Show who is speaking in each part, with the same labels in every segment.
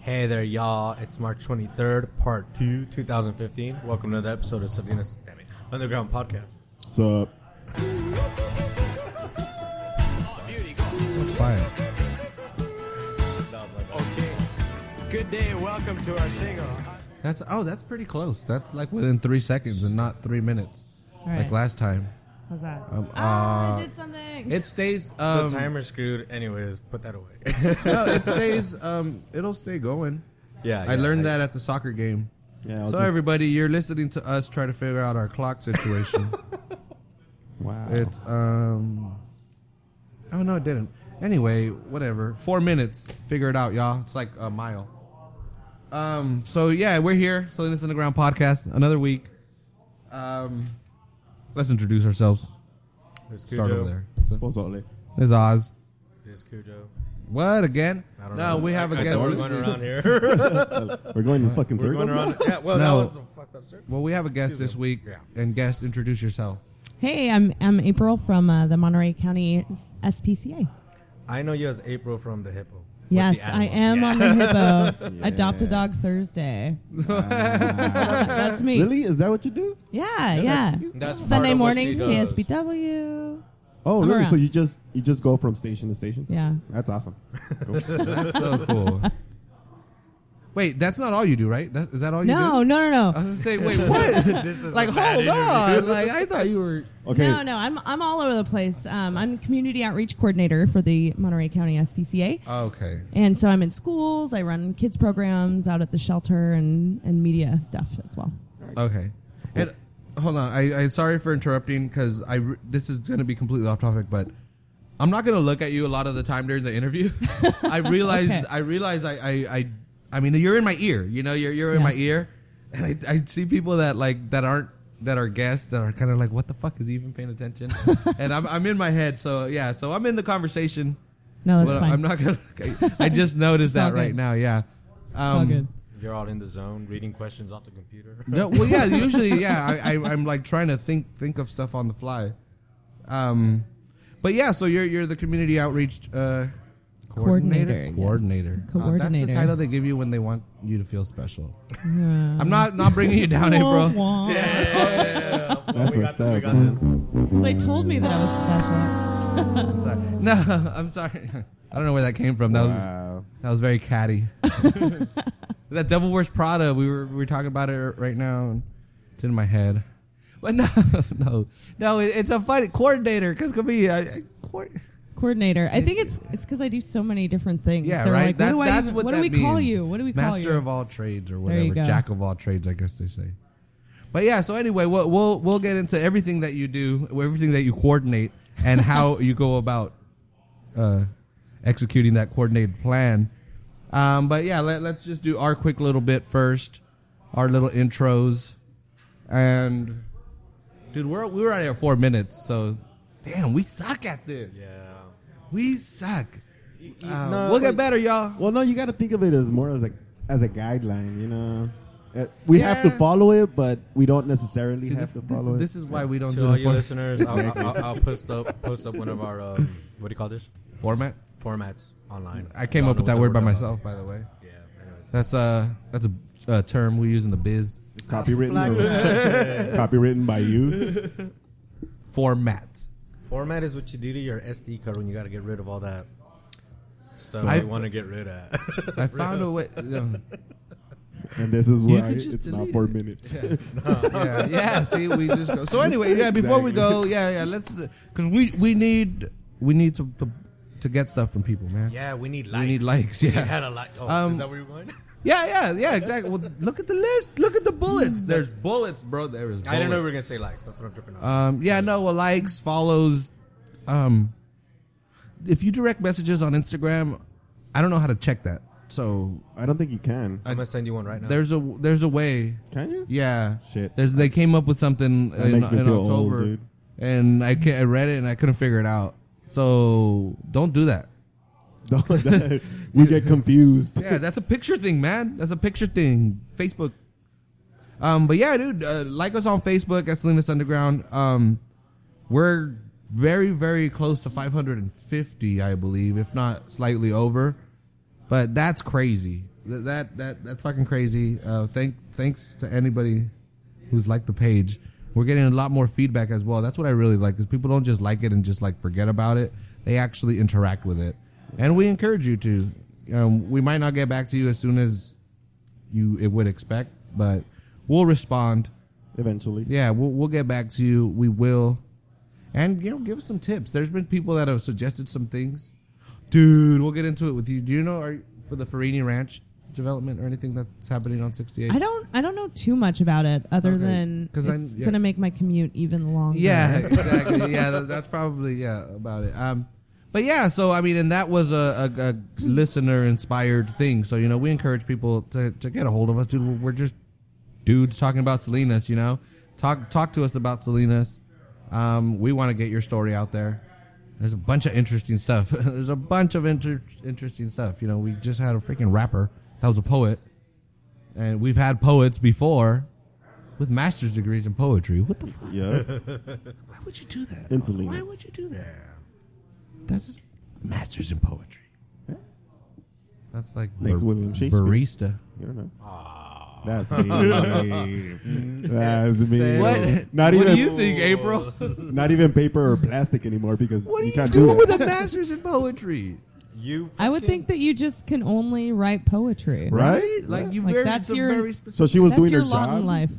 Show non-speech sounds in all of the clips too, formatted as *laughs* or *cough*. Speaker 1: Hey there, y'all. It's March 23rd, part 2, 2015. Welcome to another episode of Sabina's damn it, Underground Podcast.
Speaker 2: What's up? So quiet.
Speaker 3: Okay.
Speaker 1: oh,
Speaker 3: Good day and welcome to our single.
Speaker 4: That's oh, that's pretty close. That's like within three seconds and not three minutes, like
Speaker 5: Alright.
Speaker 4: last time.
Speaker 5: How's that?
Speaker 4: Ah,
Speaker 5: ah, I did something.
Speaker 4: It stays.
Speaker 1: The
Speaker 4: Um,
Speaker 1: timer's screwed. Anyways, put that away.
Speaker 4: no, it stays. Um, it'll stay going.
Speaker 1: *laughs* Uh, yeah,
Speaker 4: I learned that at the soccer game.
Speaker 2: Yeah.
Speaker 4: So
Speaker 2: So
Speaker 4: everybody, you're listening to us try to figure out our clock situation.
Speaker 2: wow.
Speaker 4: it's um, oh no, it didn't. Anyway, whatever. Four minutes. Figure it out, y'all. It's like a mile. Um. So yeah, we're here. Silliness Underground podcast. Another week. Um, let's introduce ourselves.
Speaker 1: There's Cujo.
Speaker 4: Start over there. So,
Speaker 2: What's up, Lee?
Speaker 4: this is Oz.
Speaker 1: There's Cujo.
Speaker 4: What again?
Speaker 1: I don't
Speaker 4: no,
Speaker 1: know.
Speaker 4: we have a
Speaker 1: I,
Speaker 4: guest.
Speaker 1: We're
Speaker 4: this
Speaker 1: going
Speaker 4: week.
Speaker 1: around
Speaker 4: *laughs*
Speaker 1: here.
Speaker 2: We're going in fucking
Speaker 1: we're going
Speaker 2: circles.
Speaker 1: around.
Speaker 2: now?
Speaker 1: Yeah, well,
Speaker 4: No.
Speaker 1: that was a fucked up circle.
Speaker 4: Well, we have a guest this week.
Speaker 1: Yeah.
Speaker 4: And guest, introduce yourself.
Speaker 5: Hey, I'm I'm April from uh, the Monterey County S- SPCA.
Speaker 1: I know you as April from the hippo. with the
Speaker 5: Yes, I
Speaker 1: animals.
Speaker 5: am on the hippo.
Speaker 2: Yeah.
Speaker 5: Adopt a dog Thursday. that's, that's me.
Speaker 2: Really? Is that what you do?
Speaker 5: Yeah, yeah.
Speaker 1: That's part
Speaker 5: Sunday
Speaker 1: of what she
Speaker 5: mornings,
Speaker 1: does.
Speaker 5: KSBW.
Speaker 2: Oh,
Speaker 5: I'm
Speaker 2: really? So
Speaker 5: around.
Speaker 2: you just you just go from station to station?
Speaker 5: Yeah.
Speaker 2: That's awesome.
Speaker 4: That's so cool. *laughs* Wait, that's not all you do, right? That, is that all you do? Uh,
Speaker 5: No, no, no, no.
Speaker 4: I was gonna say, wait, what?
Speaker 1: This is
Speaker 4: like,
Speaker 1: a bad
Speaker 4: hold on. Like, I thought you were.
Speaker 2: Okay.
Speaker 5: No, no, I'm I'm all over the place. Um, I'm community outreach coordinator for the Monterey County SPCA,
Speaker 4: oh, Okay.
Speaker 5: and so I'm in schools. I run kids programs out at the shelter and and media stuff as well.
Speaker 4: Okay. And hold on. I, I sorry for interrupting because I re- this is gonna be completely off topic, but I'm not gonna look at you a lot of the time during the interview. *laughs*
Speaker 5: *laughs*
Speaker 4: I realized.
Speaker 5: Okay.
Speaker 4: I realized. I, I. I. I mean, you're in my ear. You know, you're you're in my
Speaker 5: Yes.
Speaker 4: ear, and I, I see people that like that aren't that are guests that are kind of like, what the fuck is he even paying
Speaker 5: *laughs*
Speaker 4: attention? and I'm I'm in my head. So yeah. So I'm in the conversation.
Speaker 5: No, Oh, that's
Speaker 4: Well,
Speaker 5: fine.
Speaker 4: I'm not gonna. *laughs* I, I just noticed
Speaker 5: all
Speaker 4: that right
Speaker 5: good.
Speaker 4: now. Yeah.
Speaker 5: It's
Speaker 4: um,
Speaker 5: all good.
Speaker 1: You're all in the zone, reading questions off the computer. *laughs*
Speaker 4: No, well, yeah. Usually, yeah. I, I, I'm like trying to think think of stuff on the fly. Um, but yeah. So you're you're the community outreach uh,
Speaker 5: Coordinator, yes.
Speaker 4: Coordinator. Uh, that's the
Speaker 5: Coordinator.
Speaker 4: title they give you when they want you to feel special. I'm not not bringing you down,
Speaker 5: Wah,
Speaker 4: April.
Speaker 5: wah.
Speaker 2: That's
Speaker 1: we got
Speaker 2: what's
Speaker 1: this. We
Speaker 2: up.
Speaker 1: got this.
Speaker 5: They told me that I was special.
Speaker 4: Sorry. *laughs* No, I'm sorry. I don't know where that came from. That was
Speaker 2: Wow.
Speaker 4: that was very catty. *laughs* that Devil Wears Prada. We were we were talking about it right now. And it's in my head. But *laughs* no, no, no. It, it's a fight coordinator because could be I, I, coor-
Speaker 5: Coordinator. I think it's it's because I do so many different things.
Speaker 4: Yeah,
Speaker 5: They're
Speaker 4: right.
Speaker 5: Like,
Speaker 4: That-
Speaker 5: what do I
Speaker 4: that's
Speaker 5: even-
Speaker 4: what
Speaker 5: what
Speaker 4: that
Speaker 5: do we call
Speaker 4: means.
Speaker 5: you? What do we call
Speaker 4: Master
Speaker 5: you?
Speaker 4: of all trades or
Speaker 5: you
Speaker 4: whatever,
Speaker 5: go.
Speaker 4: jack of all trades, I guess they say. But yeah, so anyway, we'll we'll we'll get into everything that you do, everything that you coordinate, and
Speaker 5: *laughs*
Speaker 4: how you go about uh, executing that coordinated plan. Um, but yeah, let, let's just do our quick little bit first, our little intros, and dude, we're we were out here four minutes, so damn, we suck at this.
Speaker 1: Yeah.
Speaker 4: We suck. Uh, we'll get better, y'all.
Speaker 2: Well, no, you got to think of it as more as a as a guideline. You know, Uh, we have to
Speaker 4: Yeah.
Speaker 2: follow it, but we don't necessarily
Speaker 4: See,
Speaker 2: have
Speaker 4: this,
Speaker 2: to
Speaker 4: this-
Speaker 2: follow
Speaker 4: this is why we don't
Speaker 1: To
Speaker 4: do
Speaker 1: all
Speaker 4: the
Speaker 1: you
Speaker 4: for-
Speaker 1: listeners,
Speaker 4: *laughs*
Speaker 1: I'll, I'll, I'll post up post up one of our um, what do you call this
Speaker 4: format.
Speaker 1: formats online.
Speaker 4: I came
Speaker 1: Y'all
Speaker 4: up with
Speaker 1: know
Speaker 4: that
Speaker 1: what
Speaker 4: word by
Speaker 1: is.
Speaker 4: myself, by the way.
Speaker 1: Yeah. anyways.
Speaker 4: That's uh that's a uh, term we use in the biz.
Speaker 2: it. It's copywritten. or- copywritten by you.
Speaker 4: Format.
Speaker 1: Format is what you do to your SD card when you got to get rid of all that stuff
Speaker 4: I've-
Speaker 1: you want to get rid of.
Speaker 4: I found a way. Yeah,
Speaker 2: And this is why
Speaker 4: could just
Speaker 2: it's not
Speaker 4: delete
Speaker 2: four
Speaker 4: it.
Speaker 2: minutes.
Speaker 4: yeah, yeah. See, we just go. So anyway, yeah. Before we go, yeah, yeah. Let's because we we need we need to, to to get stuff from people,
Speaker 1: *laughs*
Speaker 4: man.
Speaker 1: yeah, we need likes.
Speaker 4: We need likes, yeah.
Speaker 1: We had a like. Oh,
Speaker 4: Um,
Speaker 1: is that where you're going?
Speaker 4: yeah, yeah, yeah. Exactly. Well, look at the list. Look at the bullets. There's bullets, bro. There is. Bullets.
Speaker 1: *laughs* Mm. I didn't know we were gonna say likes. That's what I'm tripping on.
Speaker 4: Um, yeah, no, well, likes, follows. Um, if you direct messages on Instagram, I don't know how to check that. So
Speaker 2: I don't think you can. *laughs*
Speaker 1: I'm gonna send you one right now.
Speaker 4: there's a there's a way.
Speaker 2: Can you?
Speaker 4: Yeah,
Speaker 2: Shit.
Speaker 4: There's, they came up with something in,
Speaker 2: makes me
Speaker 4: in
Speaker 2: feel
Speaker 4: October,
Speaker 2: old, dude.
Speaker 4: and I can I read it and I couldn't figure it out. So don't do that.
Speaker 2: *laughs* we get confused.
Speaker 4: Yeah, that's a picture thing, man. That's a picture thing. Facebook. Um, but yeah, dude, uh, like us on Facebook at Salinas Underground. Um, we're very, very close to 550, I believe, if not slightly over. But that's crazy. Th- that that that's fucking crazy. Uh, thank thanks to anybody who's liked the page. We're getting a lot more feedback as well. That's what I really like because people don't just like it and just like forget about it. They actually interact with it, and we encourage you to. Um, we might not get back to you as soon as you it would expect, but we'll respond.
Speaker 2: Eventually.
Speaker 4: Yeah, we'll we'll get back to you. We will, and you know, give us some tips. There's been people that have suggested some things, dude. We'll get into it with you. Do you know are, for the Farini Ranch development or anything that's happening on 68?
Speaker 5: I don't. I don't know too much about it, other
Speaker 4: Okay.
Speaker 5: than
Speaker 4: 'Cause
Speaker 5: it's
Speaker 4: I'm- yeah.
Speaker 5: gonna make my commute even longer.
Speaker 4: Yeah, exactly. yeah, that, that's probably yeah about it. Um, but yeah, so I mean, and that was a, a, a listener inspired thing. So you know, we encourage people to, to get a hold of us, dude. We're just dudes talking about Salinas. You know, talk talk to us about Salinas. Um, we want to get your story out there. There's a bunch of interesting stuff. *laughs* There's a bunch of inter- interesting stuff. You know, we just had a freaking rapper that was a poet, and we've had poets before with master's degrees in poetry. What the fuck?
Speaker 2: Yeah.
Speaker 4: Why would you do that?
Speaker 2: Instantly.
Speaker 4: Why would you do that? That's just masters in poetry. That's like
Speaker 2: Next William Shakespeare.
Speaker 4: barista.
Speaker 2: You don't know.
Speaker 4: *laughs*
Speaker 2: That's me. That's me.
Speaker 4: What?
Speaker 2: Not
Speaker 4: *laughs* what
Speaker 2: even.
Speaker 4: do you think, April?
Speaker 2: Not even paper or plastic anymore because
Speaker 4: What are
Speaker 2: you
Speaker 4: you
Speaker 2: can't
Speaker 4: doing
Speaker 2: do
Speaker 4: with
Speaker 2: it.
Speaker 4: a master's in poetry?
Speaker 1: You.
Speaker 5: I would think that you just can only write poetry.
Speaker 2: Right?
Speaker 4: Like you
Speaker 5: Like,
Speaker 4: very,
Speaker 5: that's
Speaker 4: that's
Speaker 5: your-
Speaker 4: very specific.
Speaker 2: So she was
Speaker 5: That's
Speaker 2: doing
Speaker 5: your
Speaker 2: her
Speaker 5: lot
Speaker 2: job.
Speaker 5: in life.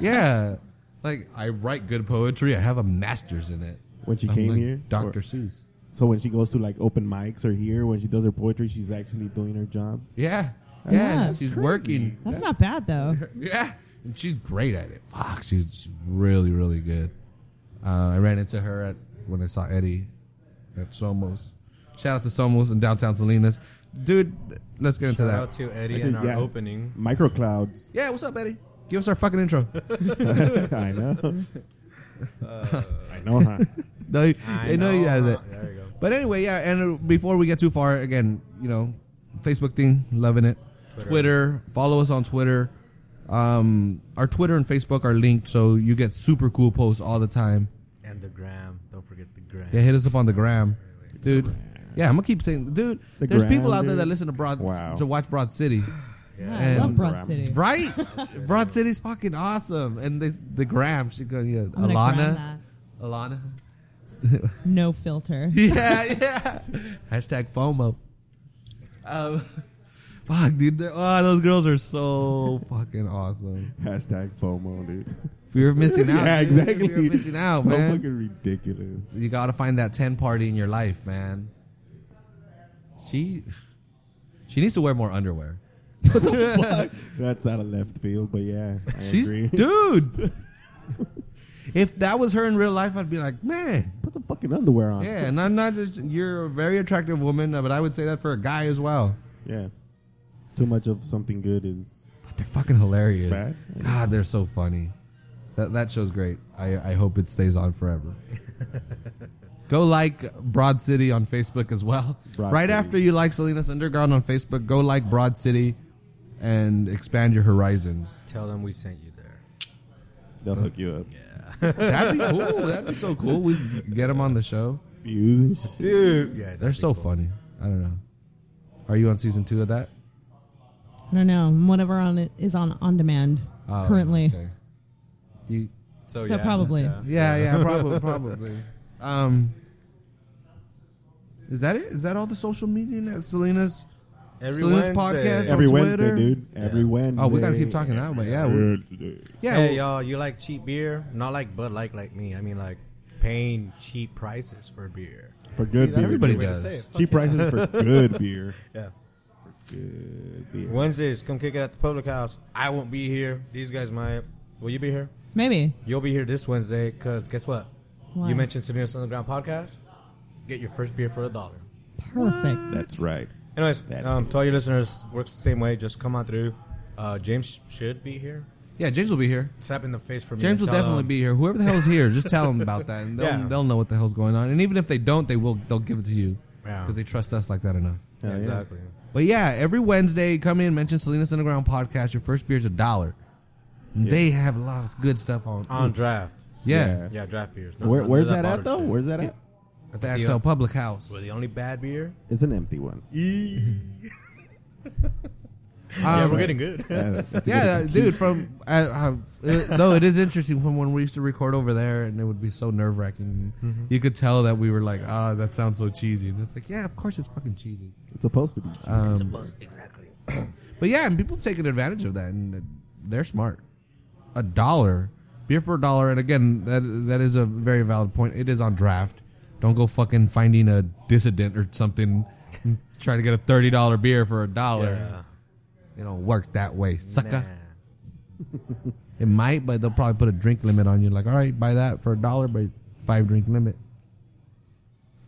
Speaker 4: yeah. Like I write good poetry. I have a master's in it.
Speaker 2: When she
Speaker 4: I'm
Speaker 2: came
Speaker 4: like
Speaker 2: here?
Speaker 4: Dr.
Speaker 2: Or-
Speaker 4: Seuss.
Speaker 2: So when she goes to like open mics or here, when she does her poetry, she's actually doing her job.
Speaker 4: Yeah. Yeah,
Speaker 5: Yeah.
Speaker 4: she's working.
Speaker 5: That's not bad though.
Speaker 4: Yeah, and she's great at it. Fuck, she's really, really good. Uh, I ran into her at when I saw Eddie at Somos. Shout out to Somos in downtown Salinas, dude. Let's get into
Speaker 1: Shout
Speaker 4: that.
Speaker 1: out to Eddie
Speaker 2: Actually,
Speaker 1: and our
Speaker 2: yeah.
Speaker 1: opening.
Speaker 2: Microclouds.
Speaker 4: *laughs*
Speaker 2: *laughs*
Speaker 4: Yeah, what's up, Eddie? Give us our fucking intro. *laughs*
Speaker 2: I know.
Speaker 4: Uh,
Speaker 2: I know, huh? *laughs*
Speaker 4: no, I, know, you have it.
Speaker 1: There you go.
Speaker 4: But anyway, yeah. And uh, before we get too far, again, you know, Facebook thing, loving it. Twitter, follow us on Twitter. Um, our Twitter and Facebook are linked, so you get super cool posts all the time.
Speaker 1: And the gram. Don't forget the gram.
Speaker 4: Yeah, hit us up on the gram, dude. Yeah, I'm gonna keep saying, dude.
Speaker 2: The
Speaker 4: there's
Speaker 2: gram,
Speaker 4: people out there
Speaker 2: dude.
Speaker 4: that listen to Broad
Speaker 2: Wow.
Speaker 4: to watch Broad City,
Speaker 5: Yeah, I
Speaker 4: And-
Speaker 5: love Broad City.
Speaker 4: right? Broad City's fucking awesome, and the the gram. She goes, yeah,
Speaker 5: I'm gonna
Speaker 4: *laughs*
Speaker 5: grab
Speaker 4: Alana,
Speaker 5: that.
Speaker 4: Alana.
Speaker 5: No filter.
Speaker 4: Yeah, yeah. Hashtag FOMO. Um, fuck, dude. they're- Oh, those girls are so fucking awesome.
Speaker 2: Hashtag FOMO, dude.
Speaker 4: Fear of missing
Speaker 2: *laughs*
Speaker 4: out.
Speaker 2: yeah,
Speaker 4: dude. Fear of
Speaker 2: exactly.
Speaker 4: missing out,
Speaker 2: so
Speaker 4: man.
Speaker 2: fucking ridiculous.
Speaker 4: You gotta find that ten party in your life, man. She she needs to wear more underwear.
Speaker 2: That's out of left field, but yeah, I
Speaker 4: She's
Speaker 2: agree. *laughs*
Speaker 4: dude. if that was her in real life, I'd be like, man,
Speaker 2: Put some fucking underwear on.
Speaker 4: yeah. And I'm not just you're a very attractive woman, but I would say that for a guy as well.
Speaker 2: Yeah. Too much of something good is
Speaker 4: But they're fucking hilarious.
Speaker 2: Right?
Speaker 4: God, they're so funny. That that show's great. I I hope it stays
Speaker 2: *laughs*
Speaker 4: on forever. go like Broad City on Facebook as well.
Speaker 2: Broad
Speaker 4: right
Speaker 2: City.
Speaker 4: after you like Salinas Underground on Facebook, go like Broad City and expand your horizons.
Speaker 1: Tell them we sent you there.
Speaker 2: they'll hook you up.
Speaker 4: That'd be cool. That'd be so cool. We get them on the show.
Speaker 2: Views and shit.
Speaker 1: Dude. Yeah,
Speaker 4: They're so funny. I don't know. Are you on season two of that?
Speaker 5: I don't know. Whatever on it is on on demand
Speaker 4: Oh,
Speaker 5: currently.
Speaker 4: okay. You,
Speaker 1: So,
Speaker 5: So
Speaker 1: yeah,
Speaker 5: probably.
Speaker 1: yeah.
Speaker 4: yeah, yeah, probably, probably. Um, is that it? Is that all the social media? At Selena's.
Speaker 1: Every
Speaker 4: Selena's
Speaker 1: Wednesday.
Speaker 4: podcast
Speaker 2: Every
Speaker 4: on
Speaker 2: Wednesday,
Speaker 4: Twitter?
Speaker 2: dude. Every Wednesday.
Speaker 4: Oh, we gotta keep talking now, but yeah, we
Speaker 2: Wednesday.
Speaker 4: yeah.
Speaker 1: hey,
Speaker 4: well-
Speaker 1: y'all, you like cheap beer? Not like Bud Light, like me. I mean, like paying cheap prices for beer.
Speaker 2: For good
Speaker 1: See,
Speaker 2: beer.
Speaker 1: that's a
Speaker 4: Everybody
Speaker 1: good way to
Speaker 4: does.
Speaker 1: say it. Fuck
Speaker 2: Cheap prices *laughs* for good beer.
Speaker 1: Yeah.
Speaker 2: Good beer.
Speaker 1: Wednesdays, come kick it at the public house. I won't be here. These guys might. Will you be here?
Speaker 5: Maybe.
Speaker 1: You'll be here this Wednesday because guess what?
Speaker 5: What?
Speaker 1: You mentioned Salinas Underground podcast. Get your first beer for a dollar.
Speaker 5: Perfect.
Speaker 2: That's right.
Speaker 1: Anyways,
Speaker 2: That-
Speaker 1: um, to all your listeners, works the same way. Just come on through. Uh, James should be here.
Speaker 4: yeah. James will be here.
Speaker 1: Slap in the face for me.
Speaker 4: James will
Speaker 1: Tell
Speaker 4: definitely
Speaker 1: him.
Speaker 4: be here. Whoever the hell is here, just tell them about that, and they'll,
Speaker 1: Yeah.
Speaker 4: they'll know what the hell's going on. And even if they don't, they will. They'll give it to you
Speaker 1: Yeah.
Speaker 4: because they trust us like that enough.
Speaker 1: Yeah,
Speaker 2: Hell yeah.
Speaker 1: exactly.
Speaker 4: But yeah, every Wednesday, come in, mention Salinas Underground podcast. Your first beer's a dollar. And They have a lot of good stuff on.
Speaker 1: On draft.
Speaker 4: yeah,
Speaker 1: Um, Yeah, draft beers. Not
Speaker 2: Where,
Speaker 1: under
Speaker 2: where's that,
Speaker 1: bottle
Speaker 2: at though?
Speaker 1: shit.
Speaker 2: Where's that at?
Speaker 4: at the
Speaker 1: Yeah.
Speaker 4: XL Public House.
Speaker 1: We're the only bad beer.
Speaker 2: It's an empty one.
Speaker 1: yeah,
Speaker 4: Um,
Speaker 1: we're getting good.
Speaker 2: Yeah, that's a
Speaker 4: yeah,
Speaker 2: good-
Speaker 4: that- dude. From I, I've, uh, no, it is interesting from when we used to record over there, and it would be so nerve wracking.
Speaker 1: Mm-hmm.
Speaker 4: You could tell that we were like, "Ah, that sounds so cheesy," and it's like, "Yeah, of course it's fucking cheesy."
Speaker 2: it's supposed to be.
Speaker 4: But yeah, and people have taken advantage of that, and they're smart. A dollar, beer for a dollar, and again, that that is a very valid point. It is on draft. Don't go fucking finding a dissident or something. *laughs* and Try to get a thirty dollar beer for a dollar. It don't work that way, sucker. It might, but they'll probably put a drink limit on you. Like, all right, buy that for a dollar, but five drink limit.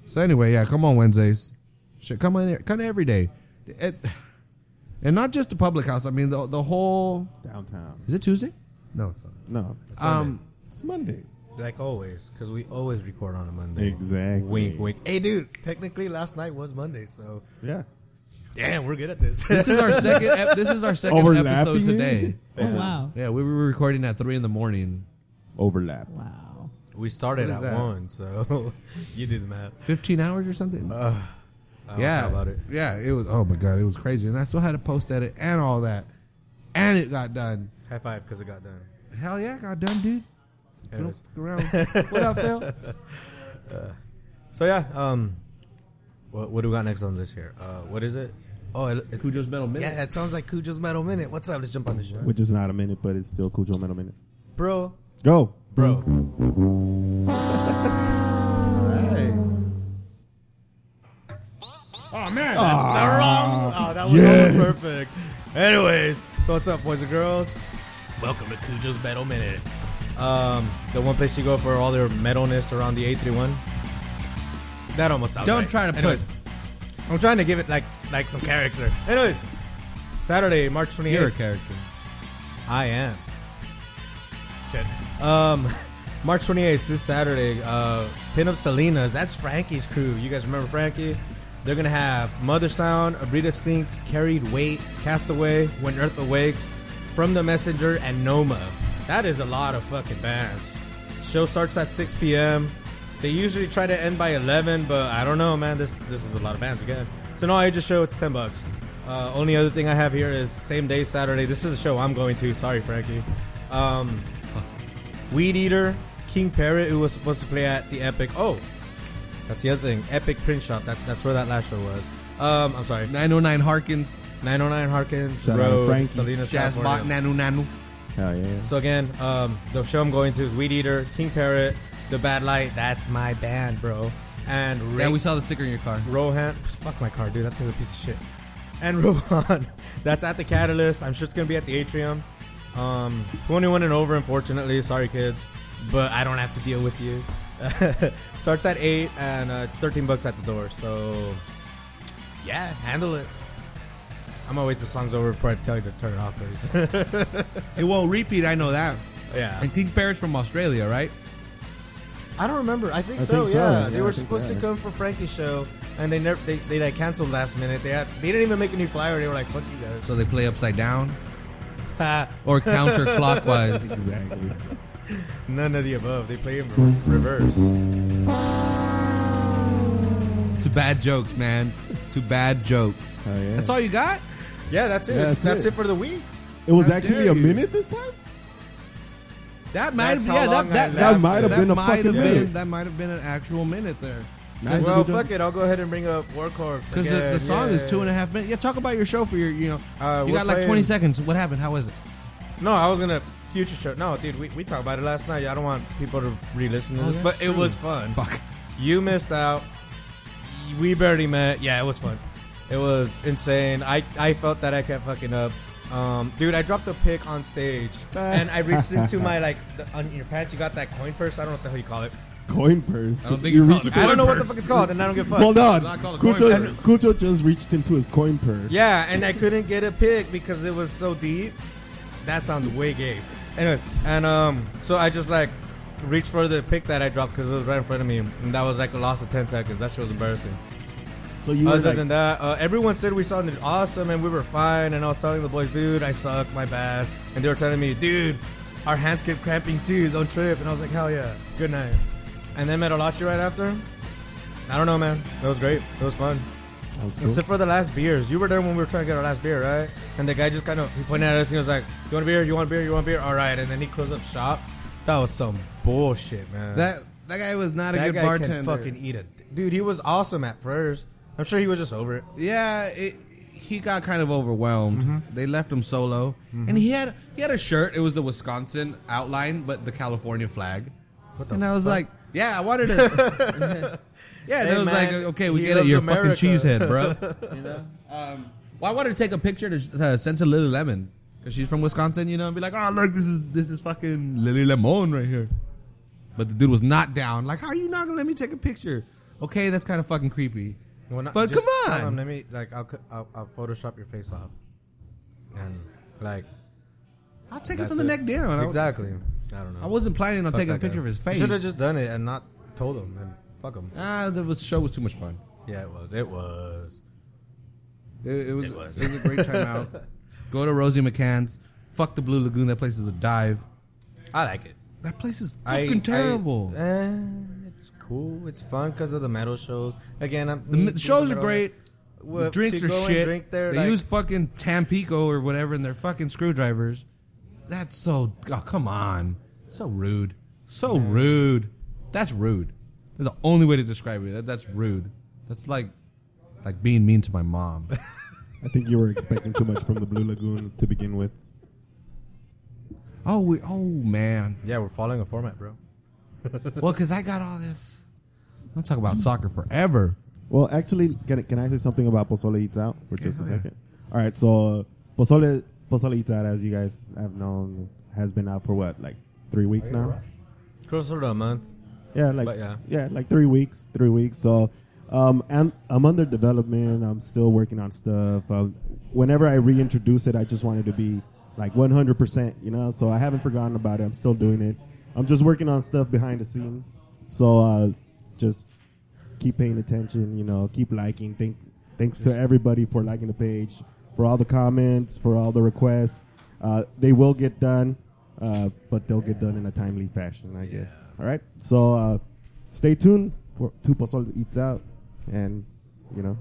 Speaker 4: So anyway, yeah, come on Wednesdays. Shit, come on, come every day, It- *sighs* and not just the public house. I mean, the the whole.
Speaker 2: Downtown.
Speaker 4: Is it Tuesday? No, it's not.
Speaker 2: No,
Speaker 4: Um,
Speaker 2: it's Monday.
Speaker 1: Like always, because we always record on a Monday.
Speaker 2: Exactly.
Speaker 1: Wink, wink. Hey, dude. Technically, last night was Monday, so
Speaker 2: Yeah.
Speaker 1: damn, we're good at this.
Speaker 4: this is our second. Ep- this is our second
Speaker 2: Overlapping?
Speaker 4: episode today.
Speaker 5: Oh wow.
Speaker 4: Yeah, we were recording at three in the morning.
Speaker 2: Overlap.
Speaker 5: Wow.
Speaker 1: *laughs* we started
Speaker 4: What
Speaker 1: at
Speaker 4: is that?
Speaker 1: one, so *laughs* you did the math.
Speaker 4: Fifteen hours or something.
Speaker 1: Uh, I don't
Speaker 4: yeah,
Speaker 1: know about it.
Speaker 4: yeah, it was. Oh my god, it was crazy, and I still had to post edit and all that, and it got done.
Speaker 1: High five because it got done.
Speaker 4: Hell yeah, it got done, dude. We don't
Speaker 1: Anyways.
Speaker 4: fuck around. what up, *laughs* Phil?
Speaker 1: So yeah, um, what what do we got next on this here? Uh, what is it? Oh, it, it,
Speaker 4: Cujo's Metal Minute.
Speaker 1: yeah, it sounds like Cujo's Metal Minute. What's up? Let's jump on the show,
Speaker 2: Which is not a minute, but it's still Cujo Metal Minute.
Speaker 1: bro.
Speaker 2: Go.
Speaker 1: Bro,
Speaker 4: Ah.
Speaker 1: Oh, that was almost perfect. Anyways, so what's up, boys and girls? Welcome to Cujo's Metal Minute. Um, the one place you go for all their metalness around the A31. That almost sounds
Speaker 4: Don't
Speaker 1: right.
Speaker 4: try to put-
Speaker 1: Anyways, I'm trying to give it like like some character. Anyways, Saturday, March 28th.
Speaker 4: You're a character.
Speaker 1: I am. Shit. Um, March 28th, this Saturday, uh, Pin Up Salinas. That's Frankie's crew. You guys remember Frankie? They're going to have Mother Sound, A Breed Extinct, Carried Weight, Castaway, When Earth Awakes, From the Messenger, and Noma. That is a lot of fucking bands. Show starts at 6 p.m. They usually try to end by 11, but I don't know, man. This this is a lot of bands again. It's an all ages show. It's 10 bucks. Uh, only other thing I have here is same day Saturday. This is a show I'm going to. Sorry, Frankie. Um, Weed Eater, King Parrot, who was supposed to play at the Epic. Oh, that's the other thing. Epic Print Shop. That, that's where that last show was. Um, I'm sorry.
Speaker 4: 909 Harkins,
Speaker 1: 909 Harkins
Speaker 2: Shout out to
Speaker 1: Road,
Speaker 2: Frankie.
Speaker 1: Salinas,
Speaker 4: Jazzbot,
Speaker 1: California.
Speaker 4: Nanu Nanu.
Speaker 2: Hell yeah.
Speaker 1: So again, um, the show I'm going to is Weed Eater, King Parrot, The Bad Light. That's my band, bro. And
Speaker 4: Yeah,
Speaker 1: Ray-
Speaker 4: we saw the sticker in your car.
Speaker 1: Rohan. Fuck my car, dude. That thing's a piece of shit. And *laughs* Rohan. That's at the Catalyst. I'm sure it's going to be at the Atrium. Um, 21 and over, unfortunately. Sorry, kids. But I don't have to deal with you. *laughs* Starts at 8, and uh, it's 13 bucks at the door. So, yeah, handle it. I'm going to wait till the song's over before I tell you to turn it off. 'cause-
Speaker 4: It won't repeat. I know that.
Speaker 1: *laughs* yeah.
Speaker 4: And King Parrot's from Australia, right?
Speaker 1: I don't remember. I think
Speaker 2: I
Speaker 1: so.
Speaker 2: think so,
Speaker 1: Yeah,
Speaker 2: yeah,
Speaker 1: they
Speaker 2: I
Speaker 1: were
Speaker 2: think
Speaker 1: supposed
Speaker 2: they
Speaker 1: to
Speaker 2: are.
Speaker 1: come for Frankie's show, and they never they, they like canceled last minute. They had they didn't even make a new flyer. They were like, "Fuck you guys."
Speaker 4: So they play upside
Speaker 2: *laughs*
Speaker 4: down
Speaker 1: *laughs*
Speaker 4: or counterclockwise. *laughs*
Speaker 2: Exactly.
Speaker 1: None of the above. They play in re- reverse.
Speaker 4: It's bad jokes, man. It's bad jokes.
Speaker 2: Hell yeah.
Speaker 4: That's all you got?
Speaker 1: Yeah, that's it.
Speaker 2: Yeah,
Speaker 1: that's,
Speaker 2: that's
Speaker 1: that's it.
Speaker 2: it.
Speaker 1: for the week.
Speaker 2: It was
Speaker 4: How
Speaker 2: actually
Speaker 4: dare
Speaker 2: a
Speaker 4: you.
Speaker 2: minute this time?
Speaker 4: That might
Speaker 1: That's
Speaker 4: have
Speaker 1: how
Speaker 4: yeah,
Speaker 1: long I
Speaker 4: that, that,
Speaker 1: laughed.
Speaker 2: That might have been a
Speaker 4: might
Speaker 2: fucking
Speaker 4: have
Speaker 2: minute.
Speaker 4: been- that might have been an actual minute there.
Speaker 2: Nice
Speaker 1: well,
Speaker 2: Cujo.
Speaker 1: fuck it. I'll go ahead and bring up War Corps
Speaker 4: Because the, the song is two and a half minutes. Yeah, talk about your show for your, you know,
Speaker 1: Uh,
Speaker 4: you
Speaker 1: we're
Speaker 4: got like
Speaker 1: playing-
Speaker 4: 20 seconds. What happened? How was it?
Speaker 1: half. No, I was gonna future show. No, dude, we, we talked about it last night. I don't want people to re-listen to
Speaker 4: Oh,
Speaker 1: this,
Speaker 4: that's
Speaker 1: but it was fun.
Speaker 4: Fuck.
Speaker 1: You missed out. We barely met. Yeah, it was fun. It was insane. I, I felt that I kept fucking up. Um, dude, I dropped a pick on stage and I reached into my like the, on your pants. You got that coin purse. I don't know what the hell you call it.
Speaker 2: Coin purse.
Speaker 4: I don't think
Speaker 2: you
Speaker 4: you call
Speaker 2: reached.
Speaker 4: it
Speaker 1: I don't know what the
Speaker 4: Coin
Speaker 1: fuck
Speaker 4: purse.
Speaker 1: it's called, and I don't give a fuck.
Speaker 2: Hold on.
Speaker 4: I call it coin
Speaker 2: Cujo,
Speaker 4: purse.
Speaker 2: Cujo just reached into his coin purse.
Speaker 1: Yeah, and I couldn't get a pick because it was so deep. That sounds way gay. Anyways, and um, so I just like reached for the pick that I dropped because it was right in front of me, and that was like a loss of ten seconds. That shit was embarrassing.
Speaker 2: So you were
Speaker 1: Other
Speaker 2: like,
Speaker 1: than that, uh, everyone said we sounded awesome and we were fine. And I was telling the boys, dude, I suck, my bad. And they were telling me, dude, our hands kept cramping too, don't trip. And I was like, hell yeah, good night. And then met Olachi right after. I don't know, man. That was great. It was fun.
Speaker 2: I That was cool.
Speaker 1: Except for the last beers. You were there when we were trying to get our last beer, right? And the guy just kind of he pointed at us and he was like, You want a beer? You want a beer? You want a beer? All right. And then he closed up shop. That was some bullshit, man.
Speaker 4: That that guy was not a
Speaker 1: That
Speaker 4: good
Speaker 1: guy
Speaker 4: bartender.
Speaker 1: can fucking eat it. Dude, he was awesome at first. I'm sure he was just over it.
Speaker 4: yeah, it, he got kind of overwhelmed.
Speaker 1: Mm-hmm.
Speaker 4: They left him solo, and he had he had a shirt. It was the Wisconsin outline, but the California flag. and I was like, yeah, I wanted it.
Speaker 1: *laughs*
Speaker 4: yeah, and
Speaker 1: Hey,
Speaker 4: it
Speaker 1: man,
Speaker 4: was like, okay, we
Speaker 1: he
Speaker 4: get it.
Speaker 1: loves
Speaker 4: You're
Speaker 1: America.
Speaker 4: fucking
Speaker 1: *laughs*
Speaker 4: cheesehead, bro. you know. Um, well, I wanted to take a picture to uh, send to Lily Lemon because she's from Wisconsin, you know, and be like, oh look, this is this is fucking Lily Lemon right here. But the dude was not down. Like, how are you not gonna let me take a picture? Okay, that's kind of fucking creepy.
Speaker 1: Well, not-
Speaker 4: but
Speaker 1: just
Speaker 4: come
Speaker 1: tell
Speaker 4: on,
Speaker 1: him, let me like I'll, cu- I'll I'll Photoshop your face off, and like
Speaker 4: I'll take it
Speaker 1: that's
Speaker 4: from the
Speaker 1: it.
Speaker 4: neck down. I-
Speaker 1: Exactly. I don't know.
Speaker 4: I wasn't planning on
Speaker 1: Fuck
Speaker 4: taking a
Speaker 1: that guy.
Speaker 4: picture of his face.
Speaker 1: You should have just done it and not told him and fuck him.
Speaker 4: ah, the was- show was too much fun.
Speaker 1: Yeah, it was. It was.
Speaker 4: It, it was, it,
Speaker 1: was.
Speaker 4: was. a great time *laughs* out. Go to Rosie McCann's. Fuck the Blue Lagoon. That place is a dive.
Speaker 1: I like it.
Speaker 4: That place is
Speaker 1: I-
Speaker 4: fucking
Speaker 1: I-
Speaker 4: terrible.
Speaker 1: eh, it's cool. It's fun because of the metal shows. Again, I'm,
Speaker 4: the, mi- the shows are great.
Speaker 1: Well,
Speaker 4: the drinks
Speaker 1: to
Speaker 4: are
Speaker 1: go and
Speaker 4: shit.
Speaker 1: drink there,
Speaker 4: they
Speaker 1: like-
Speaker 4: use fucking Tampico or whatever in their fucking screwdrivers. That's so. Oh, come on. So rude. So rude. That's rude. That's the only way to describe it. That, that's rude. That's like, like being mean to
Speaker 1: *laughs*
Speaker 4: my mom.
Speaker 2: I think you were expecting too much from the Blue Lagoon to begin with.
Speaker 4: oh, we, oh man.
Speaker 1: Yeah, we're following a format, bro.
Speaker 4: Well, because I got all this. I'll talk about soccer forever.
Speaker 2: Well, actually, can, I- can I say something about Pozole Eats Out for just a second? All right, so uh, Pozole, Pozole Eats Out, as you guys have known, has been out for what, like three weeks now?
Speaker 1: Closer to a month.
Speaker 2: Yeah, like
Speaker 1: But, yeah.
Speaker 2: yeah. like three weeks, three weeks. So, um, and I'm under development. I'm still working on stuff. Um, whenever I reintroduce it, I just wanted to be like 100, percent you know. So I haven't forgotten about it. I'm still doing it. I'm just working on stuff behind the scenes. So uh, just keep paying attention. You know, keep liking. Thanks, thanks to everybody for liking the page, for all the comments, for all the requests. Uh, they will get done, uh, but they'll get done in a timely fashion, I guess. All right. So uh, stay tuned for Two Pozole Eats Out, and you know,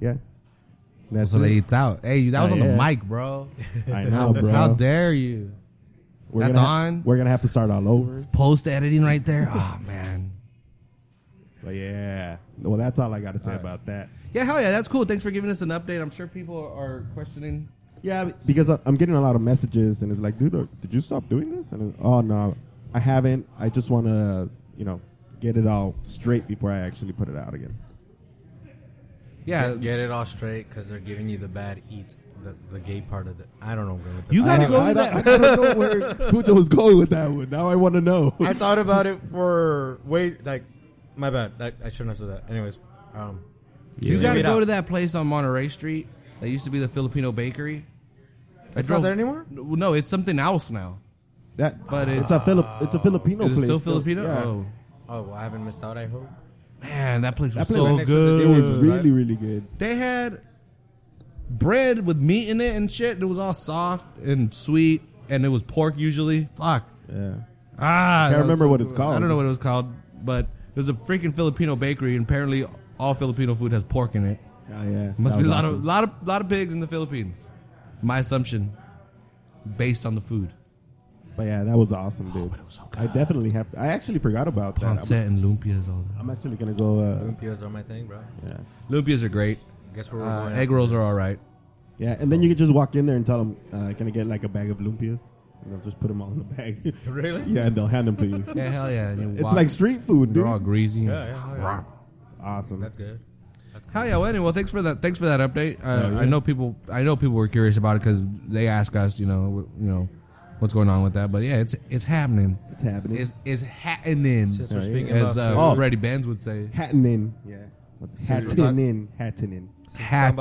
Speaker 2: yeah, that's
Speaker 4: So they
Speaker 2: it.
Speaker 4: eats out. Hey, that was
Speaker 2: Oh,
Speaker 4: on the
Speaker 2: yeah.
Speaker 1: *laughs*
Speaker 4: mic, bro.
Speaker 2: I know, bro.
Speaker 4: How dare you?
Speaker 2: we're
Speaker 4: that's
Speaker 2: gonna ha-
Speaker 4: on?
Speaker 2: we're gonna have to start all over.
Speaker 4: Post editing right there. Oh man.
Speaker 2: But yeah, well, that's all I got to say about that.
Speaker 4: Yeah, hell yeah, that's cool. Thanks for giving us an update. I'm sure people are questioning.
Speaker 2: Yeah, because I- I'm getting a lot of messages, and it's like, dude, uh, did you stop doing this? And uh, oh no, I haven't. I just want to, you know, get it all straight before I actually put it out again.
Speaker 4: Yeah,
Speaker 1: Get it all straight because they're giving you the bad eats, the, the gay part of the. I don't know. Bro, what the
Speaker 4: You
Speaker 1: fuck.
Speaker 4: got-
Speaker 2: I,
Speaker 4: Gotta go
Speaker 2: I,
Speaker 4: with
Speaker 2: don't- I don't know where Cujo was going with that one. Now I want to know.
Speaker 1: I thought about it for way like, my bad. I, I shouldn't have said that. Anyways, um,
Speaker 4: you got to
Speaker 1: Leave it
Speaker 4: go
Speaker 1: out.
Speaker 4: to that place on Monterey Street that used to be the Filipino bakery. I
Speaker 1: It's not
Speaker 4: drove-
Speaker 1: there anymore?
Speaker 4: No, it's something else now.
Speaker 2: That,
Speaker 4: But
Speaker 2: it's,
Speaker 4: it's-
Speaker 2: a Filip, it's a Filipino
Speaker 4: Is it
Speaker 2: place.
Speaker 4: still Filipino?
Speaker 2: Yeah.
Speaker 4: Oh
Speaker 1: oh, well, I haven't missed out. I hope.
Speaker 4: man, that place was
Speaker 2: That place
Speaker 4: so
Speaker 2: right
Speaker 1: next to the
Speaker 4: good.
Speaker 2: It was
Speaker 1: Right.
Speaker 2: really, really good.
Speaker 4: they had bread with meat in it and shit. It was all soft and sweet, and it was pork usually. Fuck.
Speaker 2: Yeah.
Speaker 4: Ah,
Speaker 2: Can't
Speaker 4: that was
Speaker 2: remember what it's called.
Speaker 4: I don't know what it was called, but it was a freaking Filipino bakery, and apparently all Filipino food has pork in it.
Speaker 2: Oh, yeah.
Speaker 4: Must
Speaker 2: That
Speaker 4: be a
Speaker 2: was
Speaker 4: lot of
Speaker 2: awesome.
Speaker 4: lot of lot of pigs in the Philippines. My assumption, based on the food,
Speaker 2: But yeah, that was awesome, dude.
Speaker 4: Oh, but it was so
Speaker 2: I
Speaker 4: good.
Speaker 2: definitely have. I actually forgot about that.
Speaker 4: ponce
Speaker 2: I'm,
Speaker 4: and lumpias, all that.
Speaker 2: I'm actually gonna go. Uh,
Speaker 1: Lumpias are my thing, bro.
Speaker 2: yeah.
Speaker 4: Lumpias are great.
Speaker 1: Guess where we're
Speaker 4: Uh,
Speaker 1: going.
Speaker 4: egg rolls are all right.
Speaker 2: Yeah, and then you can just walk in there and tell them, uh, "Can I get like a bag of lumpias?" And they'll just put them all in the *laughs* bag.
Speaker 1: *laughs* Really?
Speaker 2: yeah, and they'll hand them to *laughs* you.
Speaker 4: Yeah, hell yeah! and you
Speaker 2: it's
Speaker 4: walk-
Speaker 2: like street food, dude.
Speaker 4: they're all greasy. and
Speaker 1: Yeah, yeah, yeah.
Speaker 4: Rah.
Speaker 2: It's awesome.
Speaker 1: That's good.
Speaker 4: Hell yeah! Well, anyway, well, thanks for that. Thanks for that update. I,
Speaker 2: yeah.
Speaker 4: I know people. I know people were curious about it because they ask us, you know, w- you know, what's going on with that. But yeah, it's it's happening.
Speaker 2: It's happening.
Speaker 4: It's it's happening.
Speaker 1: Since we're
Speaker 2: Yeah,
Speaker 1: speaking
Speaker 4: As uh,
Speaker 1: about
Speaker 2: Oh.
Speaker 4: Freddie Benz would say,
Speaker 2: Hattenin. Yeah. Hattenin. Hattenin.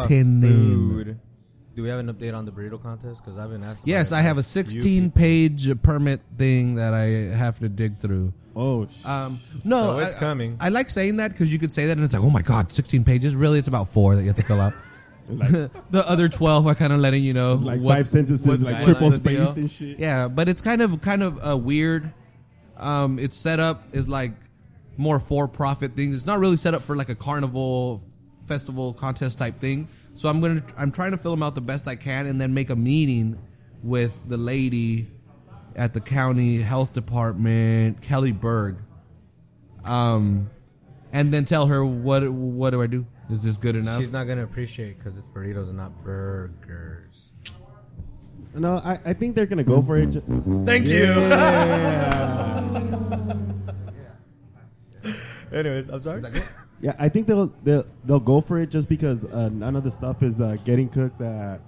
Speaker 4: happening.
Speaker 1: food, do we have an update on the burrito contest? Because I've been asked. about
Speaker 4: Yes,
Speaker 1: it.
Speaker 4: I have a
Speaker 1: You-
Speaker 4: 16-page permit thing that I have to dig through.
Speaker 2: Oh, sh-
Speaker 4: Um, no,
Speaker 1: So it's
Speaker 4: I-
Speaker 1: coming.
Speaker 4: I like saying that because you could say that, and it's like, oh my god, sixteen pages. Really, it's about four that you have
Speaker 1: *laughs*
Speaker 4: to fill out.
Speaker 2: like,
Speaker 4: *laughs* the other twelve are kind of letting you know,
Speaker 2: like
Speaker 4: what-
Speaker 2: five sentences,
Speaker 4: what's
Speaker 2: like
Speaker 4: going
Speaker 2: triple
Speaker 4: on in the
Speaker 2: spaced
Speaker 4: deal.
Speaker 2: and shit.
Speaker 4: Yeah, but it's kind of kind of uh, weird. Um, it's set up is like more for profit things. It's not really set up for like a carnival festival contest type thing. So I'm gonna I'm trying to fill them out the best I can, and then make a meeting with the lady at the county health department, Kelly Berg. Um, and then tell her what what do I do? Is this good enough?
Speaker 1: She's not gonna appreciate because it's burritos and not burgers.
Speaker 2: No, I, I think they're gonna go for it. Ju-
Speaker 1: Thank you. Anyways, I'm sorry.
Speaker 2: Yeah, I think they'll they'll, they'll go for it just because uh, none of the stuff is uh, getting cooked uh,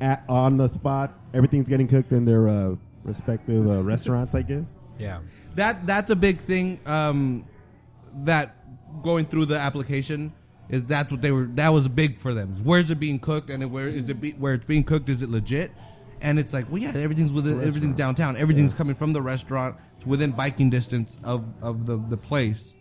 Speaker 2: at, on the spot. Everything's getting cooked in their uh, respective uh, restaurants, I guess.
Speaker 1: Yeah.
Speaker 4: that that's a big thing um, that going through the application is that's what they were that was big for them where's it being cooked and where is it be, where it's being cooked is it legit and it's like well yeah everything's within everything's downtown everything's coming from the restaurant it's within biking distance of of the the place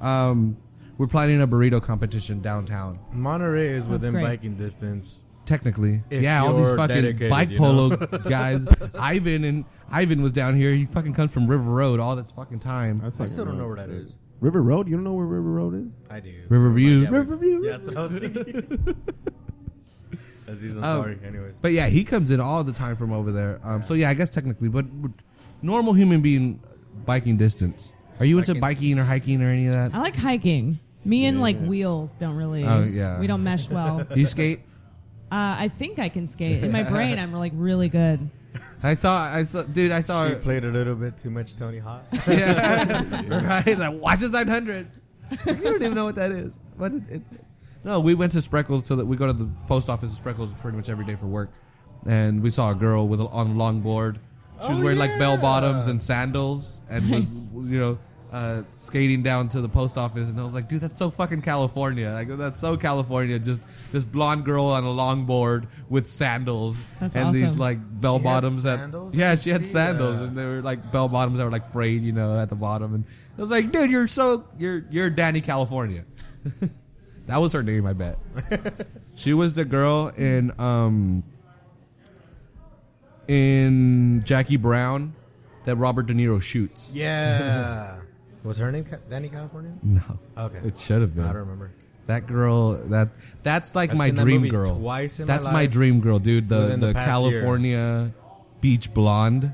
Speaker 4: um we're planning a burrito competition downtown
Speaker 1: Monterey is within
Speaker 5: great.
Speaker 1: biking distance.
Speaker 4: technically.
Speaker 1: If
Speaker 4: yeah, all these
Speaker 1: you're
Speaker 4: fucking
Speaker 1: dedicated,
Speaker 4: bike
Speaker 1: you
Speaker 4: polo
Speaker 1: know? *laughs*
Speaker 4: guys. Ivan and Ivan was down here. He fucking comes from River Road all that fucking time.
Speaker 2: That's
Speaker 1: I
Speaker 2: fucking
Speaker 1: still don't know
Speaker 2: nuts.
Speaker 1: where that is.
Speaker 2: River Road. You don't know where River Road is?
Speaker 1: I do.
Speaker 4: Riverview.
Speaker 1: Yeah, but-
Speaker 4: Riverview.
Speaker 1: Yeah, that's what I was thinking. Aziz, I'm
Speaker 4: Um,
Speaker 1: sorry. Anyways,
Speaker 4: But yeah, he comes in all the time from over there. Um, so yeah, I guess technically, but but normal human being biking distance. Are you into biking or hiking or any of that?
Speaker 5: I like hiking. Me and like wheels don't really.
Speaker 4: Oh, yeah.
Speaker 5: We don't mesh well. uh,
Speaker 4: Do you skate?
Speaker 5: I think I can skate.
Speaker 4: *laughs*
Speaker 5: In my brain, I'm like really good.
Speaker 4: I saw, I saw, dude, I saw.
Speaker 1: she played a little bit too much Tony Hawk.
Speaker 4: Yeah, *laughs* right. Like watch this 900. you don't even know what that is, but it, it's no. We went to Spreckles so that we go to the post office at Spreckles pretty much every day for work, and we saw a girl with a, on a longboard. She was
Speaker 1: Oh,
Speaker 4: wearing like bell
Speaker 1: yeah.
Speaker 4: bottoms and sandals, and was you know uh, skating down to the post office. And I was like, dude, that's so fucking California. Like that's so California. Just this blonde girl on a longboard with sandals
Speaker 5: That's
Speaker 4: and these
Speaker 5: awesome.
Speaker 4: like bell
Speaker 1: She had
Speaker 4: bottoms that
Speaker 1: sandals? I
Speaker 4: yeah,
Speaker 1: didn't
Speaker 4: she had
Speaker 1: see
Speaker 4: sandals
Speaker 1: that.
Speaker 4: and they were like bell bottoms that were like frayed, you know, at the bottom. And I was like, dude, you're so you're you're Danny California. *laughs* that was her name,
Speaker 1: *laughs*
Speaker 4: I bet. she was the girl in um in Jackie Brown that Robert De Niro shoots.
Speaker 1: yeah. Was her name Ca- Danny California?
Speaker 4: No,
Speaker 1: Okay.
Speaker 4: it should have been.
Speaker 1: I don't remember.
Speaker 4: That girl, that that's like
Speaker 1: I've
Speaker 4: my
Speaker 1: seen that
Speaker 4: dream
Speaker 1: movie
Speaker 4: girl.
Speaker 1: twice in my
Speaker 4: that's my,
Speaker 1: life
Speaker 4: dream girl, dude. The
Speaker 1: within
Speaker 4: the,
Speaker 1: the past year.
Speaker 4: California beach blonde.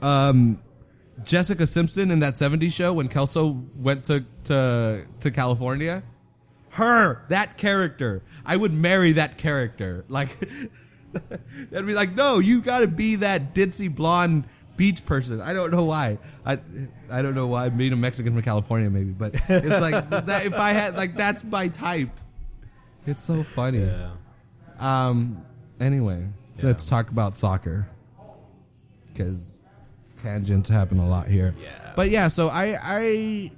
Speaker 4: Um, Jessica Simpson in that '70s show when Kelso went to to to California. Her that character, I would marry that character. Like, *laughs* that'd be like, no, you got to be that ditzy blonde beach person. I don't know why. I I don't know why. Being a Mexican from California, maybe, but
Speaker 1: *laughs*
Speaker 4: it's like that, if I had like that's my type. It's so funny.
Speaker 1: Yeah.
Speaker 4: Um. Anyway, so
Speaker 1: Yeah.
Speaker 4: let's talk about soccer because tangents happen a lot here.
Speaker 1: Yeah.
Speaker 4: But yeah, so I I.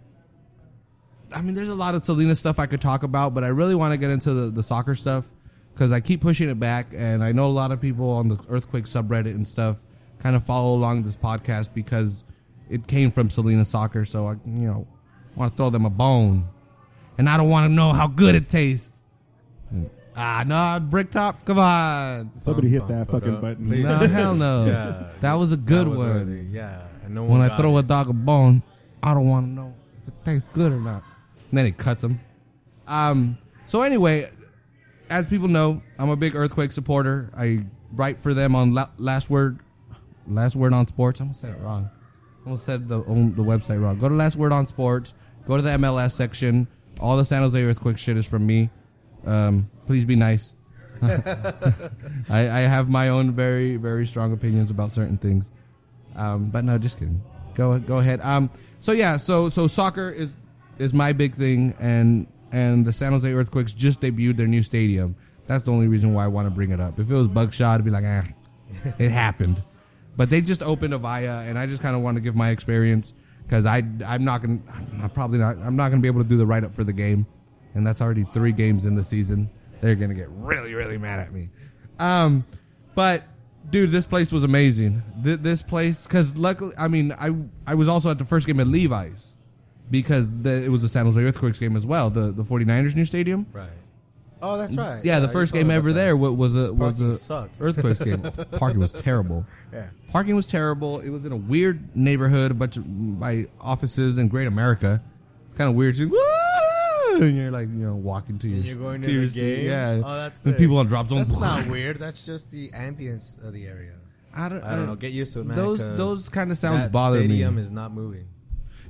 Speaker 4: I mean, there's a lot of Selena stuff I could talk about, but I really want to get into the, the soccer stuff because I keep pushing it back, and I know a lot of people on the earthquake subreddit and stuff kind of follow along this podcast because it came from Selena soccer. So I, you know, want to throw them a bone, and I don't want to know how good it tastes. Ah, no, brick top, come on.
Speaker 2: Somebody hit that fucking button.
Speaker 1: Please.
Speaker 4: No, hell no.
Speaker 1: *laughs* Yeah.
Speaker 4: That was a good
Speaker 1: That was
Speaker 4: one.
Speaker 1: already- Yeah. And no one
Speaker 4: When I
Speaker 1: got
Speaker 4: throw
Speaker 1: it.
Speaker 4: a dog a bone, I don't want to know if it tastes good or not. And then it cuts him. Um. So anyway, as people know, I'm a big earthquake supporter. I write for them on La- Last Word, Last Word on Sports. I almost said it wrong. I almost said the on the website wrong. Go to Last Word on Sports. Go to the MLS section. All the San Jose earthquake shit is from me. Um, please be nice. I, I have my own very very strong opinions about certain things, um, but no, just kidding. Go go ahead. Um, so yeah, so so soccer is is my big thing, and and the San Jose Earthquakes just debuted their new stadium. That's the only reason why I want to bring it up. If it was Buckshot, I'd be like, ah, it happened. But they just opened Avaya, and I just kind of want to give my experience because I I'm not gonna I'm probably not I'm not gonna be able to do the write up for the game, and that's already three games in the season. They're gonna get really really mad at me. Um, but dude, this place was amazing. Th- this place, because luckily, I mean, I I was also at the first game at Levi's because the, it was a San Jose Earthquakes game as well. The the 49ers new stadium.
Speaker 1: Right. Oh, that's right.
Speaker 4: Yeah, the
Speaker 1: you
Speaker 4: first
Speaker 1: told
Speaker 4: game
Speaker 1: me
Speaker 4: ever
Speaker 1: about
Speaker 4: there
Speaker 1: that.
Speaker 4: wa- was a was
Speaker 1: Parking
Speaker 4: a
Speaker 1: sucked. *laughs*
Speaker 4: earthquakes game. Parking was terrible.
Speaker 1: Yeah.
Speaker 4: Parking was terrible. It was in a weird neighborhood, a bunch of by offices in Great America. Kind of weird. Woo! and you're like, you know, walking to your
Speaker 1: You're going to
Speaker 4: your
Speaker 1: the
Speaker 4: seat.
Speaker 1: game.
Speaker 4: Yeah.
Speaker 1: Oh, that's
Speaker 4: and
Speaker 1: it.
Speaker 4: people on drop zone.
Speaker 1: That's
Speaker 4: *laughs*
Speaker 1: not weird. That's just the ambience of the area.
Speaker 4: I don't,
Speaker 1: I don't know. Get used to it, man.
Speaker 4: Those
Speaker 1: 'cause
Speaker 4: those kind of sounds
Speaker 1: that
Speaker 4: bother me.
Speaker 1: stadium is not moving.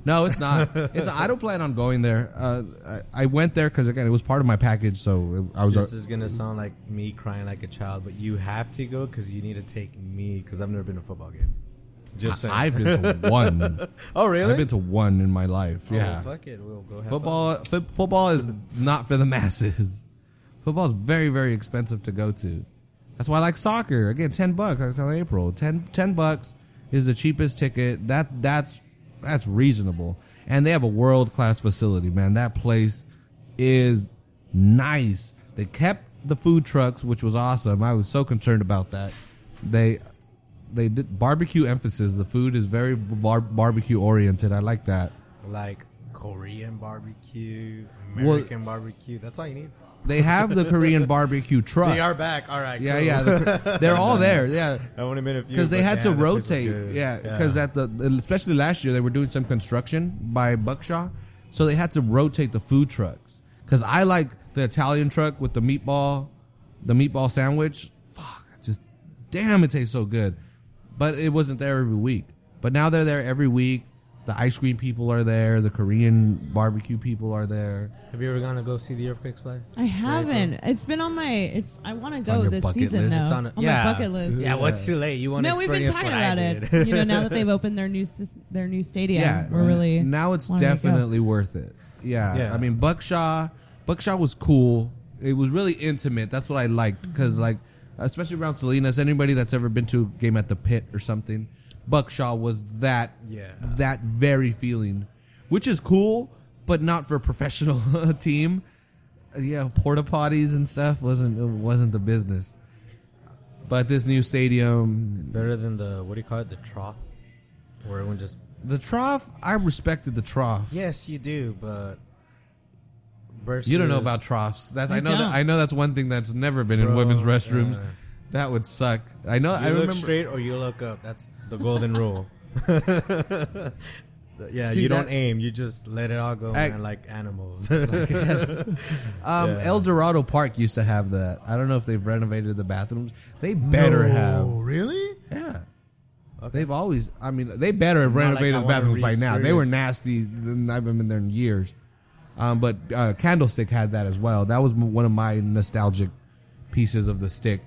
Speaker 4: No,
Speaker 1: *laughs*
Speaker 4: it's not. It's. I don't plan on going there. Uh, I, I went there because again, it was part of my package, so I was.
Speaker 1: This is gonna sound like me crying like a child, but you have to go because you need to take me because I've never been to a football game. Just saying. *laughs*
Speaker 4: I've been to one.
Speaker 1: oh really?
Speaker 4: I've been to one in my life.
Speaker 1: Oh, well,
Speaker 4: yeah,
Speaker 1: fuck it. We'll go have
Speaker 4: football. F- football is not for the masses. *laughs* Football is very very expensive to go to. That's why I like soccer. Again, ten bucks. I was telling April, 10, 10 bucks is the cheapest ticket. That that's that's reasonable. And they have a world class facility, man. That place is nice. They kept the food trucks, which was awesome. I was so concerned about that. They they did barbecue emphasis. The food is very bar- barbecue oriented. I like that.
Speaker 1: fun. like Korean barbecue, American barbecue. That's all you need.
Speaker 4: They have the Korean barbecue
Speaker 1: *laughs*
Speaker 4: truck.
Speaker 1: They are back. All right.
Speaker 4: yeah,
Speaker 1: cool.
Speaker 4: yeah.
Speaker 1: *laughs*
Speaker 4: the- they're all there. Yeah.
Speaker 1: I want to admit a few
Speaker 4: Because they
Speaker 1: but
Speaker 4: had to
Speaker 1: yeah, that place was
Speaker 4: rotate,
Speaker 1: good.
Speaker 4: yeah. Because at the especially last year they were doing some construction by Buckshaw, so they had to rotate the food trucks. Because I like the Italian truck with the meatball, the meatball sandwich. Fuck, I just damn, it tastes so good. But it wasn't there every week. But now they're there every week. The ice cream people are there. The Korean barbecue people are there.
Speaker 1: Have you ever gone to go see the earthquakes play?
Speaker 5: I haven't. It's been on my. It's. I want to
Speaker 4: on
Speaker 5: go
Speaker 4: your
Speaker 5: this
Speaker 4: bucket
Speaker 5: season
Speaker 4: list?
Speaker 5: though.
Speaker 1: It's on,
Speaker 5: on my bucket list.
Speaker 1: Yeah, what's too late? You want to
Speaker 5: No, we've been talking about it.
Speaker 1: *laughs*
Speaker 5: you know, now that
Speaker 4: *laughs*
Speaker 5: they've opened their new sys- their new stadium,
Speaker 4: Yeah,
Speaker 5: we're really
Speaker 4: now it's
Speaker 5: wanna make it up.
Speaker 4: definitely worth it. Yeah.
Speaker 1: Yeah.
Speaker 4: I mean Buckshaw, Buckshaw was cool. It was really intimate. That's what I liked because like especially around Salinas, anybody that's ever been to a game at the pit or something, Buckshaw was that
Speaker 1: Yeah.
Speaker 4: that very feeling, which is cool, but not for a professional *laughs* team. Yeah, porta potties and stuff wasn't it wasn't the business. But this new stadium,
Speaker 1: Better than the what do you call it? The trough, where everyone just.
Speaker 4: the trough, I respected the trough.
Speaker 1: Yes, you do, but. Versus,
Speaker 4: You don't know about troughs. That's I,
Speaker 5: I
Speaker 4: know.
Speaker 5: don't.
Speaker 4: That, I know that's one thing that's never been in
Speaker 1: Bro,
Speaker 4: women's restrooms.
Speaker 1: yeah.
Speaker 4: That would suck. I know.
Speaker 1: You
Speaker 4: I
Speaker 1: look
Speaker 4: remember.
Speaker 1: straight or you look up. That's the *laughs* golden rule. yeah,
Speaker 4: See,
Speaker 1: you
Speaker 4: that-
Speaker 1: don't aim. You just let it all go,
Speaker 4: I-
Speaker 1: man, like *laughs* animals.
Speaker 4: um, El Dorado Park used to have that. I don't know if they've renovated the bathrooms. They better have.
Speaker 1: really?
Speaker 4: Yeah. They've always. I mean, they better have
Speaker 1: like
Speaker 4: renovated
Speaker 1: I
Speaker 4: the
Speaker 1: wanna
Speaker 4: bathrooms by now. They
Speaker 1: re-experience.
Speaker 4: were nasty. I haven't been there in years. Um, but uh, Candlestick had that as well. That was m- one of my nostalgic pieces of the stick.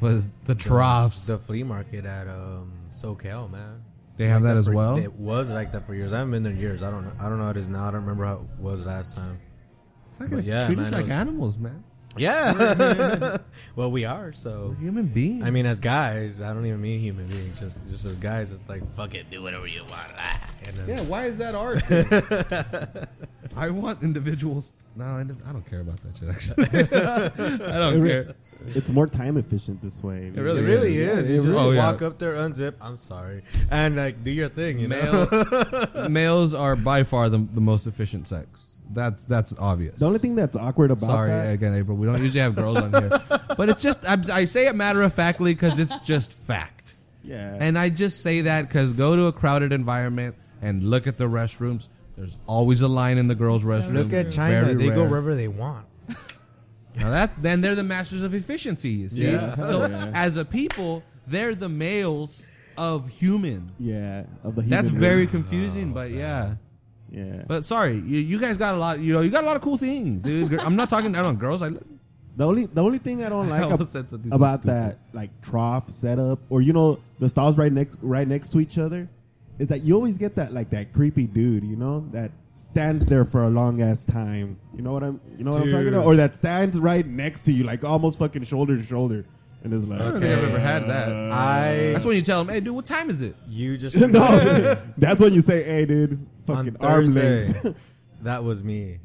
Speaker 4: Was the troughs?
Speaker 1: The flea market at um, SoCal, man.
Speaker 4: they have that as
Speaker 1: For-
Speaker 4: well.
Speaker 1: It was like that for years. I haven't been there in years. I don't know. I don't know how it is now. I don't remember how it was last time.
Speaker 4: Fucking
Speaker 1: yeah,
Speaker 4: treat
Speaker 1: man,
Speaker 4: us
Speaker 1: it
Speaker 4: like
Speaker 1: was-
Speaker 4: animals, man.
Speaker 1: Yeah. *laughs* well, we are so.
Speaker 4: Human beings.
Speaker 1: I mean, as guys, I don't even mean human beings. Just, just as guys, it's like fuck it, do whatever you want. ah, And then,
Speaker 4: yeah. Why is that *laughs* art? I want individuals. No, I don't I don't care about that shit. Actually, *laughs* I
Speaker 2: *laughs* It
Speaker 4: don't
Speaker 2: re-
Speaker 4: care.
Speaker 2: it's more time efficient this way. It
Speaker 1: It really is. You just
Speaker 4: Oh, yeah.
Speaker 1: walk up there, unzip. I'm sorry, and like do your thing. You know.
Speaker 4: Male, males are by far the, the most efficient sex. That's that's obvious.
Speaker 2: The only thing that's awkward about
Speaker 4: Sorry
Speaker 2: that,
Speaker 4: again, April. We don't usually have girls on here, but it's just I, I say it matter of factly because it's just fact.
Speaker 2: yeah,
Speaker 4: And I just say that because go to a crowded environment and look at the restrooms. There's always a line in the girls' restroom.
Speaker 1: Look at *laughs*
Speaker 4: Very
Speaker 1: China. They go
Speaker 4: rare.
Speaker 1: wherever they want.
Speaker 4: Now that then they're the masters of efficiency. You see,
Speaker 2: Yeah.
Speaker 4: so
Speaker 2: Yeah.
Speaker 4: as a people, they're the males of human. Oh,
Speaker 2: yeah, of the
Speaker 4: That's
Speaker 2: human
Speaker 4: very
Speaker 2: race.
Speaker 4: confusing, but yeah.
Speaker 2: yeah.
Speaker 4: But sorry, you, you guys got a lot. You know, you got a lot of cool things, dude. Gir- I'm not talking down on girls. I
Speaker 2: The only the only thing I
Speaker 4: *laughs*
Speaker 2: don't like ab-
Speaker 4: almost said something so
Speaker 2: about
Speaker 4: stupid.
Speaker 2: that like trough setup or you know the stalls right next right next to each other is that you always get that like that creepy dude you know that stands there for a long ass time you know what I'm you know what I'm talking
Speaker 1: Dude.
Speaker 2: about or that stands right next to you like almost fucking shoulder to shoulder and is like
Speaker 4: don't think I've ever had that.
Speaker 1: I Uh,
Speaker 4: That's when you tell them, "Hey, dude, what time is it?"
Speaker 1: you *laughs* just
Speaker 2: no that's when you say hey dude fucking arm length
Speaker 1: *laughs* that was me.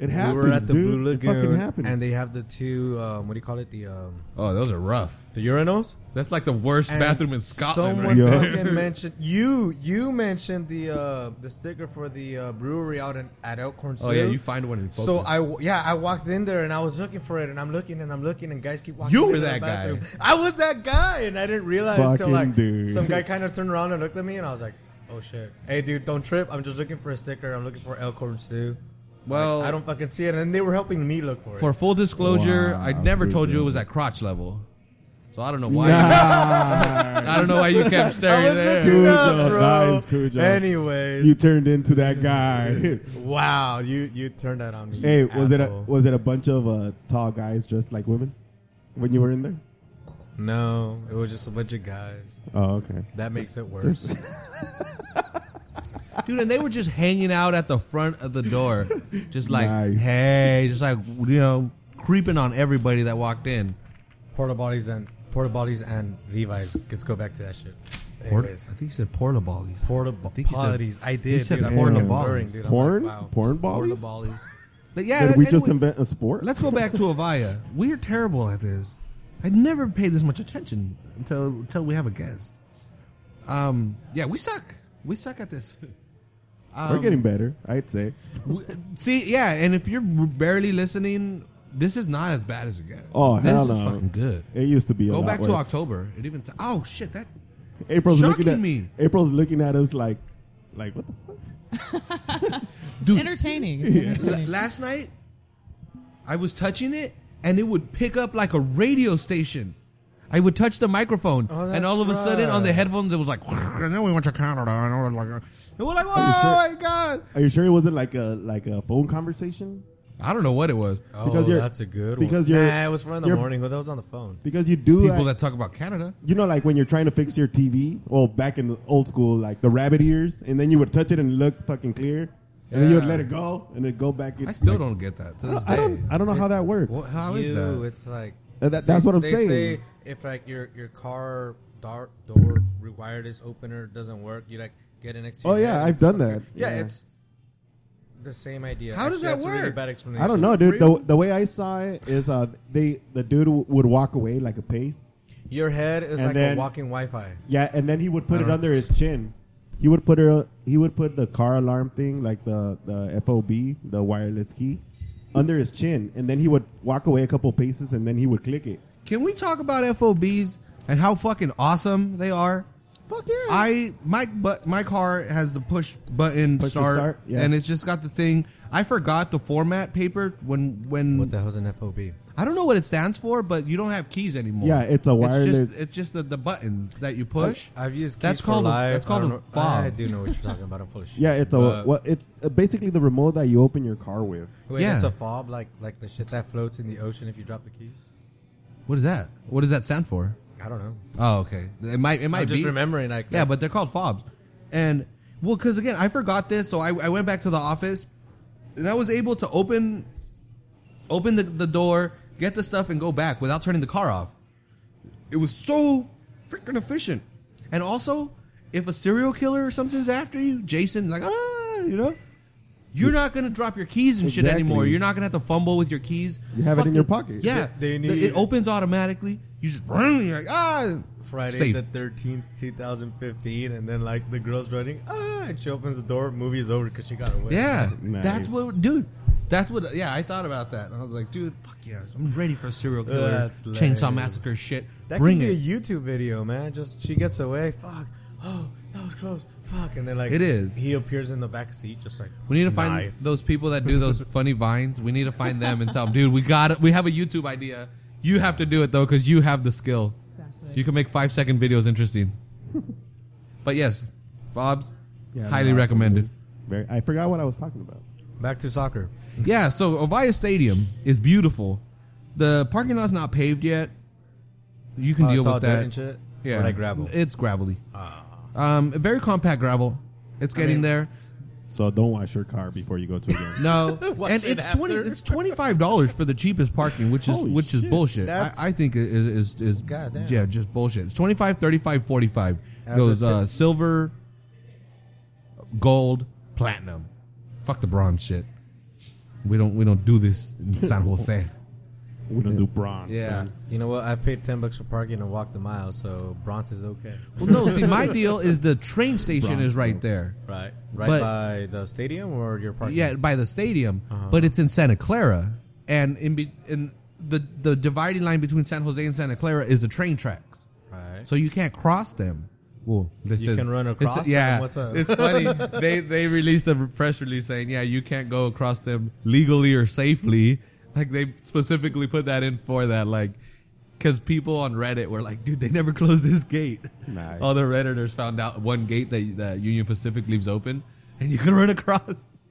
Speaker 2: it happens
Speaker 1: we were at the
Speaker 2: dude
Speaker 1: Blue
Speaker 2: it fucking
Speaker 1: Lagoon,
Speaker 2: happens
Speaker 1: and they have the two. Um, what do you call it? The um,
Speaker 4: Oh, those are rough.
Speaker 1: the urinals.
Speaker 4: That's like the worst
Speaker 1: And
Speaker 4: bathroom in Scotland.
Speaker 1: Someone
Speaker 4: right?
Speaker 2: Yeah.
Speaker 1: *laughs* fucking mentioned you. You mentioned the uh, the sticker for the uh, brewery out in at Elkhorn.
Speaker 4: Oh yeah,
Speaker 1: Slough.
Speaker 4: you find one in focus.
Speaker 1: So I w- yeah I walked in there and I was looking for it and I'm looking and I'm looking and guys keep walking.
Speaker 4: You
Speaker 1: into
Speaker 4: were
Speaker 1: the
Speaker 4: that guy.
Speaker 1: bathroom. I was that guy and I didn't realize till
Speaker 2: Fucking
Speaker 1: like
Speaker 2: dude.
Speaker 1: some guy kind of turned around and looked at me and I was like, oh shit, hey dude, don't trip. I'm just looking for a sticker. I'm looking for elkhorn stew.
Speaker 4: Well,
Speaker 1: I don't fucking see it. And they were helping me look for it.
Speaker 4: For full disclosure, I
Speaker 2: Wow,
Speaker 4: never told
Speaker 2: dude.
Speaker 4: you it was at crotch level. So I don't know why.
Speaker 2: *laughs*
Speaker 4: You, *laughs* I don't know why you kept staring there.
Speaker 2: Cool
Speaker 1: Good
Speaker 2: job,
Speaker 1: job, bro.
Speaker 2: nice, cool job.
Speaker 1: Anyways,
Speaker 2: You turned into that
Speaker 1: *laughs*
Speaker 2: guy.
Speaker 1: wow, you you turned that on me.
Speaker 2: hey,
Speaker 1: you
Speaker 2: was it a,
Speaker 1: asshole.
Speaker 2: was it a bunch of uh, tall guys dressed like women when you were in there?
Speaker 1: no, it was just a bunch of guys.
Speaker 2: Oh, okay.
Speaker 1: That makes it worse.
Speaker 4: Dude, and they were just hanging out at the front of the door. Just like,
Speaker 2: Nice.
Speaker 4: hey, just like, you know, creeping on everybody that walked in.
Speaker 1: Porta bodies and porta bodies and Levi's. Let's go back to that shit.
Speaker 4: Port- I
Speaker 1: Anyways,
Speaker 4: think you said porta ballies.
Speaker 1: porta
Speaker 4: I think you said-
Speaker 1: bodies. I
Speaker 4: you
Speaker 1: did.
Speaker 4: said
Speaker 1: Dude, I'm
Speaker 4: porta
Speaker 1: fucking
Speaker 4: ballies.
Speaker 1: swearing, dude. I'm
Speaker 2: Porn?
Speaker 1: like, wow.
Speaker 2: Porn
Speaker 4: Porta
Speaker 2: ballies?
Speaker 4: ballies. But yeah,
Speaker 2: Did we
Speaker 4: anyway,
Speaker 2: just invent a sport?
Speaker 4: let's go back to Avaya. We're terrible at this. I never paid this much attention until until we have a guest. Um, yeah, we suck. We suck at this.
Speaker 2: We're
Speaker 1: Um,
Speaker 2: getting better, I'd say.
Speaker 4: We- See, yeah, and if you're barely listening, this is not as bad as it gets.
Speaker 2: Oh,
Speaker 4: this
Speaker 2: hell
Speaker 4: is
Speaker 2: no.
Speaker 4: fucking good.
Speaker 2: It used to be a
Speaker 4: Go
Speaker 2: lot
Speaker 4: back to
Speaker 2: worse.
Speaker 4: October. It even. T- oh shit! That
Speaker 2: April's looking
Speaker 4: Shocking
Speaker 2: at
Speaker 4: me.
Speaker 2: April's looking at us like, like what the fuck?
Speaker 4: dude. *laughs*
Speaker 5: entertaining. It's
Speaker 4: l-
Speaker 5: entertaining.
Speaker 4: last night, I was touching it, and it would pick up like a radio station. I would touch the microphone,
Speaker 1: Oh,
Speaker 4: and all of a
Speaker 1: that's
Speaker 4: sudden, on the
Speaker 1: right.
Speaker 4: headphones, it was like. And then we went to Canada, and it was like, and we're like, oh
Speaker 2: Are
Speaker 4: my god!
Speaker 2: Are you sure it wasn't like a like a phone conversation?
Speaker 4: I don't know what it was.
Speaker 2: Because you're-
Speaker 1: Oh, that's a good one.
Speaker 2: because you're-
Speaker 1: nah, it was from in the
Speaker 2: you're-
Speaker 1: morning, but that was on the phone.
Speaker 2: Because you do
Speaker 4: People
Speaker 2: act-
Speaker 4: that talk about Canada.
Speaker 2: you know like when you're trying to fix your TV, well back in the old school, like the rabbit ears, and then you would touch it and it looked fucking clear. And then you would
Speaker 4: Yeah.
Speaker 2: let it go and it go back in.
Speaker 4: I still
Speaker 2: like-
Speaker 4: don't get that. To
Speaker 2: I
Speaker 4: this
Speaker 2: don't- I
Speaker 4: day.
Speaker 2: don't I don't know how that works.
Speaker 4: What, how
Speaker 1: you,
Speaker 4: is that?
Speaker 1: It's like
Speaker 2: Uh, that- that's what I'm
Speaker 1: they
Speaker 2: saying.
Speaker 1: Say if like your your car door, door wireless opener doesn't work, you like get an extra.
Speaker 2: oh yeah, I've done that.
Speaker 1: yeah, it's the same idea.
Speaker 4: How
Speaker 1: Actually,
Speaker 4: does that
Speaker 1: that's a really
Speaker 4: work?
Speaker 1: bad explanation.
Speaker 2: I don't know, dude. The,
Speaker 4: real?
Speaker 2: the way I saw it is uh they the dude w- would walk away like a pace.
Speaker 1: Your head is
Speaker 2: And
Speaker 1: like
Speaker 2: then-
Speaker 1: a walking Wi-Fi.
Speaker 2: Yeah, and then he would
Speaker 4: Uh-huh.
Speaker 2: put it under his chin. He would put her. He would put the car alarm thing, like the the FOB, the wireless key, under his chin, and then he would walk away a couple paces, and then he would click it.
Speaker 4: Can we talk about FOBs and how fucking awesome they are?
Speaker 2: Fuck yeah!
Speaker 4: I my but my car has the push button
Speaker 2: Push to
Speaker 4: start,
Speaker 2: start, yeah.
Speaker 4: and it's just got the thing. I forgot the format paper when when
Speaker 1: What the hell's an FOB?
Speaker 4: I don't know what it stands for, but you don't have keys anymore.
Speaker 2: Yeah, it's a
Speaker 4: It's
Speaker 2: wireless-
Speaker 4: just, it's just the, the button that you push.
Speaker 1: I've used keys
Speaker 4: That's
Speaker 1: for
Speaker 4: called a-
Speaker 1: life.
Speaker 4: that's called
Speaker 1: I don't
Speaker 4: a
Speaker 1: know-
Speaker 4: fob.
Speaker 1: I do know what you're talking about. I'm full of shit.
Speaker 2: *laughs* yeah, it's a
Speaker 1: But-
Speaker 2: well, it's uh, basically the remote that you open your car with.
Speaker 1: Wait,
Speaker 4: Yeah.
Speaker 1: it's a fob, like like the shit that floats in the ocean if you drop the key.
Speaker 4: What is that? What does that stand for?
Speaker 1: I don't know.
Speaker 4: Oh, okay. It might it might
Speaker 1: I'm
Speaker 4: be
Speaker 1: just remembering like
Speaker 4: Yeah, but they're called fobs. And well, because again, I forgot this, so I, I went back to the office, and I was able to open open the, the door, get the stuff, and go back without turning the car off. It was so freaking efficient. And also, if a serial killer or something's after you, Jason, like ah, you know. You're not gonna drop your keys and shit
Speaker 2: Exactly.
Speaker 4: anymore. You're not gonna have to fumble with your keys.
Speaker 2: You have it in your
Speaker 4: Fucking-
Speaker 2: pocket.
Speaker 4: Yeah,
Speaker 1: They- they need-
Speaker 4: it opens automatically. You just you're like ah.
Speaker 1: Friday
Speaker 4: Safe.
Speaker 1: the thirteenth, two thousand fifteen, and then like the girl's running, ah, and she opens the door. Movie's over because she got away.
Speaker 4: Yeah,
Speaker 2: Nice.
Speaker 4: that's what, dude. That's what. Yeah, I thought about that, and I was like, dude, fuck yeah, I'm ready for serial killer
Speaker 1: That's
Speaker 4: chainsaw
Speaker 1: lame.
Speaker 4: massacre shit.
Speaker 1: that
Speaker 4: Bring
Speaker 1: could
Speaker 4: it.
Speaker 1: be a YouTube video, man. Just she gets away. Fuck. Oh, that was close. Fuck, and then like
Speaker 4: It is.
Speaker 1: He appears in the back seat, just like
Speaker 4: we need to find
Speaker 1: knife.
Speaker 4: those people that do
Speaker 1: *laughs*
Speaker 4: those funny vines. We need to find them and tell them, dude, we got it. We have a YouTube idea. You have to do it though, because you have the skill.
Speaker 5: Exactly.
Speaker 4: You can make five second videos interesting. but yes, Fobs,
Speaker 2: Yeah,
Speaker 4: highly
Speaker 2: awesome,
Speaker 4: recommended.
Speaker 2: dude. Very, I forgot what I was talking about.
Speaker 1: back to soccer.
Speaker 4: Yeah, so Ovaya Stadium is beautiful. The parking lot's not paved yet. You can
Speaker 1: Oh,
Speaker 4: deal
Speaker 1: it's all
Speaker 4: with
Speaker 1: dirt
Speaker 4: that.
Speaker 1: and shit?
Speaker 4: Yeah,
Speaker 1: Or like gravel? Ah.
Speaker 4: It's gravelly. Um, very compact gravel. It's getting
Speaker 1: mean- *laughs*
Speaker 4: there.
Speaker 2: So don't wash your car before you go to a game.
Speaker 4: No,
Speaker 1: Watch
Speaker 4: and
Speaker 1: it
Speaker 4: it's twenty.
Speaker 1: after.
Speaker 4: It's twenty five dollars for the cheapest parking, which is
Speaker 2: Holy
Speaker 4: which is
Speaker 2: shit.
Speaker 4: bullshit. I,
Speaker 1: That's-
Speaker 4: I think it is is, is
Speaker 1: Goddamn.
Speaker 4: yeah, just bullshit. It's 25, 35, 45.
Speaker 1: As
Speaker 4: Goes
Speaker 1: a
Speaker 4: uh,
Speaker 1: tip.
Speaker 4: silver, gold, platinum. Fuck the bronze shit. We don't we don't do this in
Speaker 1: *laughs*
Speaker 4: San Jose.
Speaker 2: we don't do bronze.
Speaker 4: yeah.
Speaker 2: son.
Speaker 1: You know what? I've paid ten bucks for parking and walked a mile, so bronze is okay.
Speaker 4: Well, no. See, my deal is the train station
Speaker 2: Bronx,
Speaker 4: is right there.
Speaker 1: Right, right
Speaker 4: But-
Speaker 1: by the stadium or your parking. Uh-huh.
Speaker 4: Yeah, by the stadium, but it's in Santa Clara, and in, be, in the the dividing line between San Jose and Santa Clara is the train tracks.
Speaker 1: Right.
Speaker 4: So you can't cross them well, this
Speaker 1: You
Speaker 4: is
Speaker 1: can run
Speaker 4: this-
Speaker 1: across them?
Speaker 4: yeah,
Speaker 1: What's up?
Speaker 4: it's funny. they they released a press release saying, yeah, you can't go across them legally or safely. Like they specifically put that in for that, like because people on Reddit were like, dude, they never *laughs* closed this gate.
Speaker 2: Nice.
Speaker 4: All the redditors found out one gate that, that Union Pacific leaves open, and you can run across.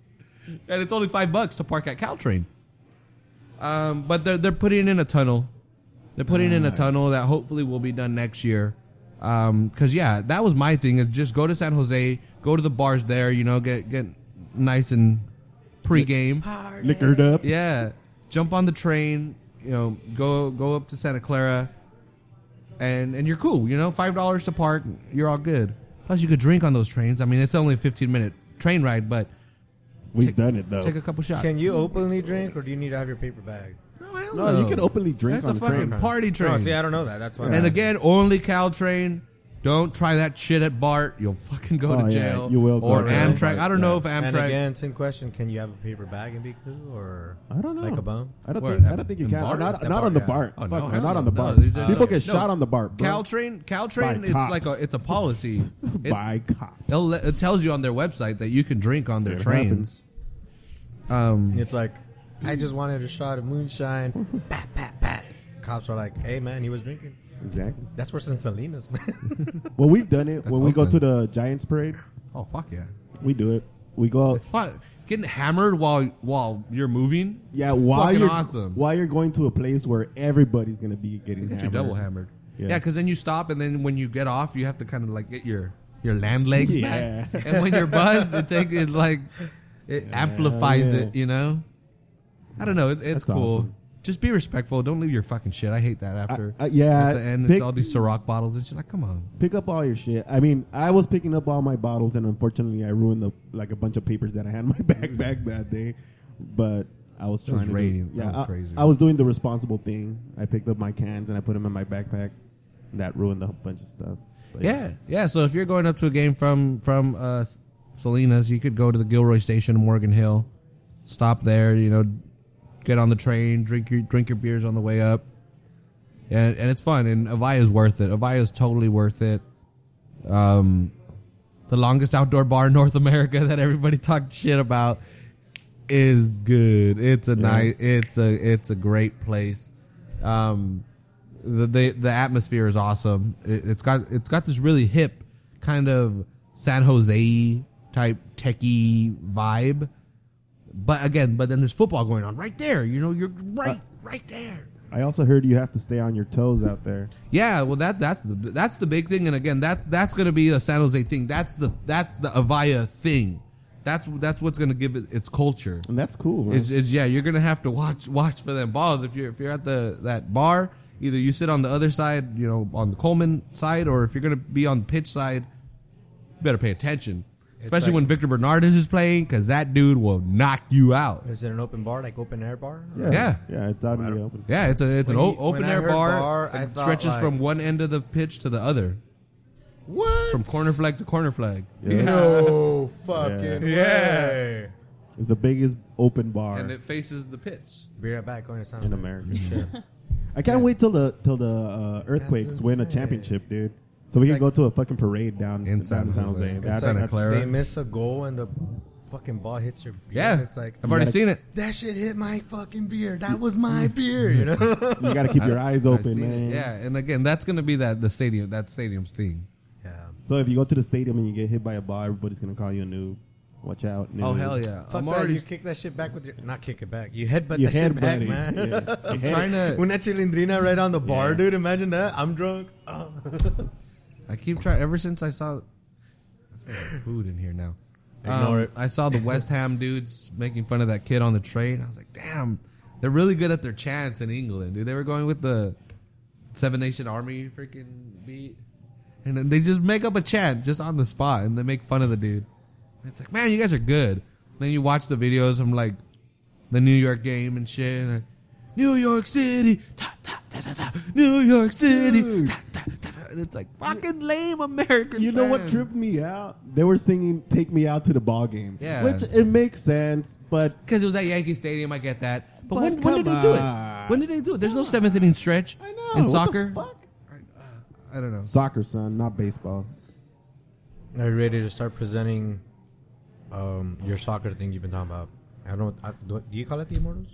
Speaker 4: And it's only five bucks to park at Caltrain. Um, but they're they're putting in a tunnel. They're putting in a tunnel that hopefully will be done next year. Um, cause yeah, that was my thing is just go to San Jose, go to the bars there, you know, get get nice and pregame.
Speaker 2: Liquored up.
Speaker 4: Yeah, jump on the train. You know, go go up to Santa Clara, and and you're cool. You know, five dollars to park. You're all good. Plus, you could drink on those trains. I mean, it's only a 15 minute train ride, but
Speaker 2: We've
Speaker 4: Take-
Speaker 2: done it though.
Speaker 4: take a couple shots.
Speaker 1: Can you openly drink, or do you need to have your paper bag?
Speaker 4: Well,
Speaker 2: no, you can openly drink
Speaker 4: That's
Speaker 2: on the
Speaker 4: a fucking
Speaker 2: train.
Speaker 4: party train.
Speaker 1: No, see, I don't know that. That's why.
Speaker 4: and again, only Caltrain. Don't try that shit at BART. You'll fucking go
Speaker 2: Oh,
Speaker 4: to
Speaker 2: yeah,
Speaker 4: jail.
Speaker 2: you will go
Speaker 4: Or
Speaker 2: to jail.
Speaker 4: Amtrak. I don't know if
Speaker 1: and
Speaker 4: Amtrak.
Speaker 1: again, it's in question. Can you have a paper bag and be cool, or
Speaker 2: I don't know.
Speaker 1: like a bum?
Speaker 2: I don't
Speaker 4: Where?
Speaker 2: think. I don't think you
Speaker 4: In
Speaker 2: can.
Speaker 4: bar?
Speaker 2: Not,
Speaker 1: The
Speaker 2: not
Speaker 1: bar,
Speaker 2: on the
Speaker 1: yeah.
Speaker 2: bar.
Speaker 4: Oh,
Speaker 2: Fuck,
Speaker 4: no, hell
Speaker 2: not on
Speaker 4: no.
Speaker 2: the bar.
Speaker 4: No, they just-
Speaker 2: People
Speaker 4: no.
Speaker 2: get shot on the bar. Bro.
Speaker 4: Caltrain, Caltrain,
Speaker 2: By
Speaker 4: it's
Speaker 2: cops.
Speaker 4: like a,
Speaker 2: *laughs*
Speaker 4: it's a policy. It-
Speaker 2: by cops.
Speaker 4: They'll let- it tells you on their website that you can drink on their
Speaker 2: It
Speaker 4: trains.
Speaker 2: happens.
Speaker 1: It's like I just wanted a shot of
Speaker 4: *laughs*
Speaker 1: moonshine. pat, pat, pat. Cops are like, "Hey, man, he was drinking."
Speaker 2: Exactly.
Speaker 1: That's worse than Salinas, man. *laughs*
Speaker 2: Well, we've done it when we go to
Speaker 4: Oakland.
Speaker 2: the Giants parade.
Speaker 4: Oh fuck yeah!
Speaker 2: We do it. We go.
Speaker 4: It's fun. Getting hammered while while you're moving.
Speaker 2: Yeah,
Speaker 4: It's
Speaker 2: while
Speaker 4: fucking
Speaker 2: you're
Speaker 4: awesome.
Speaker 2: while you're going to a place where everybody's gonna be getting
Speaker 4: Get you
Speaker 2: hammered.
Speaker 4: double hammered.
Speaker 2: Yeah.
Speaker 4: Yeah, because then you stop, and then when you get off, you have to kind of like get your your land legs
Speaker 2: Yeah.
Speaker 4: back. And when you're buzzed, it take it like it amplifies
Speaker 2: yeah.
Speaker 4: it. You know, I don't know. It, it's
Speaker 2: That's
Speaker 4: cool.
Speaker 2: awesome.
Speaker 4: Just be respectful. Don't leave your fucking shit. I hate that. After
Speaker 2: I- yeah,
Speaker 4: at the end,
Speaker 2: pick-
Speaker 4: it's all these Ciroc bottles and shit. Like, come on.
Speaker 2: Pick up all your shit. I mean, I was picking up all my bottles, and unfortunately, I ruined the like a bunch of papers that I had in my *laughs* backpack that day. But I was trying to. do-
Speaker 4: raining.
Speaker 2: yeah,
Speaker 4: That was
Speaker 2: I-
Speaker 4: crazy.
Speaker 2: I, was doing the responsible thing. I picked up my cans and I put them in my backpack. That ruined a whole bunch of stuff. But
Speaker 4: Yeah, yeah. So if you're going up to a game from from uh, S- Salinas, you could go to the Gilroy Station in Morgan Hill, stop there. You know, get on the train, drink your drink your beers on the way up, and and it's fun. And Avaya's worth it. Avaya's totally worth it. Um, the longest outdoor bar in North America *laughs* that everybody talked shit about is good. It's a nice. It's a it's a great place. Um, the the, the atmosphere is awesome. It, it's got it's got this really hip kind of San Jose type techie vibe. But again, but then there's football going on right there. You know, you're right right there.
Speaker 2: I also heard you have to stay on your toes out there.
Speaker 4: Yeah, well that that's the that's the big thing, and again that that's gonna be a San Jose thing. That's the that's the Avaya thing. That's that's what's gonna give it its culture.
Speaker 2: And that's cool. Man.
Speaker 4: It's, it's yeah, you're gonna have to watch watch for them balls if you're if you're at the that bar. Either you sit on the other side, you know, on the Coleman side, or if you're gonna be on the pitch side, you better pay attention. Especially
Speaker 1: like-
Speaker 4: when Victor Bernardes is playing, because that dude will knock you out.
Speaker 1: Is it an open bar, like open air bar?
Speaker 4: yeah.
Speaker 2: yeah, it's out in the open.
Speaker 4: Yeah, it's a it's an
Speaker 1: When
Speaker 4: o-
Speaker 1: you-
Speaker 4: open
Speaker 1: when I
Speaker 4: air
Speaker 1: heard
Speaker 4: bar.
Speaker 1: bar, I
Speaker 4: it
Speaker 1: thought,
Speaker 4: stretches
Speaker 1: like-
Speaker 4: from one end of the pitch to the other,
Speaker 1: What?
Speaker 4: from corner flag to corner flag.
Speaker 2: Yeah.
Speaker 1: No fucking
Speaker 4: Yeah.
Speaker 1: way.
Speaker 2: It's the biggest open bar
Speaker 4: and it faces the pitch.
Speaker 1: Be right back. Going to sound
Speaker 2: in America. I can't wait till the till the uh, earthquakes win a
Speaker 1: insane.
Speaker 2: championship, dude. So we
Speaker 1: It's
Speaker 2: can
Speaker 1: like-
Speaker 2: go to a fucking parade down
Speaker 4: In
Speaker 2: in
Speaker 4: San
Speaker 2: San, San
Speaker 4: Jose.
Speaker 2: Jose.
Speaker 4: In
Speaker 2: That's-
Speaker 4: Santa
Speaker 2: that's-
Speaker 4: Clara.
Speaker 1: They miss a goal and the fucking ball hits your beer.
Speaker 4: Yeah,
Speaker 1: It's like
Speaker 4: I've already
Speaker 2: gotta-
Speaker 4: seen it.
Speaker 1: that shit hit my fucking beer. That was my beer. *laughs* You know.
Speaker 2: You got to
Speaker 4: *laughs*
Speaker 2: keep your eyes
Speaker 4: I've
Speaker 2: open,
Speaker 4: seen it.
Speaker 2: man.
Speaker 4: Yeah, and again, that's gonna be that the stadium that stadium's theme.
Speaker 1: yeah.
Speaker 2: So if you go to the stadium and you get hit by a ball, everybody's gonna call you a noob. Watch out! Noob.
Speaker 4: Oh hell yeah!
Speaker 1: Fuck
Speaker 4: I'm
Speaker 1: that.
Speaker 4: already
Speaker 1: you kick that shit back with your not kick it back. You headbutt
Speaker 2: Your
Speaker 1: that shit
Speaker 2: head,
Speaker 1: back,
Speaker 2: buddy.
Speaker 1: man.
Speaker 2: Yeah.
Speaker 4: *laughs* I'm trying to.
Speaker 1: *laughs* Una chilindrina right on the bar, dude. Imagine that. I'm drunk. Oh.
Speaker 4: I keep trying. Ever since I saw, there's like food in here now. Um,
Speaker 1: Ignore it.
Speaker 4: I saw the West Ham dudes making fun of that kid on the train. I was like, damn, they're really good at their chants in England, dude. They were going with the Seven Nation Army freaking beat, and then they just make up a chant just on the spot, and they make fun of the dude. It's like, man, you guys are good. Then you watch the videos from like the New York game and shit. And like, New York City, ta, ta, ta, ta, ta, New York City. Ta, ta, ta, ta. And it's like fucking lame
Speaker 2: *laughs*
Speaker 4: American.
Speaker 2: You know what
Speaker 4: fans.
Speaker 2: tripped me out? They were singing "Take Me Out to the Ball Game,"
Speaker 4: Yeah.
Speaker 2: which it makes sense, but
Speaker 4: Because it was at Yankee Stadium, I get that. But,
Speaker 2: But
Speaker 4: when, when did
Speaker 2: come
Speaker 4: they do
Speaker 2: on.
Speaker 4: it? When did they do it? There's no seventh inning stretch
Speaker 2: I know
Speaker 4: in
Speaker 2: what the
Speaker 4: soccer.
Speaker 2: fuck?
Speaker 4: I don't know.
Speaker 2: Soccer, son, not baseball.
Speaker 1: Are you ready to start presenting um, your soccer thing you've been talking about? I don't. I, do do you call it the Immortals?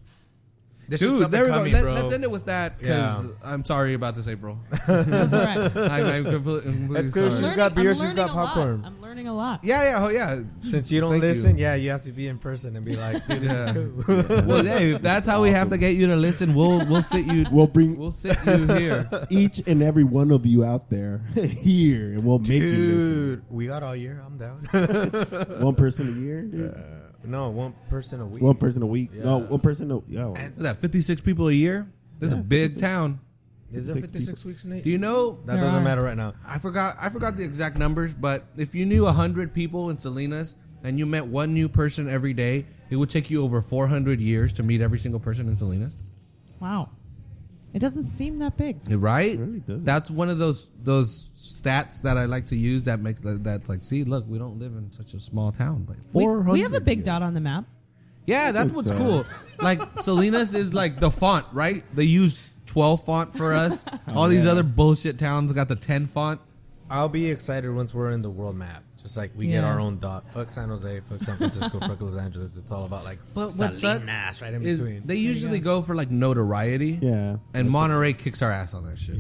Speaker 1: This is
Speaker 4: Dude,
Speaker 1: something
Speaker 4: there we go.
Speaker 1: coming,
Speaker 4: Let,
Speaker 1: bro.
Speaker 4: let's end it with that because
Speaker 1: Yeah.
Speaker 4: I'm sorry about this, April.
Speaker 5: That's all right.
Speaker 4: I, I'm completely, completely
Speaker 1: That's good.
Speaker 4: sorry.
Speaker 1: She's
Speaker 5: Learning-
Speaker 1: got beer,
Speaker 5: I'm
Speaker 1: she's
Speaker 5: learning
Speaker 1: got
Speaker 5: a lot.
Speaker 1: popcorn.
Speaker 5: I'm learning a lot.
Speaker 4: Yeah, yeah, oh yeah.
Speaker 1: Since you don't
Speaker 4: Thank you.
Speaker 1: listen, yeah, you have to be in person and be like, dude, this
Speaker 4: Yeah.
Speaker 1: is cool.
Speaker 4: Well, hey, if that's how we have to get you to listen, we'll we'll sit you
Speaker 2: We'll bring
Speaker 4: *laughs* we'll sit you here.
Speaker 2: each and every one of you out there *laughs* here, and we'll make you listen.
Speaker 1: *laughs* Dude, we got all year. I'm down. *laughs*
Speaker 2: One person a year, dude?
Speaker 1: no, one person a week.
Speaker 2: one person a week. No, one person a yeah. well,
Speaker 4: What's that 56 people a year. This is a big town.
Speaker 1: is there
Speaker 2: 56
Speaker 1: 56 weeks in a
Speaker 4: Do you know?
Speaker 1: That
Speaker 5: There
Speaker 1: doesn't
Speaker 5: are.
Speaker 1: matter right now.
Speaker 4: I forgot I forgot the exact numbers, but if you knew 100 people in Salinas and you met one new person every day, it would take you over 400 years to meet every single person in Salinas.
Speaker 5: Wow. It doesn't seem that big.
Speaker 4: Right?
Speaker 2: really doesn't.
Speaker 4: That's one of those those stats that I like to use that makes that like see, look, we don't live in such a small town, but
Speaker 5: We,
Speaker 4: 400
Speaker 5: we have a big
Speaker 4: years.
Speaker 5: dot on the map.
Speaker 4: Yeah, that's
Speaker 2: think
Speaker 4: what's
Speaker 1: uh,
Speaker 2: so.
Speaker 4: cool.
Speaker 1: *laughs*
Speaker 4: Like Salinas is like the font, right? They use 12 font
Speaker 1: *laughs*
Speaker 4: for us.
Speaker 1: Oh,
Speaker 4: All these other bullshit towns got the 10 font.
Speaker 1: I'll be excited once we're in the world map. Just like we get
Speaker 5: Yeah.
Speaker 1: our own dot. Fuck San Jose. Fuck San *laughs* Francisco. fuck Los Angeles. It's all about like
Speaker 4: But what
Speaker 1: Salinas
Speaker 4: sucks
Speaker 1: right in
Speaker 4: is
Speaker 1: between.
Speaker 4: they usually go. for like notoriety.
Speaker 2: Yeah.
Speaker 4: And Monterey kicks our ass on that shit.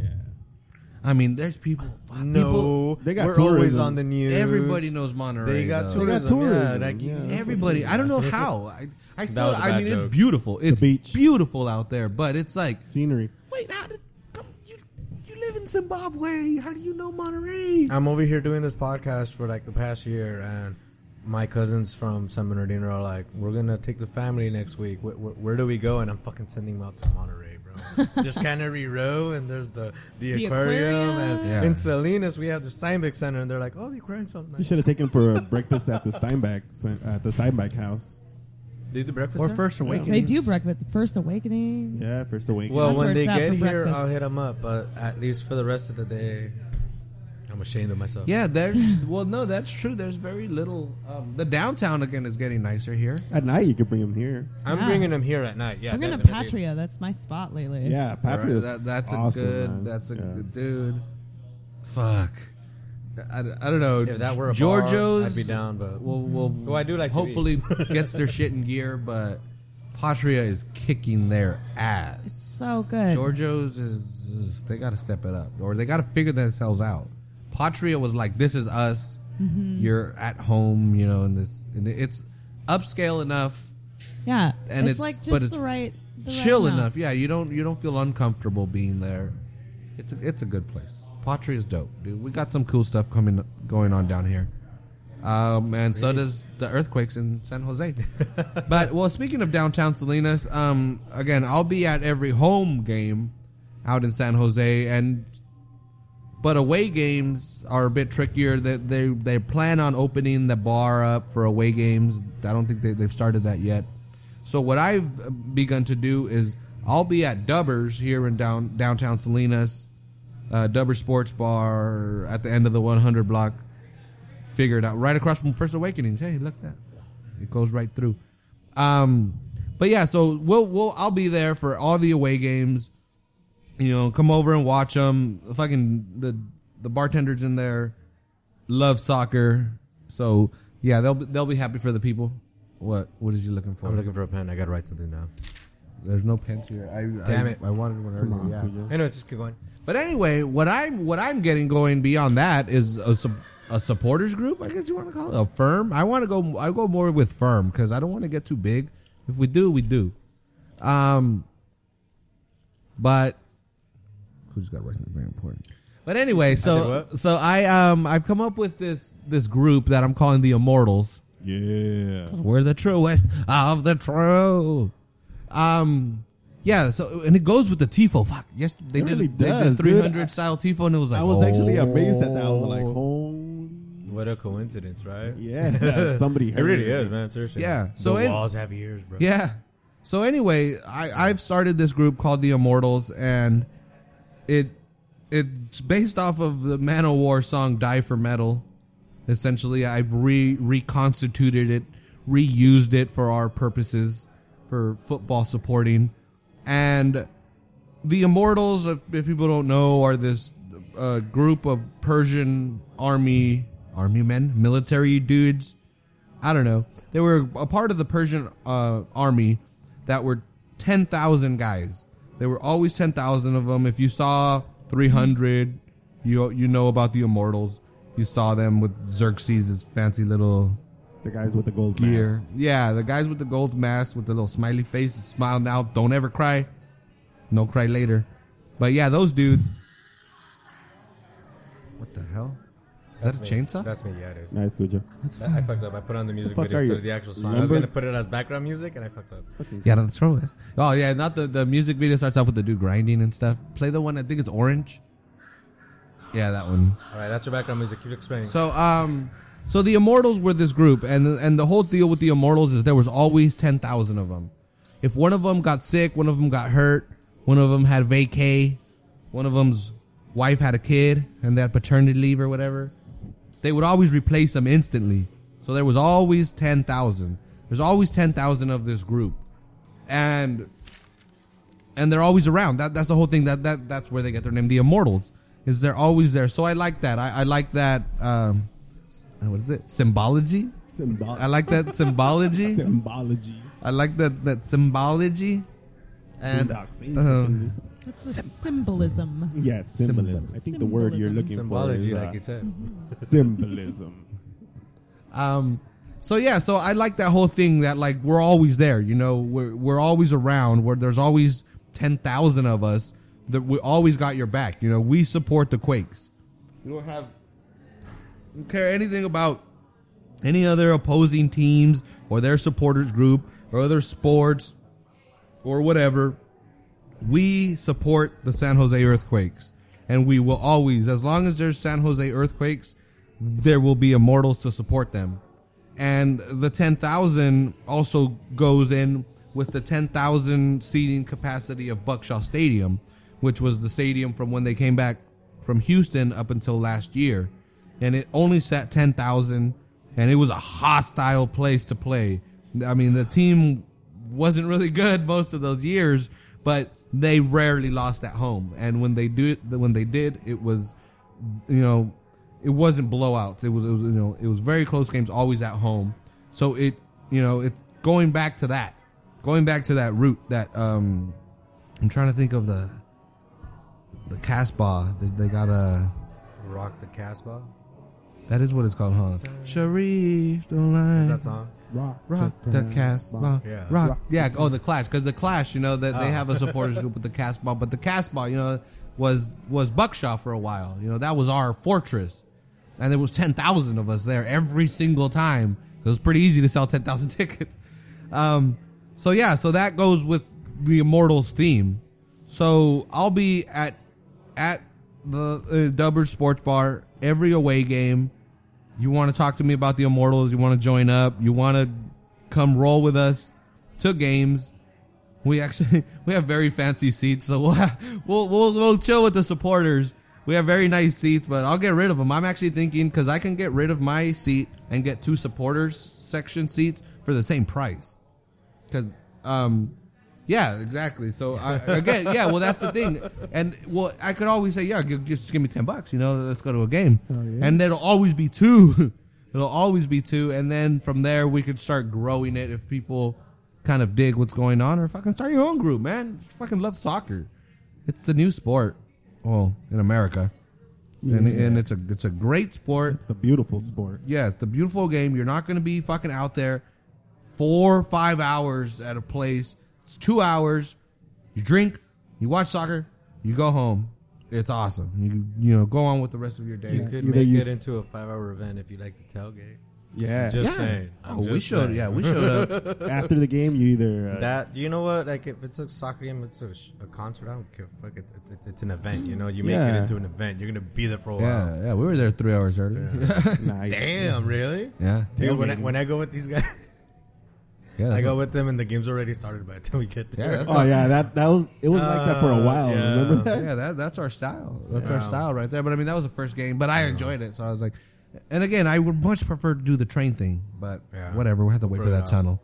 Speaker 4: I mean, there's people. people-
Speaker 1: no,
Speaker 2: They got
Speaker 1: we're always
Speaker 2: tourism.
Speaker 1: on the news.
Speaker 4: everybody knows Monterey.
Speaker 1: They got
Speaker 4: though.
Speaker 1: tourism.
Speaker 2: got tourism,
Speaker 1: Yeah, like,
Speaker 2: yeah.
Speaker 1: you-
Speaker 4: Everybody. I don't know how. I, I still.
Speaker 1: was a
Speaker 4: I
Speaker 1: bad
Speaker 4: mean,
Speaker 1: joke.
Speaker 4: it's beautiful. It's
Speaker 2: beach.
Speaker 4: beautiful out there, but it's like
Speaker 2: Scenery.
Speaker 4: Wait, how did, come, you, you live in Zimbabwe? How do you know Monterey?
Speaker 1: I'm over here doing this podcast for like the past year, and my cousins from San Bernardino are like, "We're gonna take the family next week. Where, where, where do we go?" And I'm fucking sending them out to Monterey,
Speaker 5: *laughs*
Speaker 1: bro. There's Cannery Row, and there's the the,
Speaker 5: The
Speaker 1: aquarium, and
Speaker 5: aquarium.
Speaker 4: Yeah.
Speaker 1: in Salinas we have the Steinbeck Center, and they're like, "Oh, the aquarium's so
Speaker 2: You
Speaker 1: nice."
Speaker 2: should have taken for a breakfast at the Steinbeck at the Steinbeck house.
Speaker 1: They do breakfast
Speaker 4: Or
Speaker 1: there?
Speaker 4: First Awakening?
Speaker 5: They do breakfast. The first awakening.
Speaker 2: Yeah, first awakening.
Speaker 1: Well,
Speaker 5: That's
Speaker 1: when
Speaker 5: where
Speaker 1: they
Speaker 5: it's at
Speaker 1: get
Speaker 5: for
Speaker 1: here,
Speaker 5: breakfast.
Speaker 1: I'll hit them up. But at least for the rest of the day, I'm ashamed of myself.
Speaker 4: Yeah, there's well, no, that's true. There's very little. Um, the downtown again is getting nicer here.
Speaker 2: at night you could bring them here.
Speaker 1: I'm
Speaker 5: Yeah.
Speaker 1: bringing them here at night. Yeah,
Speaker 5: I'm going to
Speaker 1: definitely.
Speaker 5: Patria. That's my spot lately.
Speaker 2: Yeah, Patria's
Speaker 4: That- that's
Speaker 2: awesome,
Speaker 4: a good.
Speaker 2: man.
Speaker 4: That's a
Speaker 2: Yeah.
Speaker 4: good dude. Fuck. I, I don't know.
Speaker 1: If that were a
Speaker 4: Giorgio's,
Speaker 1: bar, I'd be down. But
Speaker 4: Will,
Speaker 1: Well,
Speaker 4: will
Speaker 1: Mm. Oh, I do like to
Speaker 4: hopefully *laughs* gets their shit in gear, but Patria is kicking their ass.
Speaker 5: So good.
Speaker 4: Giorgio's is, is they got to step it up, or they got to figure themselves out. Patria was like, "This is us. You're at home, you know." And this, and it's upscale enough,
Speaker 5: Yeah.
Speaker 4: And it's-
Speaker 5: it's, like just
Speaker 4: but it's
Speaker 5: the right. The right
Speaker 4: chill
Speaker 5: amount.
Speaker 4: enough. Yeah, you don't you don't feel uncomfortable being there. It's a, it's a good place. Patria is dope, dude. We got some cool stuff coming going on down here. Um, and so does the earthquakes in San Jose. *laughs* but well, speaking of downtown Salinas, um, again, I'll be at every home game out in San Jose, and but away games are a bit trickier. They they, they plan on opening the bar up for away games. I don't think they, they've started that yet. So what I've begun to do is I'll be at Dubbers here in down downtown Salinas, uh, Dubbers Sports Bar at the end of the 100 block. Figured out right across from First Awakenings. Hey, look that it goes right through. Um, but yeah, so we'll we'll I'll be there for all the away games you know, come over and watch them. Fucking the the bartenders in there love soccer, so yeah, they'll be- they'll be happy for the people. What what is you looking for?
Speaker 1: I'm looking for a pen. I gotta write something down.
Speaker 4: There's no pens here. I
Speaker 1: Damn
Speaker 4: I,
Speaker 1: it.
Speaker 4: I wanted one earlier. yeah.
Speaker 1: Anyways, just keep going.
Speaker 4: But anyway, what I'm what I'm getting going beyond that is a sup- a supporters group. I guess you want to call it a firm. I want to go. I go more with firm because I don't want to get too big. If we do, we do. Um, but who's got work that's very important. But anyway, so
Speaker 1: what?
Speaker 4: so I um I've come up with this this group that I'm calling the Immortals.
Speaker 2: Yeah.
Speaker 4: *laughs* We're the truest of the true. Um, yeah. So and it goes with the tifo. Fuck. Yes, they
Speaker 2: It
Speaker 4: did.
Speaker 2: really
Speaker 4: they
Speaker 2: does,
Speaker 4: did
Speaker 2: dude.
Speaker 4: 300 style tifo, and it was like
Speaker 2: I was actually
Speaker 4: oh.
Speaker 2: amazed at that. I was like, holy.
Speaker 1: What a coincidence, right?
Speaker 4: *laughs*
Speaker 2: Yeah, somebody heard
Speaker 1: It really is, man. Seriously.
Speaker 4: Yeah.
Speaker 1: The
Speaker 4: So it-
Speaker 1: walls have ears, bro.
Speaker 4: Yeah. So anyway, I, I've started this group called the Immortals, and it it's based off of the Manowar song "Die for Metal." Essentially, I've re reconstituted it, reused it for our purposes for football supporting, and the Immortals, if, if people don't know, are this uh, group of Persian army army men, military dudes. I don't know. They were a part of the Persian uh, army that were 10,000 guys. There were always 10,000 of them. If you saw 300, you you know about the immortals. You saw them with Xerxes' fancy little
Speaker 2: The guys with the gold
Speaker 4: gear.
Speaker 2: masks.
Speaker 4: Yeah, the guys with the gold mask with the little smiley faces, smile now, don't ever cry. No cry later. But yeah, those dudes. What the hell? Is that a chainsaw?
Speaker 1: That's me. Yeah, it is.
Speaker 2: Nice, Cujo.
Speaker 1: That- I fucked up. I put on the music
Speaker 2: fuck
Speaker 1: video
Speaker 2: are
Speaker 1: instead
Speaker 2: you?
Speaker 1: of the actual song. I was
Speaker 2: Lumber-
Speaker 1: gonna put it as background music, and I fucked up.
Speaker 4: Yeah, that's true. Oh yeah, not the the music video starts off with the dude grinding and stuff. Play the one I think it's orange. Yeah, that one.
Speaker 1: All right, that's your background music. Keep explaining.
Speaker 4: So um, so the immortals were this group, and and the whole deal with the immortals is there was always ten thousand of them. If one of them got sick, one of them got hurt, one of them had vacay, one of them's wife had a kid, and they had paternity leave or whatever, they would always replace them instantly. So there was always ten thousand. There's always ten thousand of this group, and and they're always around. That that's the whole thing. That that that's where they get their name, the Immortals. Is they're always there. So I like that. I, I like that. Um, s- what is it? Symbology.
Speaker 2: Symbol-
Speaker 4: I like that
Speaker 2: *laughs*
Speaker 4: symbology.
Speaker 2: symbology.
Speaker 4: I like that that symbology. And
Speaker 2: Doxy.
Speaker 4: um,
Speaker 5: That's the symbolism.
Speaker 2: yes, symbolism. I think the word you're
Speaker 5: Symbolism.
Speaker 2: looking
Speaker 1: Symbology,
Speaker 2: for is uh,
Speaker 1: like you said.
Speaker 2: *laughs* symbolism.
Speaker 4: Um, so yeah, so I like that whole thing that like we're always there, you know, we're we're always around. Where there's always ten thousand of us that we always got your back. You know, we support the Quakes. You don't have don't care anything about any other opposing teams or their supporters group or other sports or whatever. We support the San Jose Earthquakes, and we will always, as long as there's San Jose Earthquakes, there will be immortals to support them. And the 10,000 also goes in with the 10,000 seating capacity of Buckshaw Stadium, which was the stadium from when they came back from Houston up until last year. And it only sat 10,000, and it was a hostile place to play. I mean, the team wasn't really good most of those years, but they rarely lost at home. And when they do when they did, it was you know, it wasn't blowouts. It was, it was you know, it was very close games, always at home. So it, you know, it's going back to that, going back to that route that um, I'm trying to think of the the Casbah. They, they got a
Speaker 1: Rock the Casbah.
Speaker 4: that is what it's called, huh? Sharif, don't
Speaker 1: Is
Speaker 4: lie.
Speaker 1: that song?
Speaker 2: Rock,
Speaker 4: Rock the Casbah.
Speaker 1: Yeah. Oh.
Speaker 4: Rock. Yeah. Oh, the Clash. Because the Clash, you know, that they have a supporters group with the Casbah, but the Casbah, you know, was was Buckshot for a while. You know, that was our fortress, and there was ten thousand of us there every single time. So it was pretty easy to sell ten thousand *laughs* tickets. Um. So yeah. So that goes with the Immortals theme. So I'll be at at the uh, Dubbers Sports Bar every away game. You want to talk to me about the Immortals? You want to join up? You want to come roll with us to games? We actually *laughs* we have very fancy seats, so we'll have, we'll, we'll we'll chill with the supporters. We have very nice seats, but I'll get rid of them. I'm actually thinking because I can get rid of my seat and get two supporters section seats for the same price. Because um, yeah, exactly. So I, again, yeah. Well, that's the thing, and well, I could always say, yeah, gi- just give me ten bucks. You know, let's go to a game, and there'll always be two. *laughs* It'll always be two, and then from there we could start growing it if people kind of dig what's going on, or fucking start your own group, man. Fucking love soccer. It's the new sport, well, in America, and, and it's a it's a great sport.
Speaker 2: It's a beautiful sport.
Speaker 4: Yeah, it's a beautiful game. You're not going to be fucking out there four, five hours at a place. It's two hours. You drink, you watch soccer, you go home. It's awesome. You you know go on with the rest of your day.
Speaker 1: You could
Speaker 2: Either
Speaker 1: make
Speaker 2: you
Speaker 1: it
Speaker 2: s-
Speaker 1: into a five-hour event if you like to tailgate.
Speaker 2: Yeah. *laughs*
Speaker 1: Just
Speaker 4: Yeah.
Speaker 1: saying. I'm
Speaker 4: oh, we
Speaker 1: just
Speaker 4: showed.
Speaker 1: saying.
Speaker 4: Yeah, we
Speaker 1: *laughs*
Speaker 4: showed up.
Speaker 2: After the game, you either uh,
Speaker 1: That you know what? Like if it's a soccer game, it's a, sh- a concert. I don't give a fuck. It, it, it- it's an event. You know, you make
Speaker 2: Yeah.
Speaker 1: it into an event. You're gonna be there for a while.
Speaker 4: yeah, yeah. We were there three hours earlier. Yeah,
Speaker 2: *laughs* nice.
Speaker 1: Damn, really?
Speaker 4: yeah.
Speaker 1: Dude, when I, when I go with these guys, *laughs*
Speaker 4: that's
Speaker 1: I go
Speaker 4: what-
Speaker 1: with them, and the game's already started by the time we get
Speaker 4: yeah,
Speaker 1: there.
Speaker 4: that's
Speaker 2: Oh yeah, that that was it was like that for a
Speaker 1: Uh, *laughs*
Speaker 2: while.
Speaker 1: yeah.
Speaker 2: Remember that?
Speaker 4: yeah, that, that's our style. That's our
Speaker 1: Yeah.
Speaker 4: style right there. But I mean, that was the first game, but I enjoyed it. So I was like, and again, I would much prefer to do the train thing, but
Speaker 1: Yeah.
Speaker 4: whatever. We have to wait for
Speaker 1: Further
Speaker 4: that
Speaker 1: out.
Speaker 4: tunnel.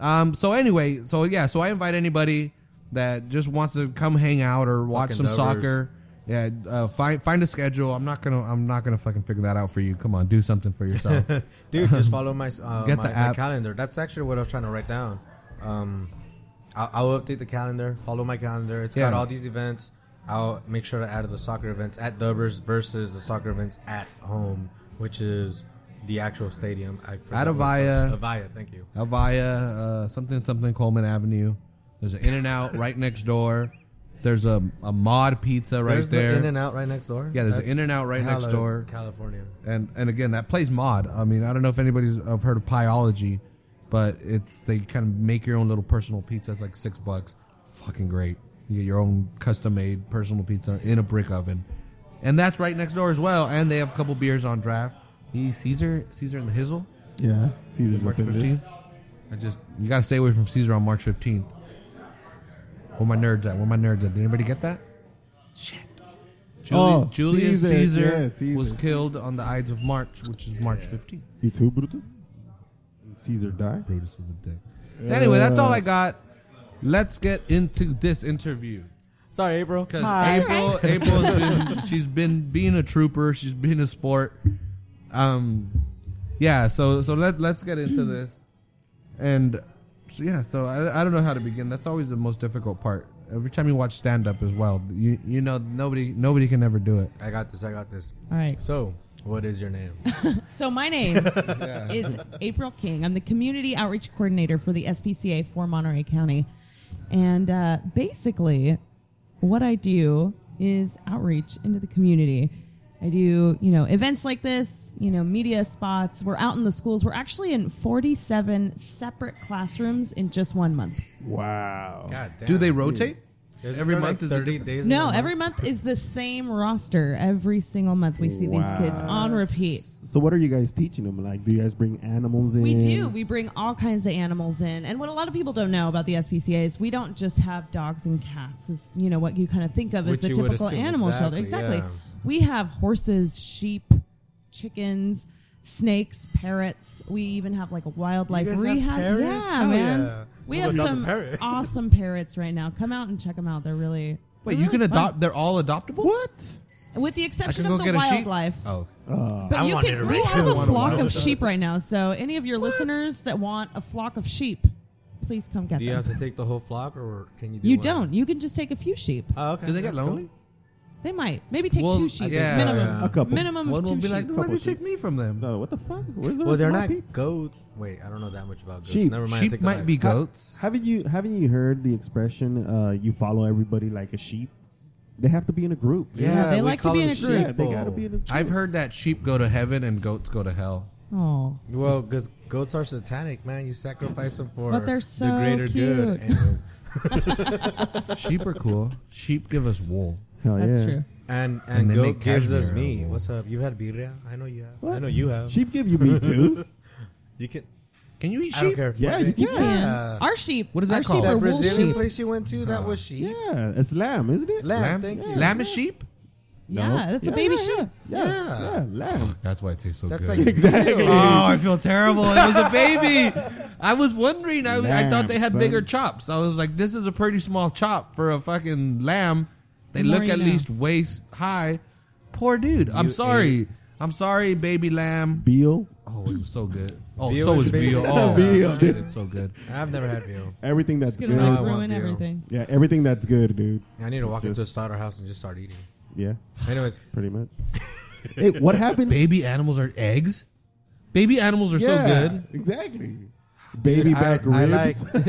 Speaker 4: Um. So anyway, so yeah, so I invite anybody that just wants to come hang out or watch
Speaker 1: Fucking
Speaker 4: some
Speaker 1: Dubbers.
Speaker 4: soccer. Yeah, uh, find find a schedule. I'm not gonna I'm not gonna fucking figure that out for you. Come on, do something
Speaker 1: *laughs*
Speaker 4: for yourself.
Speaker 1: dude. Just follow
Speaker 4: *laughs*
Speaker 1: my uh,
Speaker 4: Get
Speaker 1: my, my
Speaker 4: the app.
Speaker 1: calendar. That's actually what I was trying to write down. Um, I'll, I'll update the calendar. Follow my calendar. It's got
Speaker 4: Yeah.
Speaker 1: all these events. I'll make sure to add the soccer events at Dubbers versus the soccer events at home, which is the actual stadium. I forgot
Speaker 4: At
Speaker 1: what it's
Speaker 4: Avaya.
Speaker 1: called. Avaya, thank you.
Speaker 4: Avaya, uh, something something Coleman Avenue. There's an In and Out right next door. There's a, a mod pizza right
Speaker 1: there's
Speaker 4: there.
Speaker 1: the In and Out right next door.
Speaker 4: Yeah, there's an In-N-Out right next
Speaker 1: Cali-
Speaker 4: door.
Speaker 1: California.
Speaker 4: and and again that plays mod i mean i don't know if anybody's have heard of pyology but it's they kind of make your own little personal pizza it's like six bucks fucking great you get your own custom made personal pizza in a brick oven and that's right next door as well and they have a couple beers on draft you caesar caesar and the hizzle
Speaker 2: Yeah, Caesar's
Speaker 4: march
Speaker 2: up in this.
Speaker 4: 15th i just you gotta stay away from caesar on march 15th where my nerds at where my nerds at did anybody get that shit Juli-
Speaker 2: Oh,
Speaker 4: Julius
Speaker 2: Caesar,
Speaker 4: Caesar,
Speaker 2: yeah, Caesar.
Speaker 4: was killed on the Ides of March, which is March 15th.
Speaker 2: You too, Brutus? Caesar died.
Speaker 4: Brutus was a dick. Anyway, that's
Speaker 1: Uh.
Speaker 4: all I got. Let's get into this interview.
Speaker 1: Sorry, April.
Speaker 4: Because April, April's been, she's been being a trooper. She's been a sport. Um, yeah. So so let let's get into this. And so yeah. So I, I don't know how to begin. That's always the most difficult part. Every time you watch stand up as well, you you know nobody nobody can ever do it.
Speaker 1: I got this. I got this.
Speaker 5: All right.
Speaker 1: So, what is your
Speaker 4: *laughs*
Speaker 1: name?
Speaker 5: So my name is April King. I'm the community outreach coordinator for the SPCA for Monterey County, and uh, basically, what I do is outreach into the community. I do, you know, events like this, you know, media spots. We're out in the schools. We're actually in 47 separate classrooms in just one month.
Speaker 2: Wow.
Speaker 1: God damn.
Speaker 4: Do they rotate?
Speaker 1: Isn't
Speaker 4: every
Speaker 1: there
Speaker 4: month
Speaker 1: like
Speaker 4: is a
Speaker 1: 30
Speaker 4: different-
Speaker 1: days. in
Speaker 5: No,
Speaker 1: a month?
Speaker 5: every month is the same roster. Every single month we see these kids on repeat.
Speaker 2: So what are you guys teaching them? Like, do you guys bring animals in?
Speaker 5: We do.
Speaker 1: Mm.
Speaker 5: We bring all kinds of animals in. And what a lot of people don't know about the SPCA is we don't just have dogs and cats. Is you know what you kind of think of
Speaker 1: Which
Speaker 5: as the
Speaker 1: you would
Speaker 5: typical
Speaker 1: assume,
Speaker 5: animal shelter.
Speaker 1: exactly,
Speaker 5: Exactly.
Speaker 1: yeah.
Speaker 5: We have horses, sheep, chickens, snakes, parrots. We even have like a wildlife
Speaker 1: guys have
Speaker 5: rehab.
Speaker 1: parrots?
Speaker 5: Yeah,
Speaker 4: Oh,
Speaker 1: Hell
Speaker 5: man.
Speaker 1: yeah.
Speaker 5: We
Speaker 1: What
Speaker 5: have
Speaker 1: about the
Speaker 4: *laughs*
Speaker 5: some
Speaker 1: parrot?
Speaker 5: awesome parrots right now. Come out and check them out. They're really
Speaker 4: Wait,
Speaker 1: Mm,
Speaker 5: they're
Speaker 4: you can
Speaker 5: really fun.
Speaker 4: adopt. They're all adoptable.
Speaker 2: What?
Speaker 5: with
Speaker 4: I
Speaker 5: the
Speaker 4: should
Speaker 5: exception
Speaker 4: go
Speaker 5: of the
Speaker 4: get a sheep.
Speaker 5: wildlife.
Speaker 4: Oh,
Speaker 5: But
Speaker 1: I
Speaker 5: you
Speaker 1: wanted to
Speaker 5: can. We
Speaker 1: raise
Speaker 5: have
Speaker 1: you
Speaker 5: a
Speaker 1: one
Speaker 5: flock
Speaker 1: wild
Speaker 5: of sheep right now. So any of your listeners that want a flock of sheep, please come get
Speaker 1: Do you
Speaker 5: them.
Speaker 1: have to take the whole flock, or can you? Do
Speaker 5: you
Speaker 1: one?
Speaker 5: don't. You can just take a few sheep.
Speaker 1: Oh, okay.
Speaker 4: do they get
Speaker 1: That's cool.
Speaker 4: lonely?
Speaker 5: They might maybe take
Speaker 4: Well,
Speaker 5: two sheep
Speaker 4: yeah,
Speaker 5: minimum.
Speaker 1: yeah.
Speaker 2: A couple.
Speaker 5: Minimum
Speaker 4: One
Speaker 5: of
Speaker 4: will
Speaker 5: two
Speaker 4: be
Speaker 5: sheep.
Speaker 4: like, why
Speaker 2: Couple
Speaker 4: did you take me from them?
Speaker 2: No, what the fuck? Where's the
Speaker 1: Well,
Speaker 2: rest
Speaker 1: they're
Speaker 2: of my
Speaker 1: not
Speaker 2: peeps?
Speaker 1: goats. Wait, I don't know that much about goats.
Speaker 2: Sheep.
Speaker 1: Never mind. I
Speaker 4: Sheep
Speaker 1: take that
Speaker 4: might
Speaker 1: back.
Speaker 4: be goats.
Speaker 2: Haven't you haven't you heard the expression? Uh, you follow everybody like a sheep. They have to be in a group.
Speaker 5: Yeah, they
Speaker 1: we
Speaker 5: like to
Speaker 1: call
Speaker 5: be in
Speaker 1: them
Speaker 5: a group.
Speaker 2: Yeah, they
Speaker 1: sheeple.
Speaker 2: gotta be in a group.
Speaker 4: I've heard that sheep go to heaven and goats go to hell.
Speaker 5: Oh,
Speaker 1: Well, because goats are satanic, man. You sacrifice them for
Speaker 5: But they're so
Speaker 1: the greater good.
Speaker 5: cute.
Speaker 1: And,
Speaker 4: Sheep are cool. Sheep give us wool.
Speaker 2: Hell
Speaker 5: that's
Speaker 2: Oh, yeah.
Speaker 5: true.
Speaker 1: and, and,
Speaker 4: they
Speaker 1: goat
Speaker 4: make
Speaker 1: gives us
Speaker 4: cashmere.
Speaker 1: meat. What's up? You had birria? I know you have.
Speaker 2: What?
Speaker 1: I know you have.
Speaker 2: Sheep give you meat
Speaker 1: *laughs*
Speaker 2: too.
Speaker 1: You can.
Speaker 4: Can you eat
Speaker 1: I don't
Speaker 4: sheep?
Speaker 1: care.
Speaker 2: yeah,
Speaker 1: What
Speaker 2: you
Speaker 1: they-
Speaker 2: can. Yeah,
Speaker 5: And our sheep.
Speaker 4: What is
Speaker 5: our
Speaker 4: that called?
Speaker 5: Sheep are
Speaker 1: That
Speaker 4: Or
Speaker 5: wool
Speaker 1: Brazilian
Speaker 5: sheep.
Speaker 1: place you went to,
Speaker 4: Uh,
Speaker 1: that was sheep.
Speaker 2: yeah. It's lamb, isn't it?
Speaker 1: Lamb,
Speaker 4: Lamb,
Speaker 1: thank you.
Speaker 4: lamb is sheep.
Speaker 2: No.
Speaker 5: Yeah, that's a
Speaker 2: Yeah,
Speaker 5: baby
Speaker 2: yeah,
Speaker 5: sheep.
Speaker 2: Yeah, yeah,
Speaker 1: Yeah. *laughs*
Speaker 2: lamb. *laughs*
Speaker 4: That's why it tastes so
Speaker 1: That's
Speaker 4: *laughs* good.
Speaker 1: like
Speaker 2: Exactly.
Speaker 4: oh, I feel terrible. It was a baby. I was wondering. I, was, I thought
Speaker 2: Lamb,
Speaker 4: they had
Speaker 2: son.
Speaker 4: bigger chops. I was like, this is a pretty small chop for a fucking lamb. They
Speaker 5: The more
Speaker 4: look
Speaker 5: you
Speaker 4: at
Speaker 5: know.
Speaker 4: least waist high. Poor dude. I'm
Speaker 1: You
Speaker 4: sorry. I'm sorry, baby lamb.
Speaker 2: Veal.
Speaker 4: Oh, it was so good. Oh,
Speaker 1: Veal
Speaker 4: so
Speaker 1: is
Speaker 4: is
Speaker 1: baby-
Speaker 4: veal.
Speaker 2: *laughs*
Speaker 4: Oh,
Speaker 2: Veal,
Speaker 4: shit, it's so good.
Speaker 1: I've never had veal.
Speaker 2: Everything that's
Speaker 5: It's
Speaker 2: good.
Speaker 5: gonna like
Speaker 1: I want
Speaker 5: ruin
Speaker 1: you.
Speaker 5: everything.
Speaker 2: Yeah, everything that's good, dude.
Speaker 1: I need to walk into a
Speaker 2: just-
Speaker 1: slaughterhouse and just start eating.
Speaker 2: Yeah,
Speaker 1: Anyways,
Speaker 2: pretty
Speaker 1: *laughs*
Speaker 2: much. hey, what happened?
Speaker 4: Baby animals are eggs. Baby animals are
Speaker 2: yeah, *laughs*
Speaker 4: so good. *laughs*
Speaker 2: Exactly. Baby
Speaker 1: dude,
Speaker 2: back
Speaker 1: I,
Speaker 2: ribs.
Speaker 1: I like,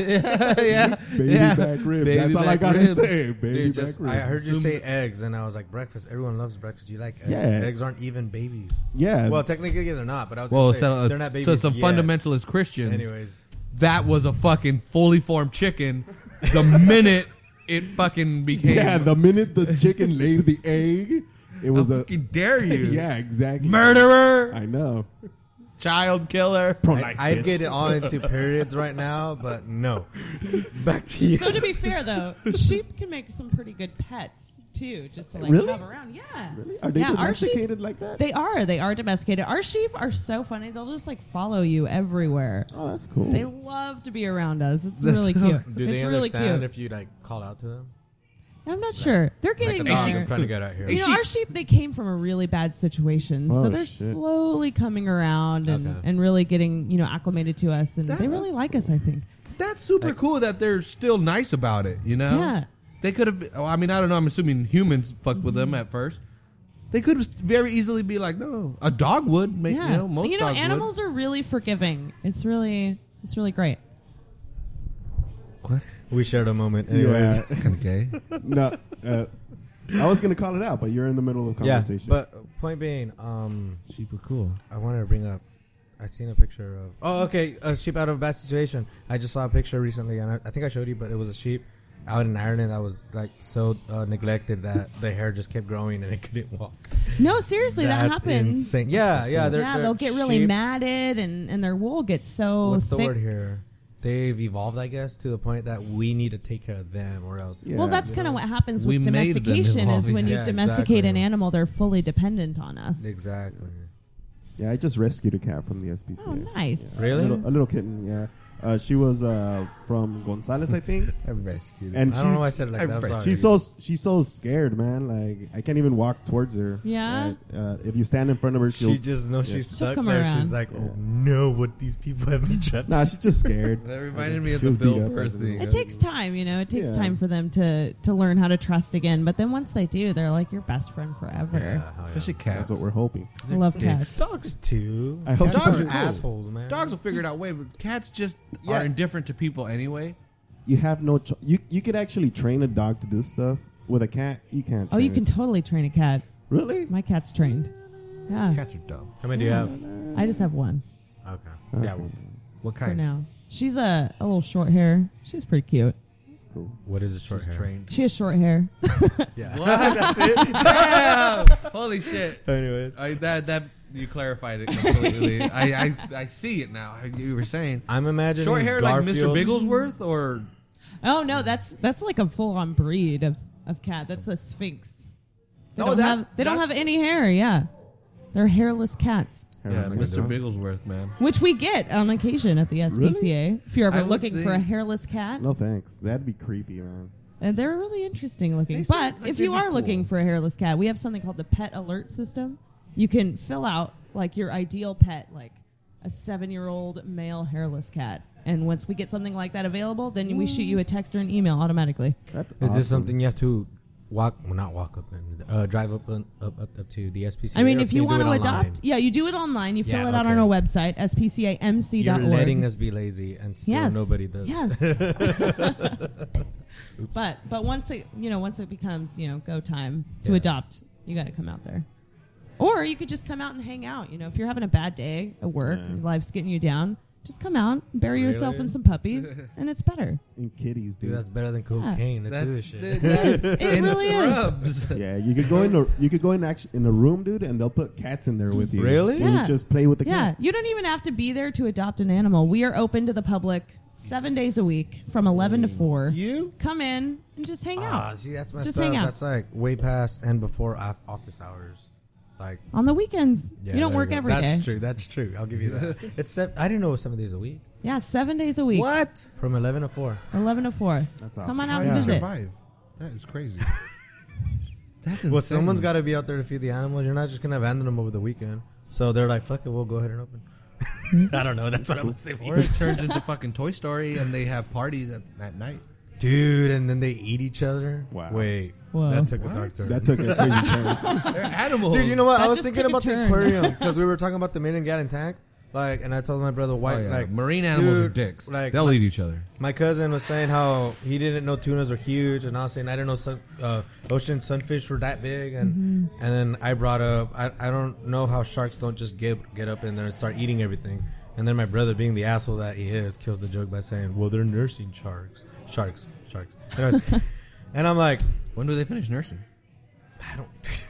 Speaker 4: yeah.
Speaker 2: baby
Speaker 4: yeah.
Speaker 2: back ribs.
Speaker 4: Baby
Speaker 2: that's all I
Speaker 4: back
Speaker 2: gotta
Speaker 4: ribs.
Speaker 2: say. Baby
Speaker 1: dude,
Speaker 2: back
Speaker 1: just,
Speaker 2: ribs.
Speaker 1: I heard you say eggs, and I was like, breakfast. Everyone loves breakfast. You like eggs.
Speaker 2: Yeah.
Speaker 1: Eggs aren't even babies.
Speaker 2: Yeah.
Speaker 1: Well, technically they're not, but I was
Speaker 4: Well,
Speaker 1: gonna say,
Speaker 4: so,
Speaker 1: they're not babies
Speaker 4: so some
Speaker 1: yet.
Speaker 4: fundamentalist Christians.
Speaker 1: Anyways,
Speaker 4: that was a fucking fully formed chicken.
Speaker 2: *laughs*
Speaker 4: The minute it fucking became,
Speaker 2: *laughs* yeah, the minute the
Speaker 1: *laughs*
Speaker 2: chicken laid the egg, it was
Speaker 4: I
Speaker 2: a. *laughs*
Speaker 4: fucking dare you,
Speaker 2: Yeah, exactly.
Speaker 4: murderer,
Speaker 2: I know.
Speaker 4: child killer.
Speaker 1: I, I get it all into periods right now, but no. Back to *laughs* you.
Speaker 5: So to be fair though, sheep can make some pretty good pets too, just to like
Speaker 2: Really?
Speaker 5: have around. Yeah.
Speaker 2: Really? Are they
Speaker 5: yeah, our sheep-
Speaker 2: domesticated like that?
Speaker 5: They are. They are domesticated. Our sheep are so funny. They'll just like follow you everywhere.
Speaker 2: oh, that's cool.
Speaker 5: They love to be around us. It's
Speaker 4: That's
Speaker 5: really
Speaker 4: so-
Speaker 1: *laughs*
Speaker 5: cute.
Speaker 1: Do they
Speaker 5: it's really
Speaker 1: understand
Speaker 5: cute.
Speaker 1: if you like call out to them?
Speaker 5: I'm not sure. They're getting
Speaker 1: Like the dog
Speaker 5: there.
Speaker 1: I'm trying to get out here.
Speaker 5: You know, our sheep they came from a really bad situation,
Speaker 2: Oh,
Speaker 5: so they're
Speaker 2: shit.
Speaker 5: slowly coming around and,
Speaker 1: Okay.
Speaker 5: and really getting you know acclimated to us, and they
Speaker 4: That's-
Speaker 5: really like us. I think.
Speaker 4: That's super cool that they're still nice about it, you know?
Speaker 5: Yeah.
Speaker 4: They could have, well, I mean, I don't know. I'm assuming humans fucked with
Speaker 5: Mm-hmm.
Speaker 4: them at first. They could very easily be like, no, a dog would. Make,
Speaker 5: Yeah,
Speaker 4: You know, most
Speaker 5: you know
Speaker 4: dogs
Speaker 5: animals are really forgiving. It's really it's really great.
Speaker 4: Would. What?
Speaker 1: We shared a moment. Anyways.
Speaker 2: Yeah.
Speaker 4: Kind of gay.
Speaker 1: *laughs*
Speaker 2: no, uh, I was gonna call it out, but you're in the middle of
Speaker 1: Yeah,
Speaker 2: conversation.
Speaker 1: but point being, um,
Speaker 4: *laughs* super cool.
Speaker 1: I wanted to bring up. I seen a picture of. Oh, okay, a sheep out of a bad situation. I just saw a picture recently, and I, I think I showed you, but it was a sheep out in Ireland that was like so uh, neglected that the hair just kept growing and it *laughs* couldn't walk.
Speaker 5: No, seriously, that
Speaker 1: That's
Speaker 5: happens.
Speaker 1: Insane. Yeah, yeah. They're,
Speaker 5: yeah,
Speaker 1: they're
Speaker 5: they'll get really
Speaker 1: sheep.
Speaker 5: matted, and and their wool gets so
Speaker 1: What's the
Speaker 5: thick.
Speaker 1: word here? They've evolved, I guess, to the point that we need to take care of them, or else.
Speaker 2: Yeah.
Speaker 5: Well, that's kind of what happens
Speaker 4: We
Speaker 5: with
Speaker 4: made them
Speaker 5: domestication. Is
Speaker 4: evolve,
Speaker 5: when you
Speaker 1: yeah.
Speaker 5: domesticate
Speaker 1: Exactly.
Speaker 5: an animal, they're fully dependent on us.
Speaker 1: Exactly.
Speaker 2: yeah, I just rescued a cat from the SPCA.
Speaker 5: Oh, nice.
Speaker 2: a,
Speaker 1: Really?
Speaker 2: little, a little kitten. Yeah, uh, she was uh, from Gonzales,
Speaker 1: *laughs*
Speaker 2: I think. And
Speaker 1: I don't
Speaker 2: she's-
Speaker 1: know why I said it like that. I'm sorry.
Speaker 2: She's so she's so scared, man. Like I can't even walk towards her.
Speaker 5: Yeah?
Speaker 2: Like, uh, if you stand in front of her, she'll.
Speaker 1: She just knows she's
Speaker 5: She'll
Speaker 1: stuck
Speaker 5: come
Speaker 1: there.
Speaker 5: around.
Speaker 1: She's like, oh no, what these people have been trapped.
Speaker 2: nah, she's
Speaker 1: *laughs*
Speaker 2: just scared.
Speaker 4: That reminded me of
Speaker 2: She
Speaker 4: the
Speaker 2: was beat
Speaker 4: Bill
Speaker 2: up
Speaker 4: Burr
Speaker 2: as a
Speaker 4: thing.
Speaker 5: It takes time, you know. It takes
Speaker 2: Yeah.
Speaker 5: time for them to to learn how to trust again. But then once they do, they're like your best friend forever.
Speaker 4: Especially cats.
Speaker 2: That's what we're hoping.
Speaker 5: I love cats.
Speaker 1: Dogs too.
Speaker 2: I hope
Speaker 1: dogs
Speaker 2: she
Speaker 1: are
Speaker 2: doesn't-
Speaker 1: assholes, man.
Speaker 4: Dogs will figure it out way, but cats just
Speaker 2: Yeah.
Speaker 4: are indifferent to people anyway.
Speaker 2: You have no. Cho- you you could actually train a dog to do stuff. With a cat, you can't.
Speaker 5: Oh, you
Speaker 2: train
Speaker 5: can
Speaker 2: it.
Speaker 5: totally train a cat.
Speaker 2: really?
Speaker 5: My cat's trained. Yeah,
Speaker 4: Cats are dumb.
Speaker 1: How many do you have?
Speaker 5: I just have one
Speaker 1: Okay. Yeah. well,
Speaker 4: What
Speaker 5: for
Speaker 4: kind?
Speaker 5: now. She's a, a little short hair. She's pretty cute.
Speaker 1: What is a short hair?
Speaker 4: Trained.
Speaker 5: *laughs* She has short hair.
Speaker 1: Yeah.
Speaker 4: Damn! Holy shit.
Speaker 1: Anyways,
Speaker 4: I, that that you clarified it
Speaker 5: *laughs*
Speaker 4: completely. I, I I see it now. You were saying
Speaker 1: I'm imagining
Speaker 4: short hair like Mr.
Speaker 1: Garfield-
Speaker 4: Bigglesworth or
Speaker 5: Oh no, that's that's like a full on breed of, of cat. That's a sphinx. They
Speaker 4: Oh,
Speaker 5: don't
Speaker 4: that-
Speaker 5: have they don't have
Speaker 4: that's-
Speaker 5: any hair. Yeah, they're hairless cats,
Speaker 4: yeah,
Speaker 2: Everyone's
Speaker 4: Mr.
Speaker 2: gonna do it.
Speaker 4: Bigglesworth, man.
Speaker 5: which we get on occasion at the SPCA. If you're
Speaker 4: I
Speaker 5: ever
Speaker 4: would
Speaker 5: looking for a
Speaker 4: think-
Speaker 5: hairless cat,
Speaker 2: No thanks. That'd be creepy, man.
Speaker 5: and they're really interesting looking.
Speaker 4: They
Speaker 5: But
Speaker 4: sound like
Speaker 5: if
Speaker 4: they'd
Speaker 5: you
Speaker 4: be
Speaker 5: are
Speaker 4: cool.
Speaker 5: looking for a hairless cat, we have something called the Pet Alert System. You can fill out like your ideal pet, like a seven year old male hairless cat. And once we get something like that available, then we shoot
Speaker 4: Mm.
Speaker 5: you a text or an email automatically.
Speaker 2: That's
Speaker 1: Is
Speaker 2: awesome.
Speaker 1: this something you have to walk? Well, not walk up and uh, drive up and up, up up to the SPCA.
Speaker 5: I mean,
Speaker 1: or
Speaker 5: if
Speaker 1: can
Speaker 5: you,
Speaker 1: do
Speaker 5: want
Speaker 1: it
Speaker 5: to
Speaker 1: online?
Speaker 5: adopt, yeah, you do it online. You fill
Speaker 1: Yeah,
Speaker 5: it out on
Speaker 1: okay.
Speaker 5: our website, spcamc.org.
Speaker 1: you're letting us be lazy, and still
Speaker 5: yes,
Speaker 1: nobody does. *laughs*
Speaker 5: Yes. *laughs* but but once it you know once it becomes you know go time to
Speaker 1: Yeah.
Speaker 5: adopt, you got to come out there, or you could just come out and hang out. You know, if you're having a bad day at work,
Speaker 2: Yeah.
Speaker 5: your life's getting you down, just come out, bury yourself
Speaker 1: Really?
Speaker 5: in
Speaker 1: *laughs*
Speaker 5: some puppies, and it's better.
Speaker 2: And kitties,
Speaker 1: Dude, that's
Speaker 2: dude.
Speaker 1: better than cocaine. Let's do this shit.
Speaker 4: *laughs* dude, that's
Speaker 1: *laughs*
Speaker 5: It
Speaker 4: in
Speaker 5: really is.
Speaker 4: scrubs.
Speaker 2: Yeah, you could go in. A, you could go in action in a room, dude, and they'll put cats in there with you.
Speaker 1: Really?
Speaker 2: And
Speaker 5: Yeah.
Speaker 2: You just play with the
Speaker 5: Yeah,
Speaker 2: cat.
Speaker 5: you don't even have to be there to adopt an animal. We are open to the public seven days a week from 11 to 4.
Speaker 1: You?
Speaker 5: Come in and just hang
Speaker 1: Ah,
Speaker 5: out
Speaker 1: see, that's messed
Speaker 5: Just
Speaker 1: up.
Speaker 5: hang out.
Speaker 1: That's like way past and before off- office hours. Like
Speaker 5: on the weekends.
Speaker 1: yeah,
Speaker 5: you don't
Speaker 1: there
Speaker 5: work
Speaker 1: go.
Speaker 5: every day.
Speaker 1: That's true. That's true. I'll give you that. *laughs* Except I didn't know it was seven days a week.
Speaker 5: Yeah, seven days a week.
Speaker 4: What?
Speaker 1: From eleven to four.
Speaker 5: 11 to 4.
Speaker 2: That's
Speaker 5: Come
Speaker 2: awesome.
Speaker 5: on
Speaker 4: How
Speaker 5: out
Speaker 4: do
Speaker 5: and
Speaker 4: you
Speaker 5: visit.
Speaker 4: survive? That is crazy. *laughs* That's insane.
Speaker 1: Well, someone's got to be out there to feed the animals. You're not just gonna abandon them over the weekend. So they're like, "Fuck it, we'll go ahead and open."
Speaker 5: Hmm?
Speaker 1: *laughs* I don't know. That's what I'm *laughs*
Speaker 4: Or
Speaker 1: saying.
Speaker 4: it turns into fucking Toy Story, and they have parties at, at night.
Speaker 1: Dude, and then they eat each other.
Speaker 2: Wow.
Speaker 1: Wait,
Speaker 5: Whoa.
Speaker 1: that took a dark turn.
Speaker 2: That took a
Speaker 4: *laughs*
Speaker 2: crazy turn.
Speaker 4: They're animals.
Speaker 1: Dude, you know what?
Speaker 5: That
Speaker 1: I was
Speaker 5: just
Speaker 1: thinking
Speaker 5: took a
Speaker 1: about the
Speaker 5: turn.
Speaker 1: aquarium
Speaker 5: *laughs*
Speaker 1: because we were talking about the million gallon tank. Like, and I told my brother White,
Speaker 4: Oh, yeah.
Speaker 1: like,
Speaker 4: Marine animals are
Speaker 1: dude,
Speaker 4: dicks.
Speaker 1: Like,
Speaker 4: They'll eat each other.
Speaker 1: my cousin was saying how he didn't know tunas were huge, and I was saying I didn't know sun, uh, ocean sunfish were that big, and and then I brought up I, I don't know how sharks don't just get get up in there and start eating everything, and then my brother, being the asshole that he is, kills the joke by saying, "Well, they're nursing sharks, sharks, sharks," Anyways, and I'm like,
Speaker 4: When do they finish nursing?
Speaker 1: I don't. *laughs*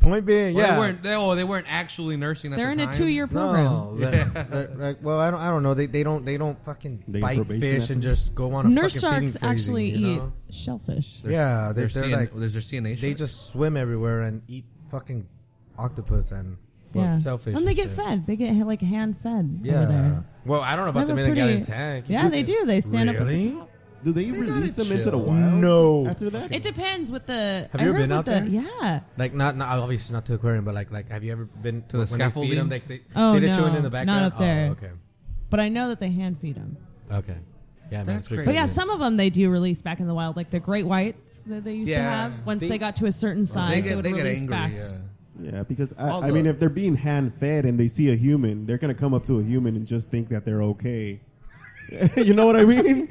Speaker 1: Point being,
Speaker 4: Well,
Speaker 1: yeah,
Speaker 4: They weren't, they, oh, they weren't actually nursing at
Speaker 5: They're
Speaker 4: the
Speaker 5: in
Speaker 4: time.
Speaker 5: a two year
Speaker 1: *laughs*
Speaker 5: program.
Speaker 1: No, that- that- like, well, I don't, I don't know. They, they don't, they don't fucking
Speaker 2: They get
Speaker 1: bite
Speaker 2: probation
Speaker 1: fish and
Speaker 2: after?
Speaker 1: just go on a
Speaker 5: Nurse
Speaker 1: fucking feeding
Speaker 5: sharks
Speaker 1: frenzy,
Speaker 5: actually
Speaker 1: you know?
Speaker 5: eat shellfish.
Speaker 4: There's-
Speaker 1: yeah, they-
Speaker 4: there's
Speaker 1: they're
Speaker 4: CN
Speaker 1: like-
Speaker 4: there's their CNA.
Speaker 1: They
Speaker 4: sharks.
Speaker 1: just swim everywhere and eat fucking octopus and well,
Speaker 5: Yeah.
Speaker 1: shellfish.
Speaker 5: and they get
Speaker 1: shit.
Speaker 5: fed. They get like hand fed over
Speaker 1: Yeah.
Speaker 5: there.
Speaker 1: Well, I don't know about
Speaker 5: They have
Speaker 1: the
Speaker 5: a
Speaker 1: million gallon
Speaker 5: pretty-
Speaker 1: tank.
Speaker 5: Yeah, they do. They stand up at the
Speaker 1: Really?
Speaker 5: top.
Speaker 2: do they,
Speaker 4: gotta
Speaker 2: release them into
Speaker 4: chill.
Speaker 2: the wild?
Speaker 1: No.
Speaker 2: After that,
Speaker 5: It depends with the.
Speaker 1: Have
Speaker 5: I
Speaker 1: you ever
Speaker 5: heard
Speaker 1: been
Speaker 5: with
Speaker 1: out
Speaker 5: the,
Speaker 1: there?
Speaker 5: Yeah.
Speaker 1: Like not, not obviously not to the aquarium, but like like have you ever been
Speaker 4: To
Speaker 1: when they
Speaker 4: the
Speaker 1: feed
Speaker 4: scaffolding?
Speaker 1: 'em, like they,
Speaker 5: Oh,
Speaker 1: they did
Speaker 5: no,
Speaker 1: chewing in the
Speaker 5: not
Speaker 1: background.
Speaker 5: up there.
Speaker 1: Oh, okay,
Speaker 5: But I know that they hand feed them.
Speaker 1: Oh, okay, yeah, man,
Speaker 4: That's
Speaker 1: it's pretty
Speaker 5: But
Speaker 4: crazy.
Speaker 1: cool.
Speaker 5: yeah, some of them they do release back in the wild, like the great whites that they used to
Speaker 4: Yeah.
Speaker 5: have. Once
Speaker 1: They-
Speaker 5: they, got to a certain size,
Speaker 4: They
Speaker 5: they,
Speaker 4: get
Speaker 5: would
Speaker 4: they get
Speaker 5: release
Speaker 4: angry.
Speaker 5: back.
Speaker 4: Yeah.
Speaker 2: yeah, because
Speaker 4: All
Speaker 2: I, I
Speaker 4: the-
Speaker 2: mean, if they're being hand fed and they see a human, they're gonna come up to a human and just think that they're okay. *laughs* you know what I mean?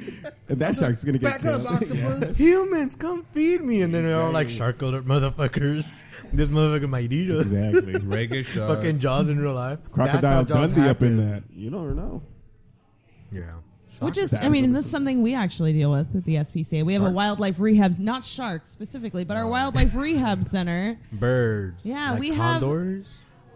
Speaker 2: And that shark's gonna get
Speaker 4: Back up,
Speaker 2: killed.
Speaker 4: octopus.
Speaker 1: Humans, come feed me, and then they're all like shark alert motherfuckers. This motherfucker might eat us.
Speaker 4: *laughs*
Speaker 2: exactly.
Speaker 4: Reggae shark.
Speaker 1: Fucking Jaws in real life.
Speaker 2: Crocodile
Speaker 4: That's how Jaws
Speaker 2: Dundee up in that.
Speaker 4: happens.
Speaker 2: You don't know.
Speaker 1: Yeah.
Speaker 5: Which is, I
Speaker 2: Sharks
Speaker 5: mean,
Speaker 2: are-
Speaker 5: that's something we actually deal with at the SPCA. We have a
Speaker 4: Sharks.
Speaker 5: wildlife rehab, not sharks specifically, but our
Speaker 4: *laughs*
Speaker 5: wildlife rehab center.
Speaker 1: Birds.
Speaker 5: Yeah,
Speaker 1: like
Speaker 5: we have-
Speaker 1: condors.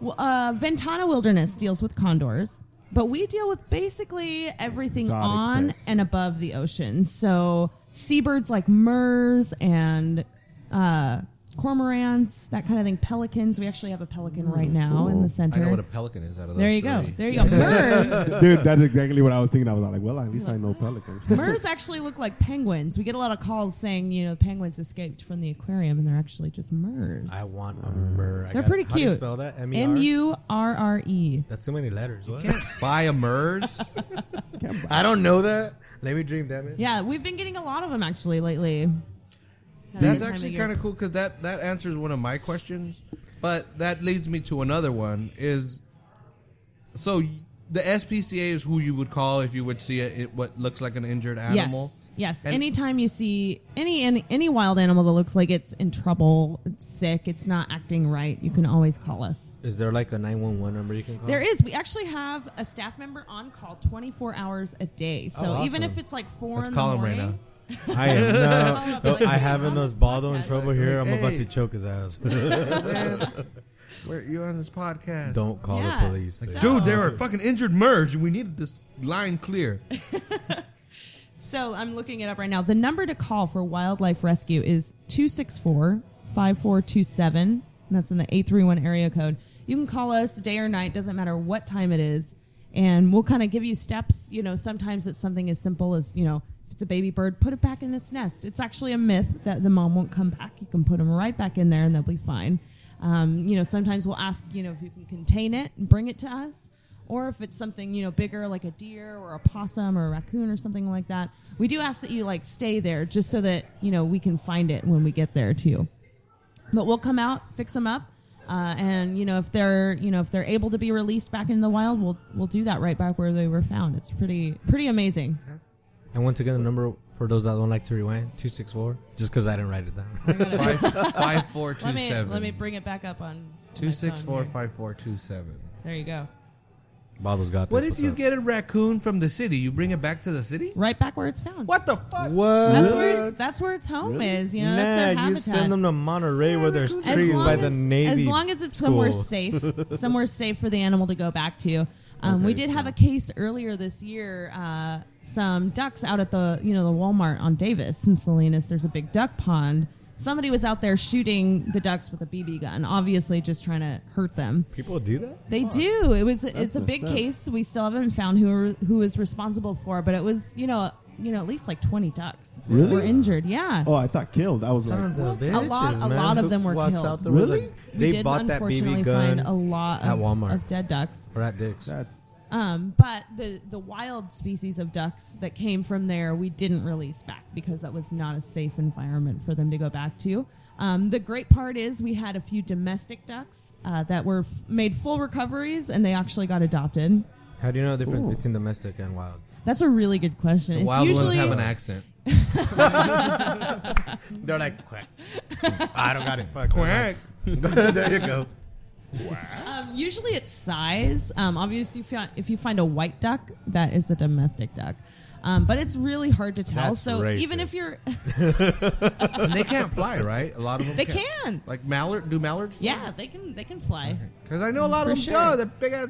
Speaker 5: Well, uh, Ventana Wilderness deals with condors, but we deal with basically everything
Speaker 2: Exotic
Speaker 5: on
Speaker 2: pets.
Speaker 5: and above the ocean. So seabirds like murs and uh, cormorants, that kind of thing. Pelicans. We actually have a pelican right now in the
Speaker 4: I
Speaker 5: center.
Speaker 4: know what a pelican is out of those.
Speaker 5: there you go.
Speaker 4: three.
Speaker 5: There you go.
Speaker 4: *laughs*
Speaker 5: Murs.
Speaker 2: Dude, that's exactly what I was thinking. I was like, well, at least I know
Speaker 5: *laughs*
Speaker 2: pelicans.
Speaker 5: Murs actually look like penguins. We get a lot of calls saying, you know, penguins escaped from the aquarium, and they're actually just murs.
Speaker 1: I want a myrrh. I
Speaker 5: They're
Speaker 1: got-
Speaker 5: pretty
Speaker 1: How do you
Speaker 5: cute.
Speaker 1: spell that? E M-E-R?
Speaker 5: M U R R E.
Speaker 1: That's too many letters. What?
Speaker 4: Buy a
Speaker 5: *laughs*
Speaker 4: MERS.
Speaker 1: I don't know that. Let me dream, damn it.
Speaker 5: Yeah, we've been getting a lot of them actually lately.
Speaker 4: That's actually kind of cool because that that answers one of my questions, but that leads me to another one. Is so y- the SPCA is who you would call if you would see a, it, what looks like an injured animal.
Speaker 5: Yes, yes.
Speaker 4: And-
Speaker 5: Anytime you see any, any any wild animal that looks like it's in trouble, it's sick, it's not acting right, you can always call us.
Speaker 1: Is there like a 911 number you can call?
Speaker 5: There is. We actually have a staff member on call 24 hours a day. So
Speaker 1: Oh,
Speaker 5: even
Speaker 1: awesome.
Speaker 5: if it's like four
Speaker 4: Let's
Speaker 5: in
Speaker 4: call
Speaker 5: the
Speaker 4: him right
Speaker 5: morning,
Speaker 4: now.
Speaker 1: I am. No,
Speaker 5: *laughs* Call up
Speaker 1: no,
Speaker 5: and
Speaker 1: I
Speaker 5: like,
Speaker 1: have an
Speaker 5: "Hey, I'm
Speaker 1: Osbaldo in
Speaker 5: podcast."
Speaker 1: trouble here. I'm about
Speaker 4: Hey.
Speaker 1: to choke his
Speaker 5: *laughs*
Speaker 1: ass.
Speaker 4: Where you're on this podcast?
Speaker 1: don't call the
Speaker 5: Yeah.
Speaker 1: police. please.
Speaker 5: So-
Speaker 4: dude. There are fucking injured merge, and we needed this line
Speaker 5: *laughs*
Speaker 4: clear.
Speaker 5: So I'm looking it up right now. The number to call for wildlife rescue is 264 5427. That's in the 831 area code. You can call us day or night, doesn't matter what time it is, and we'll kind of give you steps. You know, sometimes it's something as simple as, you know, if it's a baby bird, put it back in its nest. It's actually a myth that the mom won't come back. You can put them right back in there and they'll be fine. Um, you know, sometimes we'll ask, you know, if you can contain it and bring it to us or if it's something you know bigger like a deer or a possum or a raccoon or something like that we do ask that you like stay there just so that you know we can find it when we get there too but we'll come out fix them up uh, and you know if they're you know if they're able to be released back into the wild we'll we'll do that right back where they were found it's pretty pretty amazing
Speaker 1: And once again, the number for those that don't like to rewind, 264, just because I didn't write it *laughs* down.
Speaker 4: five, five four two
Speaker 5: let me
Speaker 4: seven.
Speaker 5: let me bring it back up on
Speaker 4: two six four
Speaker 5: on here.
Speaker 4: five four two seven.
Speaker 5: there you go
Speaker 1: Baldo's got this.
Speaker 4: What if
Speaker 1: what's
Speaker 4: you
Speaker 1: up?
Speaker 4: get a raccoon from the city? You bring it back to the city?
Speaker 5: right back where it's found
Speaker 4: What the fuck?
Speaker 1: What?
Speaker 5: that's where it's, that's where its home is you know that's their
Speaker 1: nah,
Speaker 5: habitat
Speaker 1: you send them to Monterey where there's
Speaker 5: As
Speaker 1: trees
Speaker 5: long
Speaker 1: by
Speaker 5: as-
Speaker 1: the Navy.
Speaker 5: As long as it's somewhere
Speaker 1: school.
Speaker 5: safe, somewhere safe for the animal to go back to. Um, we did have a case earlier this year. Uh, some ducks out at the you know the Walmart on Davis and Salinas. There's a big duck pond. Somebody was out there shooting the ducks with a BB gun, obviously just trying to hurt them.
Speaker 1: People do that?
Speaker 5: They do. It was it's a
Speaker 2: messed
Speaker 5: big
Speaker 2: up.
Speaker 5: case. We still haven't found who who was responsible for, but it was you know you know at least like 20 ducks that
Speaker 2: Really?
Speaker 5: were injured. Yeah.
Speaker 2: Oh, I thought killed. I was like,
Speaker 1: Sons of bitches,
Speaker 5: lot- a
Speaker 1: man.
Speaker 5: lot of
Speaker 1: Who
Speaker 5: them were
Speaker 1: walks
Speaker 5: killed.
Speaker 1: out the road
Speaker 2: Really?
Speaker 1: like-
Speaker 5: we
Speaker 1: They
Speaker 5: did
Speaker 1: bought that
Speaker 5: unfortunately
Speaker 1: BB gun
Speaker 5: find a lot of,
Speaker 1: at Walmart
Speaker 5: of dead ducks.
Speaker 1: or at Dick's.
Speaker 2: that's
Speaker 5: Um, but the the wild species of ducks that came from there, we didn't release back because that was not a safe environment for them to go back to. Um, the great part is we had a few domestic ducks uh, that were f- made full recoveries and they actually got adopted.
Speaker 1: How do you know the difference between domestic and wild?
Speaker 5: That's a really good question.
Speaker 4: The
Speaker 5: it's
Speaker 4: wild
Speaker 5: usually
Speaker 4: ones have an accent.
Speaker 1: They're like,
Speaker 5: *laughs*
Speaker 1: quack. I don't got it. Quack. *laughs* there you go.
Speaker 5: um, usually it's size. Um, obviously, if you, if you find a white duck, that is a domestic duck. Um, but it's really hard to tell.
Speaker 1: That's
Speaker 5: so even
Speaker 1: racist.
Speaker 5: if you're
Speaker 4: And they can't fly, right? A lot of them.
Speaker 5: They
Speaker 4: can't.
Speaker 5: can.
Speaker 4: Like mallard, do mallards?
Speaker 5: yeah, they can they can fly.
Speaker 4: Because I know a lot
Speaker 5: For
Speaker 4: of them
Speaker 5: sure.
Speaker 4: do. They're big ass.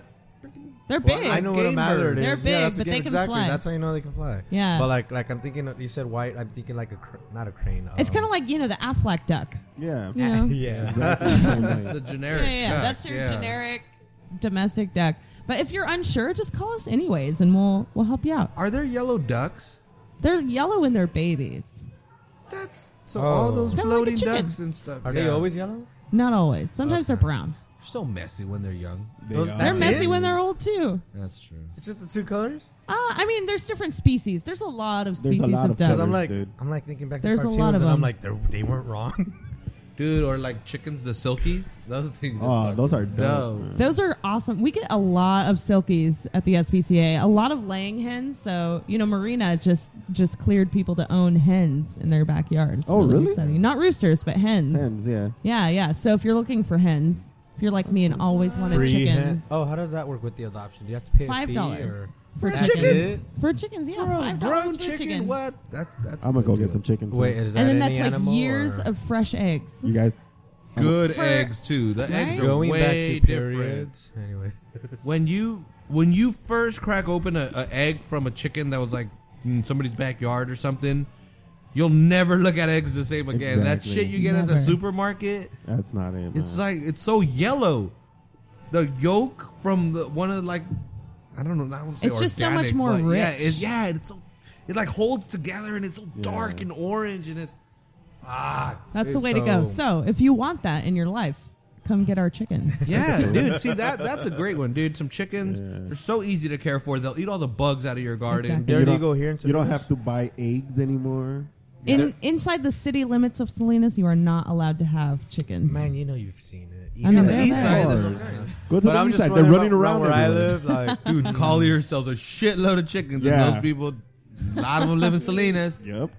Speaker 5: They're big.
Speaker 1: I know what a
Speaker 4: Game
Speaker 1: mallard
Speaker 4: bird.
Speaker 1: is.
Speaker 5: They're
Speaker 1: yeah,
Speaker 5: big,
Speaker 1: that's a
Speaker 5: but
Speaker 1: game-
Speaker 5: they can
Speaker 1: exactly.
Speaker 5: fly.
Speaker 1: That's how you know they can fly.
Speaker 5: Yeah.
Speaker 1: But like, like I'm thinking, of, you said white. I'm thinking like a cr- not a crane. Um, *laughs*
Speaker 5: It's kind of like you know the Affleck duck.
Speaker 2: yeah,
Speaker 5: You know?
Speaker 1: yeah. *laughs*
Speaker 2: exactly the same
Speaker 4: That's
Speaker 2: thing.
Speaker 4: the generic.
Speaker 5: Yeah, yeah, yeah.
Speaker 4: duck,
Speaker 5: that's your
Speaker 4: yeah.
Speaker 5: generic domestic duck. But if you're unsure, just call us anyways, and we'll we'll help you out.
Speaker 4: Are there yellow ducks?
Speaker 5: They're yellow when they're babies.
Speaker 6: That's so
Speaker 1: Oh.
Speaker 6: all those
Speaker 5: They're like a
Speaker 6: floating
Speaker 5: chicken.
Speaker 6: ducks and stuff.
Speaker 1: Are
Speaker 6: yeah.
Speaker 1: they always yellow?
Speaker 5: Not always. Sometimes they're brown.
Speaker 6: They're so messy when they're young?
Speaker 2: They
Speaker 1: Those-
Speaker 2: are.
Speaker 1: that's
Speaker 5: they're messy
Speaker 1: it?
Speaker 5: when they're old too.
Speaker 6: That's true.
Speaker 1: It's just the two colors.
Speaker 5: Uh, I mean, there's different species. There's a lot of
Speaker 2: There's a
Speaker 5: species
Speaker 2: lot
Speaker 5: of
Speaker 2: of
Speaker 5: ducks.
Speaker 1: Because I'm
Speaker 2: Colors,
Speaker 1: like,
Speaker 2: dude.
Speaker 1: I'm like thinking back
Speaker 5: There's
Speaker 1: to
Speaker 5: a
Speaker 1: cartoons,
Speaker 5: lot of
Speaker 1: and I'm
Speaker 5: them.
Speaker 1: like, they're- they weren't wrong. *laughs*
Speaker 6: Dude, or like chickens, the silkies. Those things.
Speaker 2: Oh, those are dope.
Speaker 6: No.
Speaker 5: Those are awesome. We get a lot of silkies at the SPCA. A lot of laying hens. So you know, Marina just just cleared people to own hens in their backyard. It's
Speaker 2: Oh, really?
Speaker 5: Exciting. Not roosters, but hens.
Speaker 2: Hens, yeah.
Speaker 5: Yeah, yeah. So if you're looking for hens, if you're like me and always wanted chickens,
Speaker 1: Oh, how does that work with the adoption? Do you have to pay a
Speaker 5: five
Speaker 1: fee
Speaker 5: dollars
Speaker 1: or-
Speaker 5: for
Speaker 1: That's
Speaker 5: chickens.
Speaker 1: it?
Speaker 5: For chickens, yeah,
Speaker 6: Bro,
Speaker 5: five dollars
Speaker 6: grown
Speaker 5: for a
Speaker 6: chicken,
Speaker 5: chicken.
Speaker 6: what? That's that's.
Speaker 2: I'm gonna
Speaker 6: a
Speaker 2: go
Speaker 6: good
Speaker 2: get
Speaker 6: deal.
Speaker 2: some chicken. too.
Speaker 1: Wait, is that
Speaker 5: And then
Speaker 1: any
Speaker 5: that's like
Speaker 1: animal
Speaker 5: years
Speaker 1: or-
Speaker 5: of fresh eggs.
Speaker 2: you guys.
Speaker 4: Good
Speaker 5: For-
Speaker 4: eggs too. The eggs are
Speaker 1: going back
Speaker 4: way
Speaker 1: to
Speaker 4: different.
Speaker 1: periods. Anyway,
Speaker 4: When you when you first crack open a, a egg from a chicken that was like in somebody's backyard or something, you'll never look at eggs the same again. That
Speaker 2: Exactly.
Speaker 4: shit you get at the
Speaker 5: Never.
Speaker 4: supermarket,
Speaker 2: That's not it.
Speaker 4: it's
Speaker 2: man.
Speaker 4: like it's so yellow. The yolk from the one of the, like I don't know. I don't say
Speaker 5: It's just so
Speaker 4: organic,
Speaker 5: much more
Speaker 4: but Yeah,
Speaker 5: rich.
Speaker 4: it's, yeah. It's so it like holds together and it's so dark and orange and it's ah
Speaker 5: That's the
Speaker 4: it's
Speaker 5: way to go.
Speaker 4: so-
Speaker 5: So if you want that in your life, come get our chickens.
Speaker 4: *laughs* *laughs* Yeah, dude. See that? That's a great one, dude. Some chickens. They're so easy to care for. They'll eat all the bugs out of your garden.
Speaker 5: Exactly.
Speaker 1: there
Speaker 2: you
Speaker 1: you
Speaker 2: don't,
Speaker 1: go here. in
Speaker 2: you don't
Speaker 1: Salinas?
Speaker 2: have to buy eggs anymore.
Speaker 5: In inside the city limits of Salinas, you are not allowed to have chickens.
Speaker 1: Man, you know you've seen it.
Speaker 5: I mean,
Speaker 1: Easy.
Speaker 5: they're
Speaker 4: east side
Speaker 5: there.
Speaker 4: is-
Speaker 2: Go to
Speaker 1: but
Speaker 2: the
Speaker 1: I'm
Speaker 2: east
Speaker 1: just
Speaker 2: side. They're running around,
Speaker 1: where I
Speaker 2: everywhere.
Speaker 1: live. Like,
Speaker 4: Dude, Collier sells a shitload of chickens,
Speaker 2: Yeah.
Speaker 4: and those people, a lot of them live in Salinas.
Speaker 2: Yep.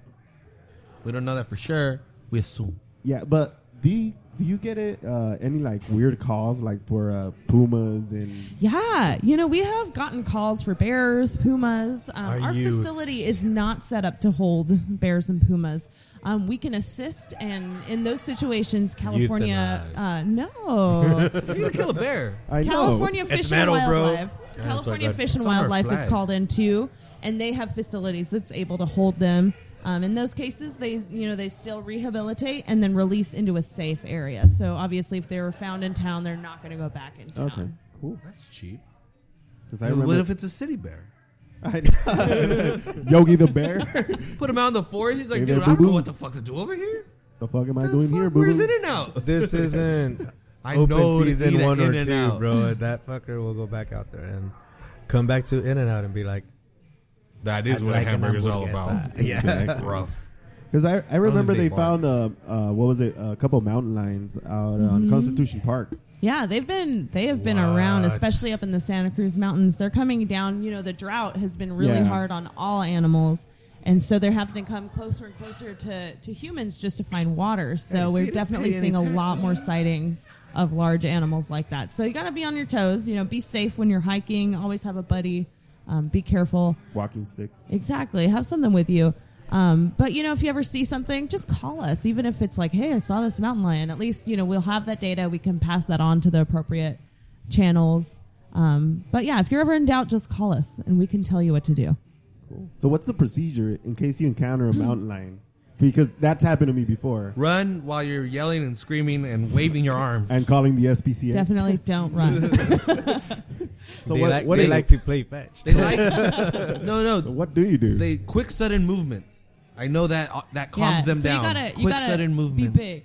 Speaker 4: We don't know that for sure. We assume.
Speaker 2: Yeah, but do you, do you get it? Uh, any like weird calls like for uh, pumas and
Speaker 5: Yeah, you know we have gotten calls for bears, pumas.
Speaker 1: Are
Speaker 5: Um, our
Speaker 1: you-
Speaker 5: facility is not set up to hold bears and pumas. Um, we can assist, and in those situations, California, uh, no,
Speaker 1: *laughs*
Speaker 2: *laughs*
Speaker 4: You gonna kill a bear?
Speaker 2: I
Speaker 5: California
Speaker 2: know.
Speaker 5: Fish
Speaker 1: metal,
Speaker 5: and
Speaker 1: bro.
Speaker 5: Wildlife.
Speaker 1: Yeah,
Speaker 5: California
Speaker 1: it's like
Speaker 5: Fish and
Speaker 4: It's on our
Speaker 5: Wildlife is
Speaker 4: flag.
Speaker 5: called in too, and they have facilities that's able to hold them. Um, in those cases, they you know they still rehabilitate and then release into a safe area. So obviously, if they were found in town, they're not going to go back in town.
Speaker 2: Okay, cool.
Speaker 4: That's cheap.
Speaker 2: 'Cause I
Speaker 4: what
Speaker 2: remember
Speaker 4: if it's a city bear?
Speaker 2: Yogi the
Speaker 1: *laughs*
Speaker 2: Bear.
Speaker 4: Put him out in the forest. He's like,
Speaker 2: Hey there,
Speaker 4: dude, I don't know
Speaker 2: boo-boo."
Speaker 4: what the fuck to do over here.
Speaker 2: the fuck am I
Speaker 4: The
Speaker 2: doing
Speaker 4: fuck?
Speaker 2: here, boo?
Speaker 4: Where's in and
Speaker 2: *laughs*
Speaker 4: out?
Speaker 1: this isn't
Speaker 4: I
Speaker 1: open
Speaker 4: know to eat
Speaker 1: season
Speaker 4: a
Speaker 1: one or
Speaker 4: In-N-Out.
Speaker 1: two, bro. That fucker will go back out there and come back to In and Out and be like,
Speaker 4: That is
Speaker 1: I'd like an hamburger side.
Speaker 2: Yeah. *laughs*
Speaker 4: Rough.
Speaker 2: Because I, I remember
Speaker 4: they
Speaker 2: they found uh, uh, what was it a couple mountain lions out on Constitution Park.
Speaker 5: Yeah, they've been they have been around, especially up in the Santa Cruz Mountains. They're coming down. You know, the drought has been really
Speaker 2: Yeah.
Speaker 5: hard on all animals, and so they're having to come closer and closer to, to humans just to find water. So
Speaker 4: they
Speaker 5: we're
Speaker 4: don't
Speaker 5: definitely
Speaker 4: pay any
Speaker 5: seeing a lot more
Speaker 4: taxes.
Speaker 5: sightings of large animals like that. So you got to be on your toes. You know, be safe when you're hiking. Always have a buddy. Um, be careful.
Speaker 2: Walking stick.
Speaker 5: Exactly. Have something with you. Um, but you know, if you ever see something, just call us. Even if it's like, "Hey, I saw this mountain lion." At least you know we'll have that data. We can pass that on to the appropriate channels. Um, but yeah, if you're ever in doubt, just call us, and we can tell you what to do.
Speaker 2: So what's the procedure in case you encounter
Speaker 5: Hmm.
Speaker 2: a mountain lion? Because that's happened to me before.
Speaker 4: Run while you're yelling and screaming and waving your arms.
Speaker 2: And calling the SPCA.
Speaker 4: *laughs*
Speaker 5: Definitely don't run.
Speaker 2: So
Speaker 1: they,
Speaker 2: what,
Speaker 1: like,
Speaker 2: what
Speaker 1: they
Speaker 2: is-
Speaker 1: like to play fetch.
Speaker 2: *laughs*
Speaker 4: They like no, no.
Speaker 2: what do you do?
Speaker 4: They quick, sudden movements. I know that uh, that calms
Speaker 5: Yeah,
Speaker 4: them
Speaker 5: so
Speaker 4: down.
Speaker 5: You gotta, you
Speaker 4: quick,
Speaker 5: gotta
Speaker 4: sudden movements.
Speaker 5: Be big.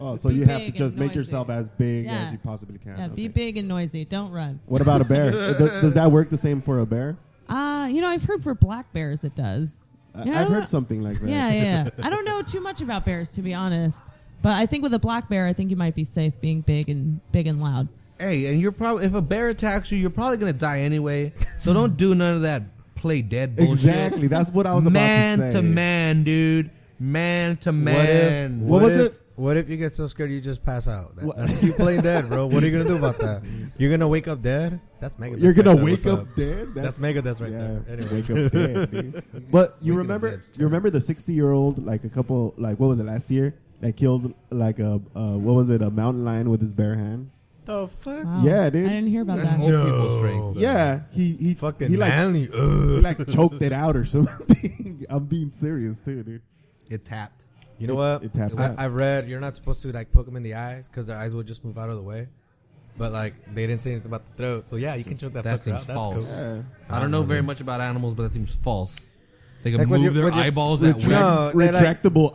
Speaker 2: oh, so
Speaker 5: be
Speaker 2: you have to
Speaker 5: big
Speaker 2: just
Speaker 5: and
Speaker 2: make
Speaker 5: noisy.
Speaker 2: yourself as big
Speaker 5: Yeah.
Speaker 2: as you possibly can.
Speaker 5: Yeah, be
Speaker 2: Okay.
Speaker 5: big and noisy. Don't run.
Speaker 2: What about a
Speaker 5: *laughs*
Speaker 2: bear? does, does that work the same for a bear?
Speaker 5: Uh, you know, I've heard for black bears it does.
Speaker 2: I,
Speaker 5: You know,
Speaker 2: I've heard something like that.
Speaker 5: Yeah, yeah.
Speaker 4: *laughs*
Speaker 5: I don't know too much about bears to be honest, but I think with a black bear, I think you might be safe being big and big and loud.
Speaker 4: Hey, and you're probably if a bear attacks you, you're probably gonna die anyway. So don't do none of that play dead bullshit.
Speaker 2: Exactly. That's what I was about
Speaker 4: man
Speaker 2: to say.
Speaker 4: man, dude. Man to man.
Speaker 2: What was
Speaker 1: if,
Speaker 2: it?
Speaker 1: What if you get so scared you just pass out? That, that's you playing dead, bro. What are you gonna do about
Speaker 2: *laughs*
Speaker 1: that? You're gonna wake up dead. That's Megadeth.
Speaker 2: You're
Speaker 1: right
Speaker 2: gonna
Speaker 1: there.
Speaker 2: wake
Speaker 1: What's
Speaker 2: up, dead.
Speaker 1: That's Megadeth right
Speaker 2: yeah,
Speaker 1: there. Anyway,
Speaker 2: wake
Speaker 1: *laughs*
Speaker 2: up dead, dude. But you
Speaker 4: Waking up
Speaker 2: remember,
Speaker 4: dead's
Speaker 2: you remember the sixty-year-old, like a couple, like what was it last year? That killed like a uh, what was it? A mountain lion with his bare hands.
Speaker 1: the fuck?
Speaker 5: Wow.
Speaker 2: Yeah, dude.
Speaker 5: I didn't hear about
Speaker 4: That's
Speaker 5: that.
Speaker 4: old people strength.
Speaker 2: Yeah, he he
Speaker 1: Fucking
Speaker 2: he like
Speaker 1: manly.
Speaker 2: he,
Speaker 1: Ugh.
Speaker 2: *laughs* like choked it out or something. *laughs* I'm being serious too, dude.
Speaker 4: It tapped.
Speaker 1: You know
Speaker 2: It-
Speaker 1: what?
Speaker 2: it tapped
Speaker 1: I,
Speaker 2: out.
Speaker 1: I read you're not supposed to like poke them in the eyes because their eyes will just move out of the way. But like they didn't say anything about the throat, so yeah, you can choke that.
Speaker 4: That
Speaker 1: fucker
Speaker 4: seems
Speaker 1: out. That's
Speaker 4: false.
Speaker 1: cool.
Speaker 2: Yeah.
Speaker 4: I don't know very much about animals, but that seems false. They can
Speaker 1: Like with
Speaker 4: move
Speaker 1: your-
Speaker 4: their
Speaker 1: with your-
Speaker 4: eyeballs at
Speaker 1: your-
Speaker 4: will.
Speaker 1: No, they like-
Speaker 2: retractable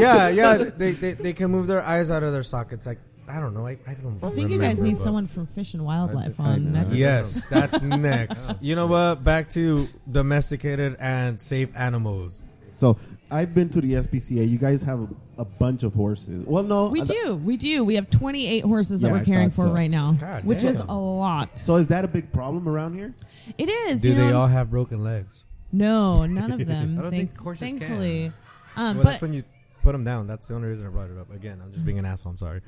Speaker 1: *laughs* Yeah, yeah. They, they, they can move their eyes out of their sockets. Like I don't know. I, I don't.
Speaker 5: I think you guys
Speaker 1: remember,
Speaker 5: need
Speaker 1: but-
Speaker 5: someone from Fish and Wildlife on. That's
Speaker 1: Yes, that's next. *laughs* You know what? Back to domesticated and safe animals.
Speaker 2: *laughs* So I've been to the SPCA. You guys have a, a bunch of horses. Well, no, uh,
Speaker 5: We
Speaker 2: I-
Speaker 5: do. We do. We have 28 horses that
Speaker 2: Yeah,
Speaker 5: we're
Speaker 2: I
Speaker 5: caring
Speaker 2: thought
Speaker 5: for
Speaker 2: so.
Speaker 5: right now,
Speaker 1: God
Speaker 5: which is
Speaker 1: damn.
Speaker 5: a lot.
Speaker 2: So is that a big problem around here?
Speaker 5: It is.
Speaker 1: Do
Speaker 5: you know,
Speaker 1: they all have broken legs?
Speaker 5: No, none
Speaker 1: *laughs*
Speaker 5: of them.
Speaker 6: I don't
Speaker 5: Thank-
Speaker 6: think horses can.
Speaker 5: thankfully. Um,
Speaker 1: Well,
Speaker 5: but
Speaker 1: that's when you put them down. That's the only reason I brought it up. Again, I'm just being an asshole. I'm sorry.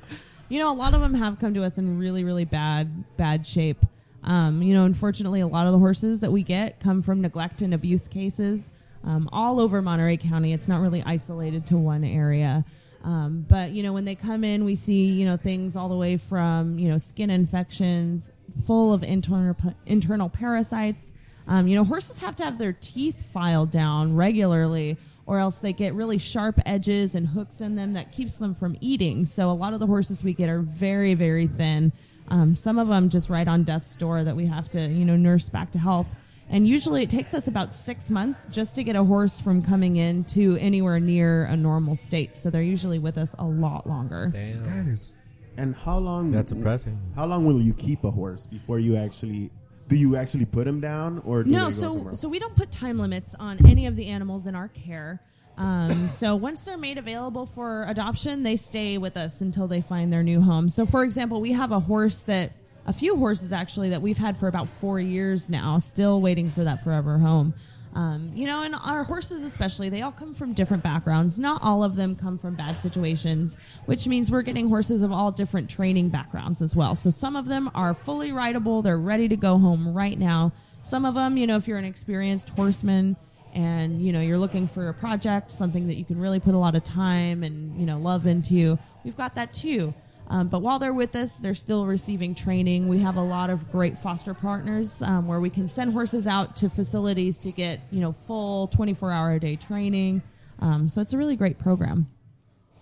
Speaker 5: you know, a lot of them have come to us in really, really bad, bad shape. Um, you know, unfortunately, a lot of the horses that we get come from neglect and abuse cases um, all over Monterey County. It's not really isolated to one area. Um, but, you know, when they come in, we see, you know, things all the way from, you know, skin infections, full of internal, internal parasites. Um, you know, horses have to have their teeth filed down regularly, or else they get really sharp edges and hooks in them that keeps them from eating. So a lot of the horses we get are very, very thin. Um, some of them just right on death's door that we have to, you know, nurse back to health. And usually it takes us about six months just to get a horse from coming in to anywhere near a normal state. So they're usually with us a lot longer.
Speaker 1: Damn.
Speaker 4: That is-
Speaker 2: And how long?
Speaker 1: That's impressive.
Speaker 2: How long will you keep a horse before you actually? Do you actually put him down, or do they
Speaker 5: No,
Speaker 2: go
Speaker 5: so
Speaker 2: somewhere else?
Speaker 5: so we don't put time limits on any of the animals in our care.
Speaker 2: *laughs*
Speaker 5: Um, so once they're made available for adoption, they stay with us until they find their new home. So, for example, we have a horse that a few horses actually that we've had for about four years now, still waiting for that forever home. Um, you know, and our horses especially, they all come from different backgrounds. Not all of them come from bad situations, which means we're getting horses of all different training backgrounds as well. So some of them are fully rideable, they're ready to go home right now. Some of them, you know, if you're an experienced horseman and you know you're looking for a project, something that you can really put a lot of time and you know love into, we've got that too. Um, but while they're with us, they're still receiving training. We have a lot of great foster partners um, where we can send horses out to facilities to get you know full 24 hour a day training. Um, so it's a really great program,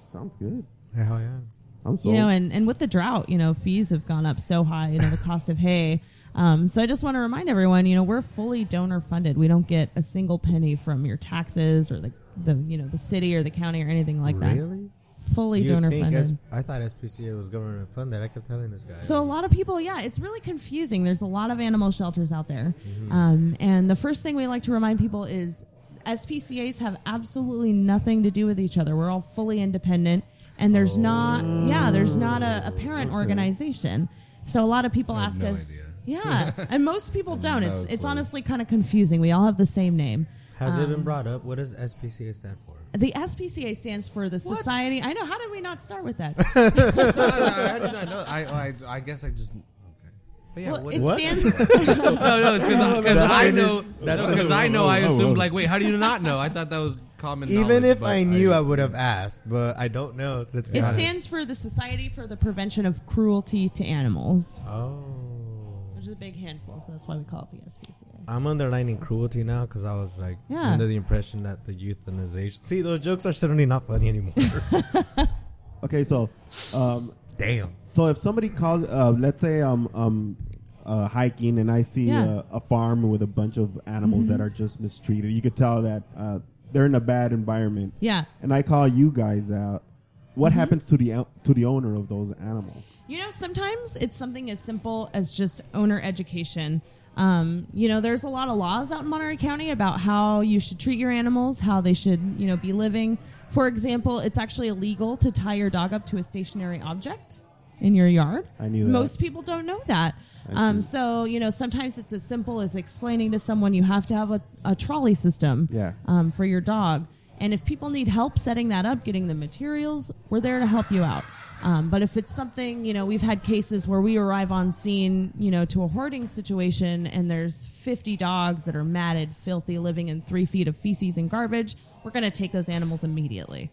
Speaker 2: Sounds good.
Speaker 1: Hell yeah.
Speaker 2: I'm sold.
Speaker 5: you know. And, and with the drought, you know, fees have gone up so high. You know, the cost of hay. Um, so I just want to remind everyone, you know, we're fully donor funded. We don't get a single penny from your taxes or the, the you know the city or the county or anything like that.
Speaker 1: Really?
Speaker 5: Fully donor funded.
Speaker 1: I thought SPCA was government funded. I kept telling this guy.
Speaker 5: So a lot of people, yeah, it's really confusing. There's a lot of animal shelters out there,
Speaker 6: Mm-hmm.
Speaker 5: um, and the first thing we like to remind people is SPCA's have absolutely nothing to do with each other. We're all fully independent, and there's not, yeah, there's not a, a parent organization. So a lot of people ask
Speaker 6: no
Speaker 5: us,
Speaker 6: idea. *laughs*
Speaker 5: yeah, and most people don't. It's it's honestly kind of confusing. We all have the same name.
Speaker 1: Has
Speaker 5: um,
Speaker 1: it been brought up? What does SPCA stand for?
Speaker 5: The SPCA stands for the Society. I know. How did we not start with that?
Speaker 1: *laughs*
Speaker 6: I, I, did not know. I, I, I guess I just. Okay. But *laughs* yeah,
Speaker 5: Well,
Speaker 6: what,
Speaker 5: it
Speaker 6: what?
Speaker 5: stands.
Speaker 6: No, no,
Speaker 1: *laughs*
Speaker 6: it's because I know.
Speaker 1: That's-
Speaker 6: Because I know. I
Speaker 2: oh, oh.
Speaker 6: assumed like, wait, how do you not know? I thought that was common.
Speaker 1: Even
Speaker 6: knowledge,
Speaker 1: if
Speaker 6: but
Speaker 1: I knew, I, would have asked, but I don't know. So let's be
Speaker 5: It
Speaker 1: honest.
Speaker 5: stands for the Society for the Prevention of Cruelty to Animals,
Speaker 1: Oh.
Speaker 5: which is a big handful, so that's why we call it the SPCA.
Speaker 1: I'm underlining cruelty now because I was like
Speaker 5: Yeah.
Speaker 1: under the impression that the euthanization. See, those jokes are certainly not funny anymore.
Speaker 5: *laughs*
Speaker 2: okay, so um,
Speaker 1: Damn.
Speaker 2: so if somebody calls, uh, let's say I'm um, uh, hiking and I see
Speaker 5: Yeah. Mm-hmm.
Speaker 2: a, a farm with a bunch of animals that are just mistreated, you could tell that uh, they're in a bad environment.
Speaker 5: Yeah. Mm-hmm.
Speaker 2: And I call you guys out. What happens to the ou- to the owner of those animals?
Speaker 5: You know, sometimes it's something as simple as just owner education. Um, you know, there's a lot of laws out in Monterey County about how you should treat your animals, how they should, you know, be living. For example, it's actually illegal to tie your dog up to a stationary object in your yard.
Speaker 2: I knew that.
Speaker 5: Most people don't know that. Um, so, you know, sometimes it's as simple as explaining to someone you have to have a, a trolley system
Speaker 2: Yeah.
Speaker 5: um, for your dog. And if people need help setting that up, getting the materials, we're there to help you out. Um, but if it's something, you know, we've had cases where we arrive on scene, you know, to a hoarding situation and there's 50 dogs that are matted, filthy, living in three feet of feces and garbage, we're going to take those animals immediately.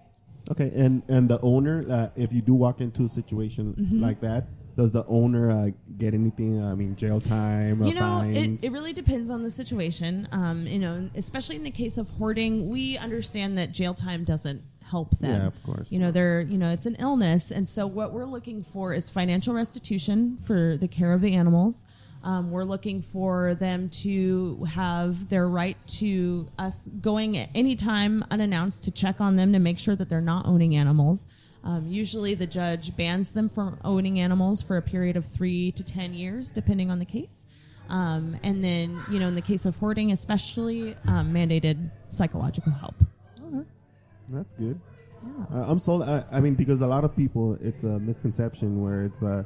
Speaker 2: Okay, and and the owner, uh, if you do walk into a situation
Speaker 5: Mm-hmm.
Speaker 2: like that, does the owner uh, get anything? I mean, jail time, uh,
Speaker 5: you know
Speaker 2: fines?
Speaker 5: it, it really depends on the situation um, you know especially in the case of hoarding we understand that jail time doesn't help them.
Speaker 2: Yeah, of course.
Speaker 5: You know, they're you know it's an illness, and so what we're looking for is financial restitution for the care of the animals. Um, we're looking for them to have their right to us going at any time unannounced to check on them to make sure that they're not owning animals. Um, usually, the judge bans them from owning animals for a period of three to ten years, depending on the case. Um, and then, you know, in the case of hoarding, especially um, mandated psychological help.
Speaker 2: That's good. Uh, I'm sold. I, I mean, because a lot of people, it's a misconception where it's uh,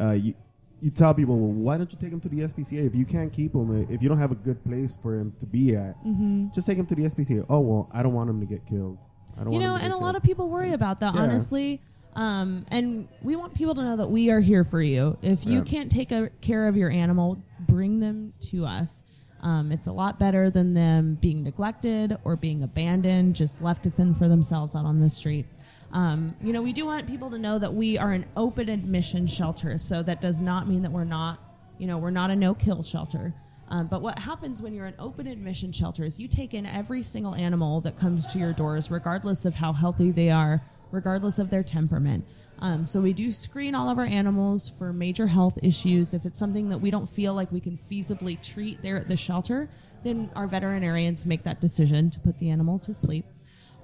Speaker 2: uh, you, you tell people, well, why don't you take them to the SPCA if you can't keep him? If you don't have a good place for him to be at,
Speaker 5: Mm-hmm.
Speaker 2: just take him to the SPCA. Oh well, I don't want him to get killed. I don't.
Speaker 5: You
Speaker 2: want
Speaker 5: know,
Speaker 2: him to
Speaker 5: and
Speaker 2: get
Speaker 5: a lot
Speaker 2: killed."
Speaker 5: of people worry about that,
Speaker 2: Yeah.
Speaker 5: honestly. Um, and we want people to know that we are here for you. If you
Speaker 2: Yeah.
Speaker 5: can't take a, care of your animal, bring them to us. Um, it's a lot better than them being neglected or being abandoned, just left to fend for themselves out on the street. Um, you know, we do want people to know that we are an open admission shelter, so that does not mean that we're not, you know, we're not a no-kill shelter. Um, but what happens when you're an open admission shelter is you take in every single animal that comes to your doors, regardless of how healthy they are, regardless of their temperament. Um, so we do screen all of our animals for major health issues. If it's something that we don't feel like we can feasibly treat there at the shelter, then our veterinarians make that decision to put the animal to sleep.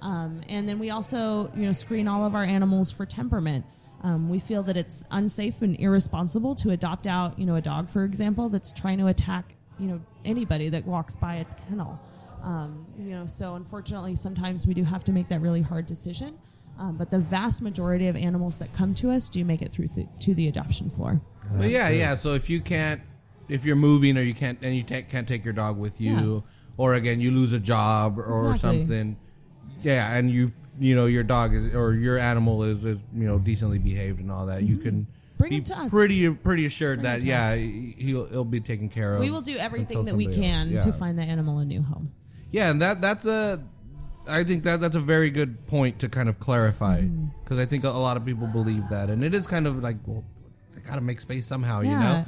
Speaker 5: Um, and then we also, you know, screen all of our animals for temperament. Um, we feel that it's unsafe and irresponsible to adopt out, you know, a dog, for example, that's trying to attack, you know, anybody that walks by its kennel. Um, you know, so unfortunately, sometimes we do have to make that really hard decision. Um, but the vast majority of animals that come to us do make it through th- to the adoption floor.
Speaker 4: But yeah, yeah. So if you can't, if you're moving or you can't, and you ta- can't take your dog with you, or again you lose a job or
Speaker 5: Exactly.
Speaker 4: something, yeah, and you you know your dog is or your animal is, is you know decently behaved and all that, you can
Speaker 5: Mm-hmm. Bring
Speaker 4: be
Speaker 5: him to us.
Speaker 4: pretty pretty assured that
Speaker 5: to
Speaker 4: yeah he'll he'll be taken care of.
Speaker 5: We will do
Speaker 4: until
Speaker 5: everything that
Speaker 4: somebody
Speaker 5: we
Speaker 4: else.
Speaker 5: can
Speaker 4: Yeah.
Speaker 5: to find that animal a new home.
Speaker 4: Yeah, and that that's a, I think that that's a very good point to kind of clarify
Speaker 5: Mm.
Speaker 4: because I think a, a lot of people believe that, and it is kind of like well, I gotta make space somehow, you know.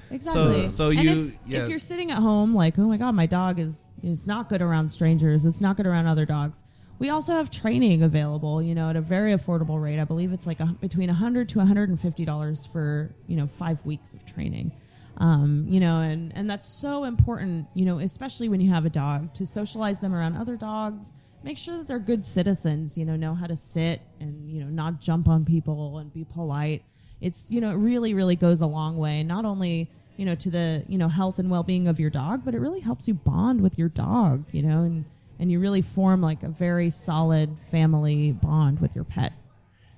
Speaker 4: So
Speaker 5: exactly.
Speaker 4: so
Speaker 5: And
Speaker 4: you
Speaker 5: if,
Speaker 4: yeah.
Speaker 5: if you're sitting at home, like, oh my god, my dog is is not good around strangers. It's not good around other dogs. We also have training available, you know, at a very affordable rate. I believe it's like a, between 100 to 150 dollars for you know five weeks of training. Um, you know, and and that's so important, you know, especially when you have a dog to socialize them around other dogs. Make sure that they're good citizens, you know, know how to sit and you know not jump on people and be polite it's you know it really really goes a long way not only you know to the you know health and well-being of your dog but it really helps you bond with your dog you know and and you really form like a very solid family bond with your pet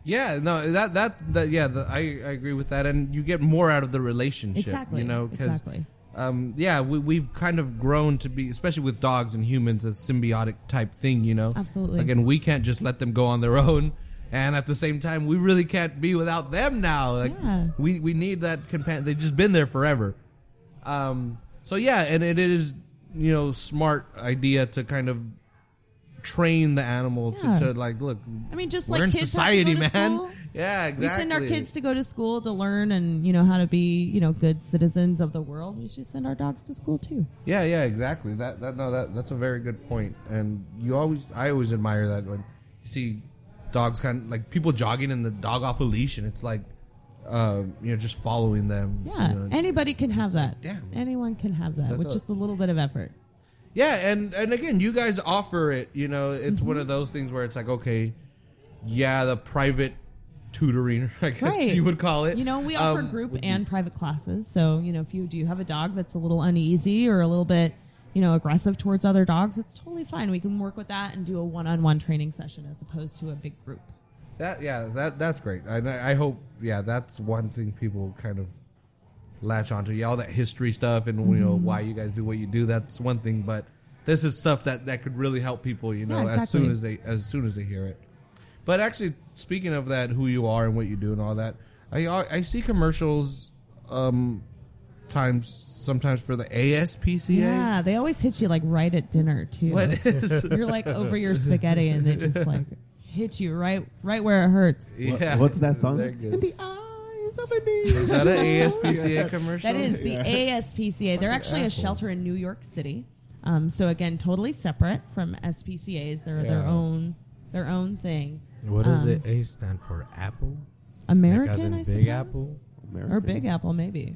Speaker 4: Yeah, no, that that, that yeah, the, I, I agree with that, and you get more out of the relationship,
Speaker 5: Exactly,
Speaker 4: You know, 'cause,
Speaker 5: exactly.
Speaker 4: Um, yeah, we, we've kind of grown to be, especially with dogs and humans, a symbiotic type thing. You know,
Speaker 5: Absolutely.
Speaker 4: Again, we can't just let them go on their own, and at the same time, we really can't be without them now. Like,
Speaker 5: Yeah.
Speaker 4: we we need that companion. They've just been there forever. Um, so yeah, and it is you know smart idea to kind of train the animal
Speaker 5: Yeah.
Speaker 4: to, to like look.
Speaker 5: i mean just
Speaker 4: We're
Speaker 5: like
Speaker 4: in
Speaker 5: kids have to
Speaker 4: society,
Speaker 5: go to
Speaker 4: man.
Speaker 5: school.
Speaker 4: Yeah, exactly.
Speaker 5: we send our kids to go to school to learn and you know how to be you know good citizens of the world we should send our dogs to school too
Speaker 4: Yeah, yeah, exactly. That that no, that that's a very good point. And you always, I always admire that when you see dogs kind of like people jogging and the dog off a leash, and it's like, uh, you know, just following them. you
Speaker 5: yeah
Speaker 4: know, it's-
Speaker 5: anybody can have that
Speaker 4: damn.
Speaker 5: anyone can have that
Speaker 4: That's
Speaker 5: with
Speaker 4: a-
Speaker 5: just a little bit of effort
Speaker 4: yeah, and and again, you guys offer it. You know, it's
Speaker 5: Mm-hmm.
Speaker 4: one of those things where it's like, okay, yeah, the private tutoring, *laughs* I guess
Speaker 5: Right.
Speaker 4: you would call it.
Speaker 5: You know, we offer
Speaker 4: Um,
Speaker 5: group and private classes. So, you know, if you do have a dog that's a little uneasy or a little bit, you know, aggressive towards other dogs, it's totally fine. We can work with that and do a one on one training session as opposed to a big group.
Speaker 4: That yeah, that that's great. And I, I hope yeah, that's one thing people kind of latch onto. Yeah, all that history stuff and you know why you guys do what you do. That's one thing, but this is stuff that that could really help people. You know, as
Speaker 5: exactly.
Speaker 4: soon as they as soon as they hear it. But actually, speaking of that, who you are and what you do and all that, I I see commercials. Um, times sometimes for the ASPCA.
Speaker 5: Yeah, they always hit you like right at dinner, too.
Speaker 4: What is?
Speaker 5: *laughs* You're like over your spaghetti and they just like hit you right right where it hurts.
Speaker 2: What-
Speaker 4: *laughs* Yeah.
Speaker 2: What's that song?
Speaker 4: They're good.
Speaker 2: In the eyes of an angel.
Speaker 4: Is that an ASPCA commercial?
Speaker 5: That is the ASPCA. They're actually a shelter in New York City. Um, so again, totally separate from SPCA's. They're their
Speaker 4: Yeah.
Speaker 5: own their own thing.
Speaker 1: What does the A stand for? Apple? Like as
Speaker 5: Um, American,
Speaker 1: in
Speaker 5: I
Speaker 1: Big
Speaker 5: suppose?
Speaker 1: Apple?
Speaker 5: or Big Apple, maybe.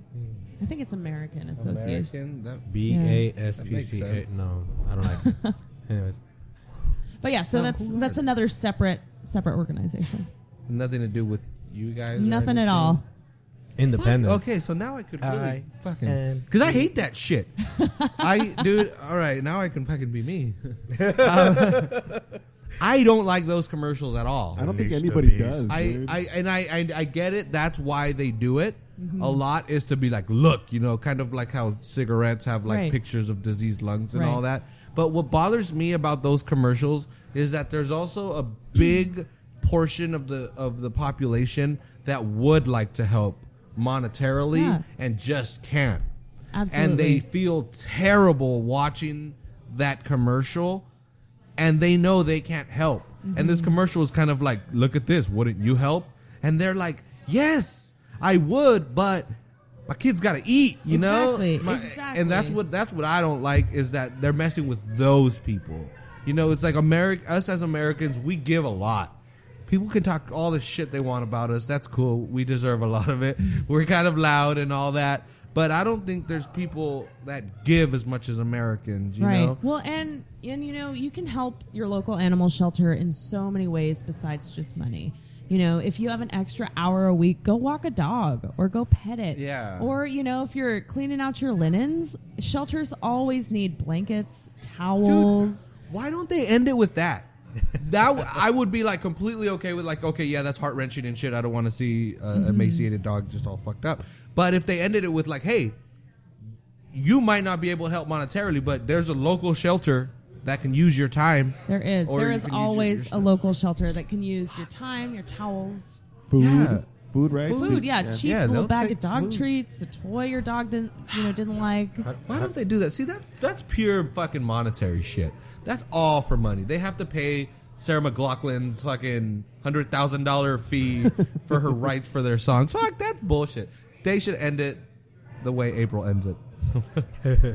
Speaker 5: I think it's American Association.
Speaker 4: American, that-
Speaker 1: B A S P C
Speaker 4: That
Speaker 1: A.
Speaker 4: makes sense.
Speaker 1: No, I don't like
Speaker 5: *laughs*
Speaker 1: it. Anyways.
Speaker 5: But yeah, so
Speaker 4: Oh,
Speaker 5: that's
Speaker 4: cool.
Speaker 5: that's another separate separate organization.
Speaker 4: nothing to do with you guys. or
Speaker 5: Nothing at
Speaker 4: anything.
Speaker 5: all.
Speaker 1: Independent.
Speaker 4: Okay, so now I could really
Speaker 1: I
Speaker 4: fucking
Speaker 1: am
Speaker 4: because I hate that
Speaker 5: *laughs*
Speaker 4: shit. I dude, all right, now I can fucking be *laughs* me. Um, I don't like those commercials at all.
Speaker 2: I don't think
Speaker 7: Unleash the
Speaker 2: anybody
Speaker 7: beast.
Speaker 2: does.
Speaker 4: I,
Speaker 2: dude.
Speaker 4: I and I, I I get it. That's why they do it.
Speaker 5: Mm-hmm.
Speaker 4: A lot is to be like, look, you know, kind of like how cigarettes have like
Speaker 5: Right.
Speaker 4: pictures of diseased lungs and
Speaker 5: Right.
Speaker 4: all that. But what bothers me about those commercials is that there's also a big portion of the of the population that would like to help monetarily
Speaker 5: Yeah.
Speaker 4: and just can't.
Speaker 5: Absolutely.
Speaker 4: And they feel terrible watching that commercial and they know they can't help. And
Speaker 5: Mm-hmm.
Speaker 4: this commercial is kind of like, look at this, wouldn't you help? And they're like, yes, I would, but my kids got to eat, you
Speaker 5: Exactly,
Speaker 4: know? My-
Speaker 5: exactly.
Speaker 4: And that's what that's what I don't like is that they're messing with those people. You know, it's like America us as Americans, we give a lot. People can talk all the shit they want about us. That's cool. We deserve a lot of it. We're kind of loud and all that. But I don't think there's people that give as much as Americans, you
Speaker 5: right.
Speaker 4: know?
Speaker 5: Well, and and you know, you can help your local animal shelter in so many ways besides just money. You know, if you have an extra hour a week, go walk a dog or go pet it.
Speaker 4: Yeah.
Speaker 5: Or you know, if you're cleaning out your linens, shelters always need blankets, towels.
Speaker 4: Why don't they end it with that? That w- I would be like completely okay with like okay yeah that's heart wrenching and shit I don't want to see a emaciated dog just all fucked up. But if they ended it with like hey, you might not be able to help monetarily, but there's a local shelter that can use your time.
Speaker 5: There is.
Speaker 4: Or
Speaker 5: there
Speaker 4: you
Speaker 5: is
Speaker 4: can use your- your
Speaker 5: always a
Speaker 4: stuff.
Speaker 5: local shelter that can use your time, your towels,
Speaker 2: food,
Speaker 4: Yeah.
Speaker 2: food, right?
Speaker 5: food. Yeah, cheap
Speaker 4: Yeah,
Speaker 5: little
Speaker 4: they'll
Speaker 5: bag
Speaker 4: take
Speaker 5: of dog
Speaker 4: food.
Speaker 5: treats, a toy your dog didn't you know didn't like.
Speaker 4: Why don't they do that? See, that's that's pure fucking monetary shit. That's all for money. They have to pay Sarah McLaughlin's fucking hundred thousand dollar fee for her rights for their songs. Fuck that's bullshit. They should end it the way April ends it.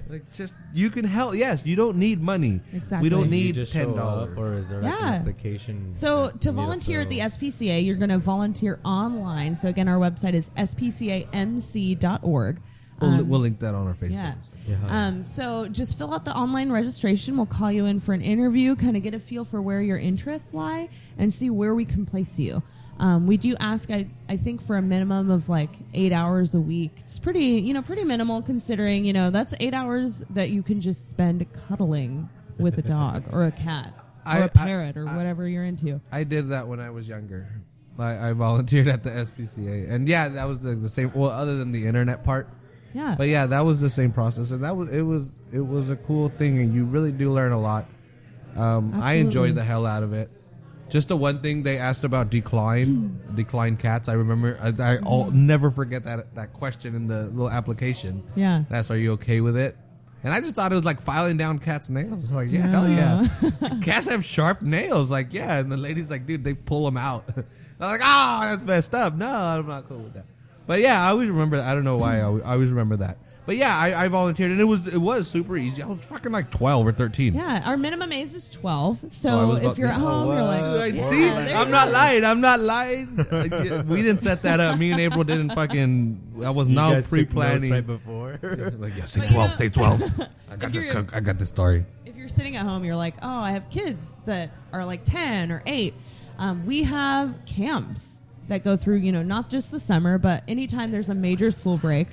Speaker 4: like just you can help. Yes, you don't need money.
Speaker 5: Exactly.
Speaker 4: We don't
Speaker 5: You
Speaker 1: You
Speaker 4: need
Speaker 1: just show
Speaker 4: ten
Speaker 1: up,
Speaker 4: dollars.
Speaker 1: or is there like
Speaker 5: Yeah.
Speaker 1: an application?
Speaker 5: So
Speaker 1: that
Speaker 5: to
Speaker 1: you need
Speaker 5: volunteer at
Speaker 1: fill?
Speaker 5: the SPCA, you're going to volunteer online. So again, our website is spcamc.org.
Speaker 4: We'll,
Speaker 5: Um,
Speaker 4: we'll link that on our Facebook.
Speaker 5: yeah.
Speaker 1: Yeah.
Speaker 5: Um, so just fill out the online registration. We'll call you in for an interview, kind of get a feel for where your interests lie and see where we can place you. Um, we do ask, I, I think, for a minimum of like eight hours a week. It's pretty, you know, pretty minimal considering, you know, that's eight hours that you can just spend cuddling with a dog or a cat or
Speaker 4: I-
Speaker 5: a
Speaker 4: I-
Speaker 5: parrot or whatever you're into.
Speaker 4: I did that when I was younger. I, I volunteered at the SPCA, and yeah, that was the, the same. Well, other than the internet part,
Speaker 5: Yeah.
Speaker 4: But yeah, that was the same process, and that was it was it was a cool thing, and you really do learn a lot. Um, I
Speaker 5: Absolutely.
Speaker 4: enjoyed the hell out of it. Just the one thing they asked about
Speaker 5: *clears throat*
Speaker 4: decline, decline cats. I remember I, I will never forget that that question in the little application.
Speaker 5: Yeah.
Speaker 4: that's are you okay with it? And I just thought it was like filing down cats' nails. Like, yeah, hell yeah. *laughs* cats have sharp nails. Like, yeah. And the lady's like, dude, they pull them out. *laughs* I'm like, oh, that's messed up. No, I'm not cool with that. But yeah, I always remember. I don't know why. I always, I always remember that. But yeah, I, I volunteered, and it was it was super easy. I was fucking like twelve or thirteen.
Speaker 5: Yeah, our minimum age is 12. So,
Speaker 4: I was
Speaker 5: if
Speaker 4: about
Speaker 5: you're
Speaker 4: to-
Speaker 5: at home, you're like,
Speaker 4: Dude, I-
Speaker 5: yeah,
Speaker 4: see,
Speaker 5: there
Speaker 4: I'm
Speaker 5: you
Speaker 4: not
Speaker 5: go.
Speaker 4: lying. I'm not lying. Uh, yeah, we didn't set that up. Me and April didn't fucking. I was
Speaker 1: You
Speaker 4: not
Speaker 1: guys took notes
Speaker 4: pre-planning.
Speaker 1: right *laughs* before.
Speaker 4: like, yeah, say
Speaker 5: But you
Speaker 4: twelve.
Speaker 5: know-
Speaker 4: Say twelve.
Speaker 5: *laughs*
Speaker 4: I got
Speaker 5: If
Speaker 4: this.
Speaker 5: you're-
Speaker 4: cook- I got this story.
Speaker 5: If you're sitting at home, you're like, oh, I have kids that are like 10 or 8. Um, we have camps that go through, you know, not just the summer, but anytime there's a major school break.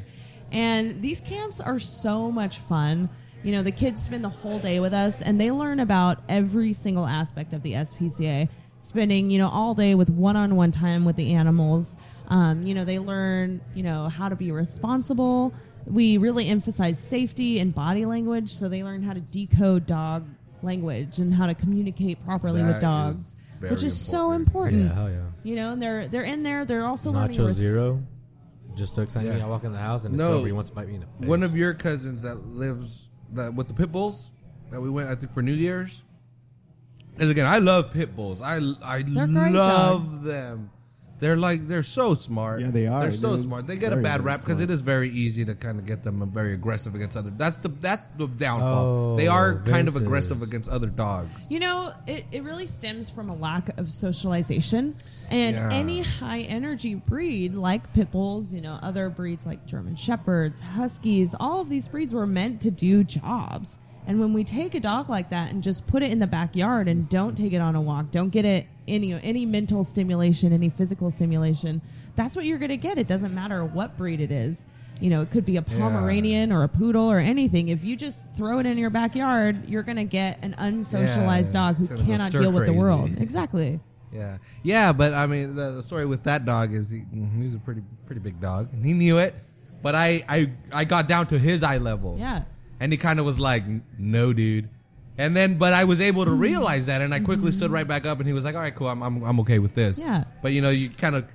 Speaker 5: And these camps are so much fun. You know, the kids spend the whole day with us and they learn about every single aspect of the SPCA. Spending, you know, all day with one on one time with the animals. Um, you know, they learn, you know, how to be responsible. We really emphasize safety and body language, so they learn how to decode dog language and how to communicate properly
Speaker 4: That
Speaker 5: with
Speaker 4: is
Speaker 5: dogs,
Speaker 4: very
Speaker 5: which is so important.
Speaker 1: Yeah, hell yeah.
Speaker 5: You know, and they're they're in there. They're also learning.
Speaker 1: Nacho
Speaker 5: res-
Speaker 1: Zero. Just looks at me.
Speaker 4: Yeah.
Speaker 1: I walk in the house and it's
Speaker 4: No.
Speaker 1: over. He wants to bite me in the face.
Speaker 4: One of your cousins that lives that with the pit bulls that we went, I think, for New Year's. Because again, I love pit bulls. I I
Speaker 5: great
Speaker 4: love them. They're like they're so smart.
Speaker 2: Yeah, they are,
Speaker 4: They're so
Speaker 2: dude.
Speaker 4: smart. They get a
Speaker 2: Very,
Speaker 4: bad
Speaker 2: very
Speaker 4: rap because
Speaker 2: smart.
Speaker 4: it is very easy to kind of get them very aggressive against other. That's the that's the downfall.
Speaker 8: Oh,
Speaker 4: they are kind of
Speaker 8: Vince's.
Speaker 4: aggressive against other dogs.
Speaker 5: You know, it, it really stems from a lack of socialization. And
Speaker 4: Yeah.
Speaker 5: any high energy breed, like pit bulls, you know, other breeds like German Shepherds, Huskies, all of these breeds were meant to do jobs. And when we take a dog like that and just put it in the backyard and don't take it on a walk, don't get it any any mental stimulation, any physical stimulation, that's what you're going to get. It doesn't matter what breed it is. You know, it could be a Pomeranian or a poodle or anything. If you just throw it in your backyard, you're going to get an unsocialized socialized
Speaker 4: Yeah,
Speaker 5: dog who
Speaker 4: sort of a
Speaker 5: cannot
Speaker 4: stir
Speaker 5: deal with the
Speaker 4: crazy.
Speaker 5: world. Exactly.
Speaker 4: Yeah, yeah, but I mean, the, the story with that dog is he, mm, he's a pretty pretty big dog, and he knew it. But I I I got down to his eye level.
Speaker 5: Yeah.
Speaker 4: and he kind of was like, "No, dude." And then, but I was able
Speaker 5: Mm.
Speaker 4: to realize that, and I quickly stood right back up, and he was like, "All right, cool, I'm I'm, I'm okay with this."
Speaker 5: Mm-hmm. Yeah.
Speaker 4: But you know, you kind of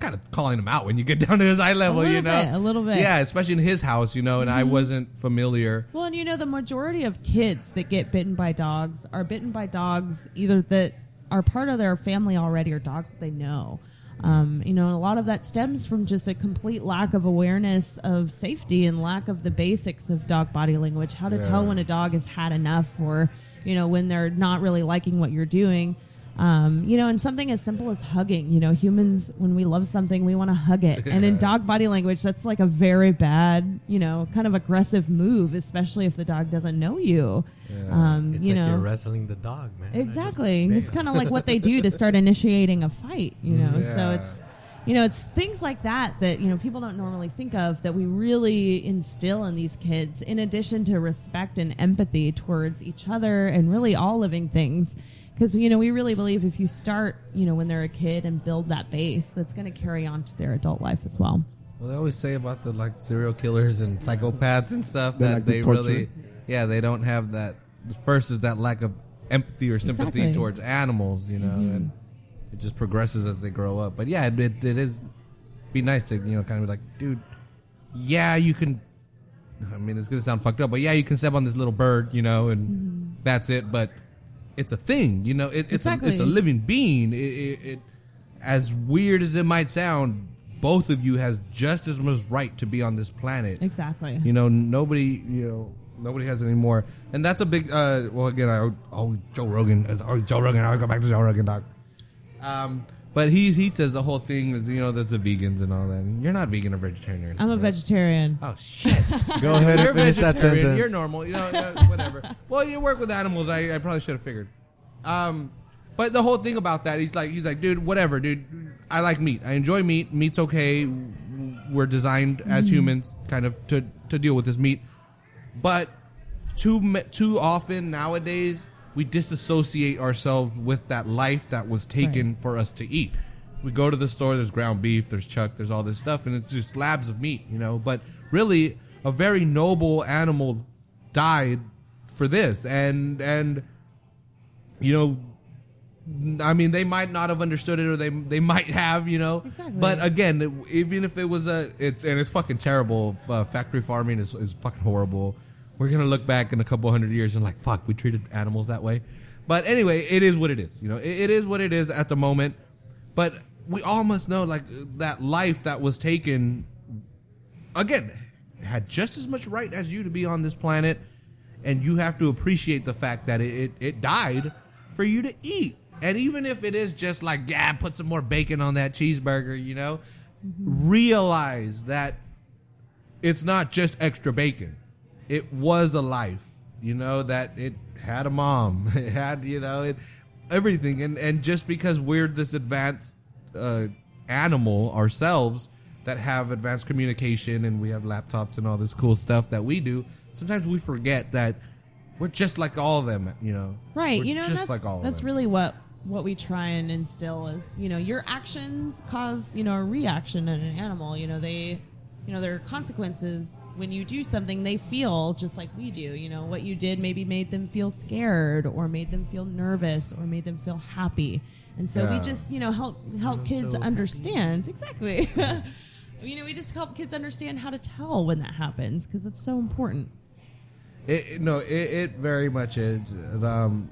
Speaker 4: kind of calling him out when you get *laughs* down to his eye level,
Speaker 5: little
Speaker 4: you know,
Speaker 5: bit, a little bit. Mm-hmm.
Speaker 4: Yeah, especially in his house, you know, and I wasn't familiar.
Speaker 5: Well, and you know, the majority of kids that get bitten by dogs are bitten by dogs either that are part of their family already or dogs that they know. Um, you know, and a lot of that stems from just a complete lack of awareness of safety and lack of the basics of dog body language, how to tell when a dog has had enough or, you know, when they're not really liking what you're doing. Um, you know, and something as simple as hugging. You know, humans, when we love something, we want to hug it.
Speaker 1: *laughs*
Speaker 5: And in dog body language, that's like a very bad, you know, kind of aggressive move, especially if the dog doesn't know you. Um,
Speaker 1: It's
Speaker 5: you
Speaker 1: like
Speaker 5: know,
Speaker 1: you're wrestling the dog, man. I just-
Speaker 5: Exactly.
Speaker 1: Damn.
Speaker 5: It's kind of like what they do to start initiating a fight, you know. So it's you know, it's things like that that, you know, people don't normally think of that we really instill in these kids in addition to respect and empathy towards each other and really all living things. Because you know we really believe if you start you know when they're a kid and build that base, that's going to carry on to their adult life as well.
Speaker 4: Well, they always say about the like serial killers and psychopaths and stuff
Speaker 2: They
Speaker 4: that
Speaker 2: like to
Speaker 4: they
Speaker 2: torture.
Speaker 4: really, yeah, they don't have that. First is that lack of empathy or sympathy
Speaker 5: Exactly. Mm-hmm.
Speaker 4: towards animals, you know, and it just progresses as they grow up. But yeah, it, it, it is be nice to you know kind of be like, dude, yeah, you can. I mean, it's gonna sound fucked up, but yeah, you can step on this little bird, you know, and
Speaker 5: Mm-hmm.
Speaker 4: that's it. But it's a thing, you know. It, it's a,
Speaker 5: Exactly.
Speaker 4: it's a living being. It, it, it as weird as it might sound, both of you has just as much right to be on this planet.
Speaker 5: Exactly.
Speaker 4: You know, nobody, you know, nobody has any more. And that's a big, uh, well, again, I always Joe Rogan, it's always Joe Rogan, I always go back to Joe Rogan, doc. Um, but he, he says the whole thing is, you know, that's the vegans and all that. You're not vegan or vegetarian.
Speaker 5: I'm a vegetarian.
Speaker 4: Oh shit!
Speaker 1: Go ahead
Speaker 4: You're
Speaker 1: and finish that
Speaker 4: vegetarian.
Speaker 1: sentence.
Speaker 4: You're normal. You know,
Speaker 1: *laughs*
Speaker 4: uh, whatever. well, you work with animals. I, I probably should have figured. Um, but the whole thing about that, he's like, he's like, dude, whatever, dude. I like meat. I enjoy meat. Meat's okay. We're designed as
Speaker 1: Mm-hmm.
Speaker 4: humans, kind of, to to deal with this meat. But too ma- too often nowadays, we disassociate ourselves with that life that was taken for us to eat. We go to the store. There's ground beef. There's chuck. There's all this stuff, and it's just slabs of meat, you know. But really, a very noble animal died for this, and and you know I mean, they might not have understood it, or they they might have, you know.
Speaker 5: Exactly.
Speaker 4: But again, it- even if it was a, it's and it's fucking terrible. Uh, factory farming is is fucking horrible. We're gonna look back in a couple hundred years and like, fuck, we treated animals that way. But anyway, it is what it is. You know, it, it is what it is at the moment. But we all must know, like that life that was taken again had just as much right as you to be on this planet and you have to appreciate the fact that it, it, it died for you to eat and even if it is just like yeah put some more bacon on that cheeseburger you know realize that it's not just extra bacon it was a life you know that it had a mom *laughs* it had you know it everything and and just because we're this advanced uh, animal ourselves that have advanced communication and we have laptops and all this cool stuff that we do sometimes we forget that we're just like all of them you know
Speaker 5: right
Speaker 4: We're
Speaker 5: you know and
Speaker 4: just like
Speaker 5: that's,
Speaker 4: all of
Speaker 5: that's
Speaker 4: them.
Speaker 5: really what what we try and instill is you know your actions cause you know a reaction in an animal you know they you know there are consequences when you do something they feel just like we do you know what you did maybe made them feel scared or made them feel nervous or made them feel happy and so we
Speaker 4: Yeah.
Speaker 5: just you know help help kids understand exactly *laughs* you know we just help kids understand how to tell when that happens because it's so important
Speaker 4: It, it- no, it, it very much is. And, um,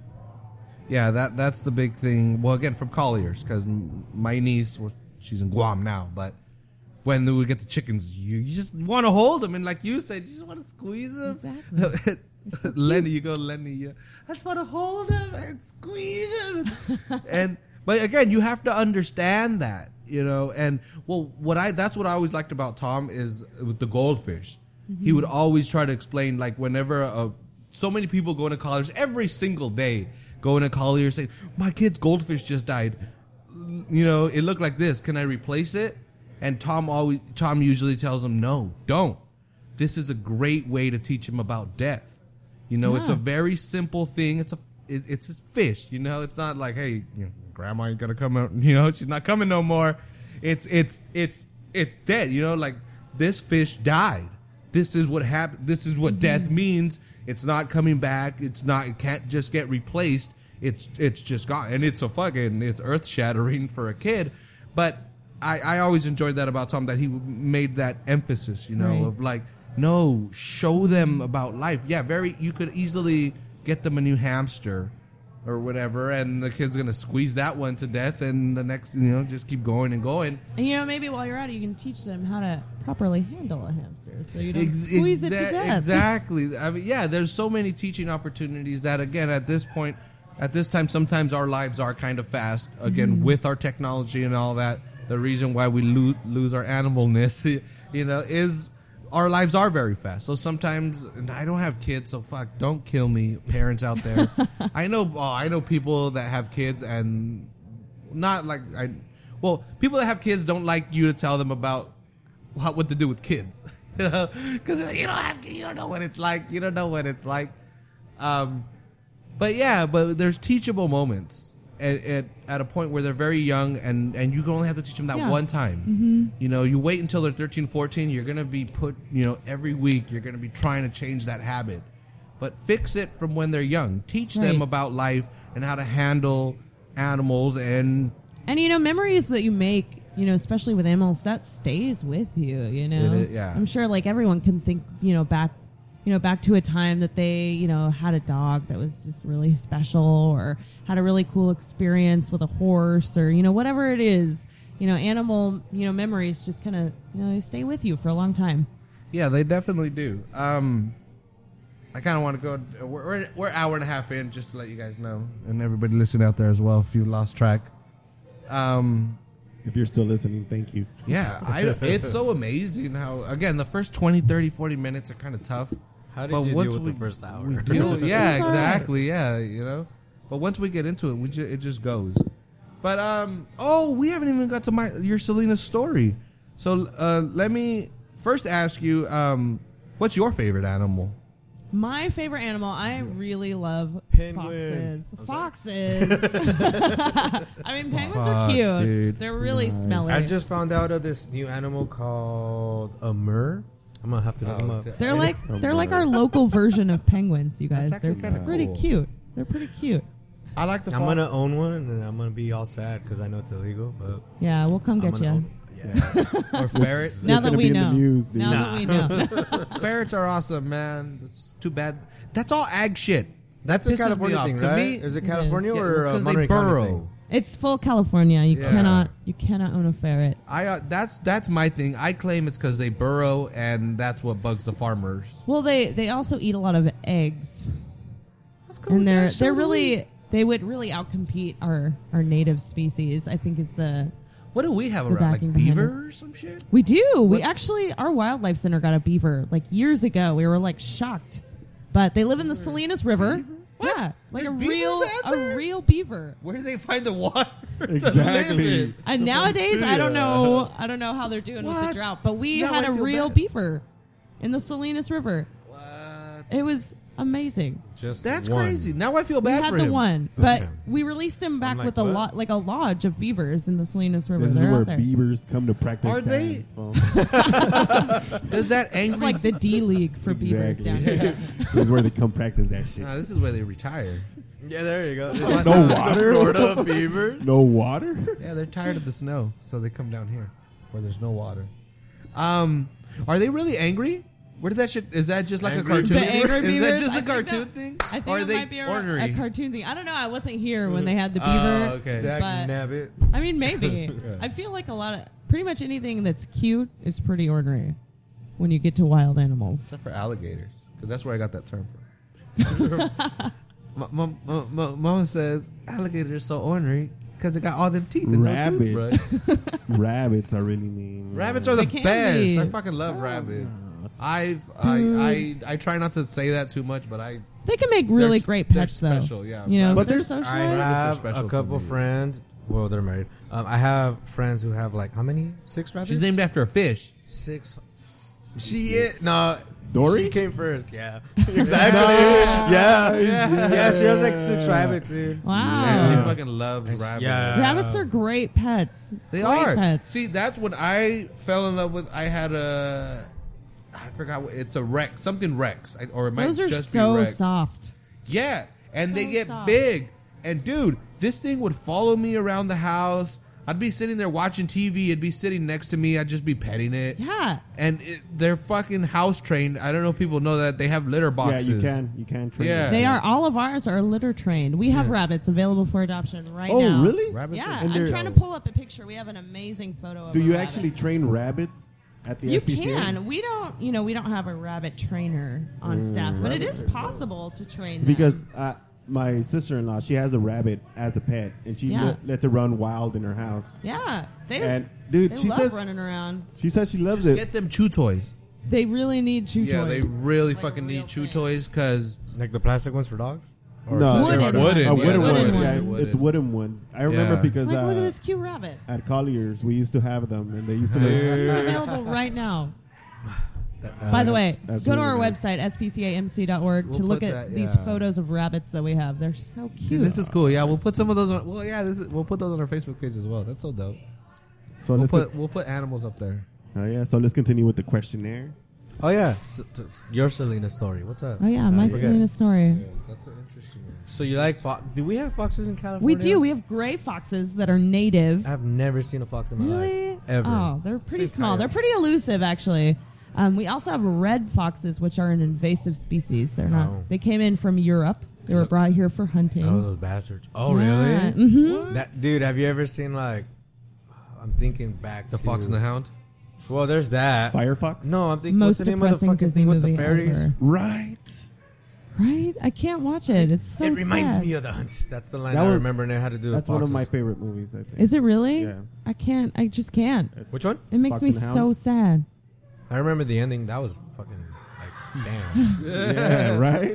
Speaker 4: yeah, that that's the big thing. Well, again, from Collier's because my niece was she's in Guam now, but when we would get the chickens, you, you just want to hold them, and like you said, you just want to squeeze them. *laughs* Lenny, you go, Lenny, you, I just want to hold them and squeeze them, and but again, you have to understand that, you know. And well, what I that's what I always liked about Tom is with the goldfish, he would always try to explain like whenever a so many people go into college every single day go into college saying, my kid's goldfish just died you know, it looked like this. Can I replace it? And Tom always Tom usually tells him, no, don't. This is a great way to teach him about death. You know, it's a
Speaker 5: Yeah.
Speaker 4: very simple thing. It's a it, it's a fish. You know, it's not like hey, you know, grandma ain't gonna come out. *laughs* You know, she's not coming no more. It's it's it's it's dead. You know, like this fish died. This is what happened. This is what death means. It's not coming back. It's not. It can't just get replaced. It's it's just gone, and it's a fucking it's earth shattering for a kid. But I I always enjoyed that about Tom that he made that emphasis. You know,
Speaker 5: Right.
Speaker 4: of like no show them about life yeah very you could easily get them a new hamster or whatever and the kid's gonna squeeze that one to death and the next you know just keep going and going
Speaker 5: And, you know, maybe while you're at it, you can teach them how to properly handle a hamster so you don't
Speaker 4: Ex-
Speaker 5: squeeze it to
Speaker 4: exa-
Speaker 5: death.
Speaker 4: Exactly. I mean, yeah, there's so many teaching opportunities that, again, at this point, at this time, sometimes our lives are kind of fast. Again,
Speaker 5: Mm-hmm.
Speaker 4: with our technology and all that, the reason why we lo- lose our animalness, *laughs* you know, is our lives are very fast. So sometimes, and I don't have kids, so fuck, don't kill me, parents out
Speaker 5: *laughs*
Speaker 4: there. I know, oh, I know people that have kids and not like I. Well, people that have kids don't like you to tell them about what, what to do with kids, *laughs* you know, because you don't have you don't know what it's like. You don't know what it's like. Um, but yeah, but there's teachable moments at, at, at a point where they're very young and, and you can only have to teach them that
Speaker 5: Yeah.
Speaker 4: one time. You know, you wait until they're 13, 14, you're going to be put, you know, every week you're going to be trying to change that habit. But fix it from when they're young. Teach them
Speaker 5: Right.
Speaker 4: about life and how to handle animals and
Speaker 5: And you know, memories that you make, you know, especially with animals, that stays with you. You
Speaker 4: It
Speaker 5: know,
Speaker 4: is- yeah.
Speaker 5: I'm sure like everyone can think, you know, back, you know, back to a time that they, you know, had a dog that was just really special, or had a really cool experience with a horse, or you know, whatever it is. You know, animal, you know, memories just kind of, you know, they stay with you for a long time.
Speaker 4: Yeah, they definitely do. Um, I kind of want to go. We're, we're we're hour and a half in, just to let you guys know, and everybody listening out there as well. If you lost track, um,
Speaker 2: If you're still listening, thank you.
Speaker 4: yeah, I, it's so amazing how again the first 20, 30, 40 minutes are kind of tough.
Speaker 1: How did
Speaker 4: But
Speaker 1: you deal
Speaker 4: once
Speaker 1: with
Speaker 4: we-
Speaker 1: the first hour?
Speaker 4: we deal- yeah,
Speaker 5: It's all right.
Speaker 4: exactly. Yeah, you know. But once we get into it, we ju- it just goes. But um, oh, we haven't even got to my your Selena story. So uh, let me first ask you, um, what's your favorite animal?
Speaker 5: My favorite animal, I really love
Speaker 1: Penguins.
Speaker 5: foxes. Foxes. *laughs* I mean, penguins are cute.
Speaker 4: dude.
Speaker 5: They're really smelly.
Speaker 1: I just found out of this new animal called a myrrh. I'm gonna have to look them up.
Speaker 5: They're like they're like our local version of penguins, you guys.
Speaker 4: That's
Speaker 5: They're
Speaker 4: actually kinda
Speaker 5: pretty
Speaker 4: cool.
Speaker 5: cute. They're pretty cute.
Speaker 4: I like the.
Speaker 1: I'm
Speaker 4: fox-
Speaker 1: gonna own one, and I'm gonna be all sad because I know it's illegal. But
Speaker 5: Yeah, we'll come
Speaker 1: I'm
Speaker 5: get
Speaker 1: gonna
Speaker 5: you.
Speaker 1: own Yeah.
Speaker 4: *laughs* or ferrets.
Speaker 5: Now
Speaker 2: They're
Speaker 5: that
Speaker 2: gonna
Speaker 5: we
Speaker 2: be in the
Speaker 5: know.
Speaker 2: news, dude.
Speaker 5: now that we know.
Speaker 4: *laughs* ferrets are awesome, man. It's too bad. That's all ag shit.
Speaker 1: That's
Speaker 4: Pisses
Speaker 1: a
Speaker 4: me
Speaker 1: California
Speaker 4: off.
Speaker 1: thing,
Speaker 4: To
Speaker 1: right?
Speaker 4: me-
Speaker 1: Is it California or uh,
Speaker 4: because they
Speaker 1: Monterey County
Speaker 4: burrow.
Speaker 1: thing?
Speaker 5: *laughs* It's full California. You
Speaker 4: Yeah.
Speaker 5: cannot you cannot own a ferret.
Speaker 4: I uh, that's that's my thing. I claim it's because they burrow, and that's what bugs the farmers.
Speaker 5: Well, they they also eat a lot of eggs.
Speaker 4: That's cool.
Speaker 5: And they're they're really they would really outcompete our our native species, I think is the
Speaker 4: What do we have
Speaker 5: They're
Speaker 4: around?
Speaker 5: backing
Speaker 4: Like
Speaker 5: behind
Speaker 4: beaver or some shit?
Speaker 5: We do. We actually, our wildlife center got a beaver like years ago. We were like shocked, but they live in the Salinas River.
Speaker 4: What?
Speaker 5: Yeah, like
Speaker 4: There's
Speaker 5: a real,
Speaker 4: beavers out there?
Speaker 5: a real beaver.
Speaker 4: Where do they find the water? *laughs* *laughs* To
Speaker 2: Exactly.
Speaker 4: live in?
Speaker 5: And nowadays, I don't know, I don't know how they're doing with
Speaker 4: What?
Speaker 5: the drought. But we
Speaker 4: Now
Speaker 5: had
Speaker 4: I
Speaker 5: a
Speaker 4: feel
Speaker 5: real
Speaker 4: bad.
Speaker 5: beaver in the Salinas River.
Speaker 4: What?
Speaker 5: It was amazing.
Speaker 1: Just
Speaker 4: That's
Speaker 1: one.
Speaker 4: crazy. Now I feel
Speaker 5: We
Speaker 4: bad
Speaker 5: had
Speaker 4: for
Speaker 5: the
Speaker 4: him.
Speaker 5: one, but
Speaker 1: Okay.
Speaker 5: we released him back
Speaker 1: like,
Speaker 5: with a
Speaker 1: what?
Speaker 5: lot, like a lodge of beavers in the Salinas River.
Speaker 2: This is
Speaker 5: They're
Speaker 2: where
Speaker 5: out there.
Speaker 2: beavers come to practice.
Speaker 4: Are they-
Speaker 2: dance, fool.
Speaker 4: Does that angry?
Speaker 5: It's like the D League for beavers down
Speaker 2: Exactly.
Speaker 4: *laughs*
Speaker 5: here.
Speaker 2: this is where they come practice that shit.
Speaker 4: Nah, this is where they retire.
Speaker 1: Yeah, there you *laughs* go.
Speaker 2: No water.
Speaker 1: Florida beavers.
Speaker 2: No water. *laughs*
Speaker 4: Yeah, they're tired of the snow, so they come down here where there's no water. Um, are they really angry? Where did that shit? Is that just like
Speaker 1: Angry
Speaker 4: a cartoon?
Speaker 5: The Angry
Speaker 4: is
Speaker 5: Beavers?
Speaker 4: that just
Speaker 5: I
Speaker 4: a
Speaker 5: think
Speaker 4: cartoon
Speaker 5: that-
Speaker 4: thing?
Speaker 5: I think
Speaker 4: or are
Speaker 5: it
Speaker 4: they
Speaker 5: might be a,
Speaker 4: ornery?
Speaker 5: a cartoon thing. I don't know. I wasn't here when they had the beaver.
Speaker 4: Oh, okay.
Speaker 5: But-
Speaker 9: Nabbit.
Speaker 5: I
Speaker 4: *laughs*
Speaker 5: mean, maybe. I feel like a lot of pretty much anything that's cute is pretty ordinary when you get to wild animals.
Speaker 4: Except for alligators, because that's where I got that term
Speaker 5: *laughs*
Speaker 4: from. my, my, my, my mom says alligators are so ornery because they got all them teeth and
Speaker 2: Rabbit.
Speaker 4: no
Speaker 5: *laughs*
Speaker 4: toothbrush.
Speaker 2: Rabbits are really mean.
Speaker 4: rabbits are the
Speaker 5: can
Speaker 4: best.
Speaker 5: be. Oh.
Speaker 4: I fucking love rabbits. I've, I, I I try not to say that too much, but I
Speaker 5: They can make really
Speaker 4: They're-
Speaker 5: great
Speaker 4: they're
Speaker 5: pets, though.
Speaker 4: special, yeah.
Speaker 5: You know,
Speaker 2: But
Speaker 5: but they're
Speaker 2: there's- I
Speaker 1: I
Speaker 5: socialized.
Speaker 4: Rabbits are
Speaker 1: have
Speaker 4: special
Speaker 1: a
Speaker 4: to
Speaker 1: couple
Speaker 4: me.
Speaker 1: friends. Well, they're married. Um, I have friends who have like how many? Six rabbits.
Speaker 4: she's named after a fish.
Speaker 1: six. She is no.
Speaker 2: Dory?
Speaker 1: She came first. Yeah. *laughs* Exactly. yeah. yeah. She has like six rabbits, dude.
Speaker 5: Wow.
Speaker 4: And she fucking loves rabbits.
Speaker 1: Yeah.
Speaker 5: Rabbits are great pets.
Speaker 4: They
Speaker 5: great
Speaker 4: are.
Speaker 5: Pets.
Speaker 4: See, that's when I fell in love with. I had a, I forgot what it's a Rex, something Rex, I- or it might
Speaker 5: Those are
Speaker 4: just be
Speaker 5: so
Speaker 4: Rex.
Speaker 5: soft.
Speaker 4: Yeah, and they
Speaker 5: So
Speaker 4: get
Speaker 5: soft.
Speaker 4: big. And dude, this thing would follow me around the house. I'd be sitting there watching TV. It'd be sitting next to me. I'd just be petting it.
Speaker 5: Yeah.
Speaker 4: And it, they're fucking house trained. I don't know if people know that they have litter
Speaker 2: Yeah,
Speaker 4: boxes.
Speaker 2: you can. You can train.
Speaker 4: Yeah.
Speaker 2: them.
Speaker 5: They are. All of ours are litter trained. We have rabbits available for adoption right
Speaker 2: Oh,
Speaker 5: now.
Speaker 2: really?
Speaker 4: Rabbits
Speaker 5: yeah.
Speaker 2: and
Speaker 5: I'm
Speaker 2: they're-
Speaker 4: um,
Speaker 5: trying to pull up a picture. We have an amazing photo of
Speaker 2: Do
Speaker 5: a
Speaker 2: you
Speaker 5: rabbit.
Speaker 2: actually train rabbits at the
Speaker 5: You
Speaker 2: SPCA?
Speaker 5: can. We don't. You know, we don't have a rabbit trainer on staff, but it is possible to train them.
Speaker 2: Mm, Because uh, my sister in law, she has a rabbit as a pet, and she
Speaker 5: Yeah.
Speaker 2: let, lets it run wild in her house.
Speaker 5: yeah, they
Speaker 2: And dude,
Speaker 5: they
Speaker 2: she
Speaker 5: love
Speaker 2: says
Speaker 5: running around.
Speaker 2: she says she loves
Speaker 4: Just
Speaker 2: it.
Speaker 4: get them chew toys.
Speaker 5: They really need chew
Speaker 4: Yeah,
Speaker 5: toys.
Speaker 4: they really fucking
Speaker 5: real
Speaker 4: need chew
Speaker 5: thing.
Speaker 4: toys because
Speaker 1: Like the plastic ones for dogs.
Speaker 2: no,
Speaker 5: Wooden.
Speaker 2: they're-
Speaker 5: Wooden,
Speaker 2: uh, wooden
Speaker 5: yeah,
Speaker 2: ones.
Speaker 5: wooden
Speaker 2: Yeah,
Speaker 5: ones.
Speaker 2: it's, it's wooden ones. I remember
Speaker 4: Yeah.
Speaker 2: because
Speaker 5: like, look at
Speaker 2: uh,
Speaker 5: this cute rabbit.
Speaker 2: at Collier's we used to have them, and they used to. Look,
Speaker 5: They're available right now. By the way,
Speaker 2: that's
Speaker 5: go to
Speaker 2: really
Speaker 5: our
Speaker 2: nice.
Speaker 5: website spcamc.org to
Speaker 4: We'll
Speaker 5: look
Speaker 4: put
Speaker 5: at
Speaker 4: that,
Speaker 5: these
Speaker 4: yeah.
Speaker 5: photos of rabbits that we have. They're so cute.
Speaker 4: Dude, this is cool. Yeah, we'll put some of those on. Well, yeah, this is, we'll put those on our Facebook page as well. That's so dope.
Speaker 2: so
Speaker 4: We'll
Speaker 2: let's
Speaker 4: put we'll put animals up there.
Speaker 2: con- uh, yeah. So let's continue with the questionnaire.
Speaker 1: Oh yeah. your Selena story. What's up?
Speaker 5: oh yeah, my
Speaker 1: forget.
Speaker 5: Selena story.
Speaker 4: That's an interesting one.
Speaker 1: So you like fox? Do we have foxes in California?
Speaker 5: We do. We have gray foxes that are native.
Speaker 1: I've never seen a fox in my
Speaker 5: Really?
Speaker 1: life ever.
Speaker 5: Oh, they're pretty
Speaker 4: Say
Speaker 5: small.
Speaker 4: coyote.
Speaker 5: They're pretty elusive, actually. Um, we also have red foxes, which are an invasive species. They're
Speaker 1: Oh.
Speaker 5: not. They came in from Europe. They were brought here for hunting.
Speaker 1: Oh, those bastards. Oh,
Speaker 5: Yeah. Mm-hmm.
Speaker 1: really? That dude. Have you ever seen like? I'm thinking back.
Speaker 4: The Fox and the Hound.
Speaker 1: Well, there's that.
Speaker 2: Firefox.
Speaker 1: No, I'm thinking.
Speaker 5: Most
Speaker 1: what's the name of the
Speaker 5: depressing
Speaker 1: fucking
Speaker 5: Disney
Speaker 1: thing with the
Speaker 5: movie
Speaker 1: fairies?
Speaker 5: ever.
Speaker 2: Right.
Speaker 5: Right? I can't watch it. It's so.
Speaker 1: it reminds
Speaker 5: sad.
Speaker 1: me of the hunt. That's the line
Speaker 2: That
Speaker 1: I
Speaker 2: was-
Speaker 1: remember, and it had to do. with
Speaker 2: That's one of my
Speaker 1: foxes.
Speaker 2: favorite movies. I think.
Speaker 5: Is it really?
Speaker 2: Yeah.
Speaker 5: I can't. I just can't.
Speaker 1: Which one?
Speaker 5: It makes
Speaker 2: Fox
Speaker 5: me
Speaker 2: and the Hound?
Speaker 5: so sad.
Speaker 1: I remember the ending. That was fucking like
Speaker 5: *laughs*
Speaker 1: damn.
Speaker 2: yeah, right.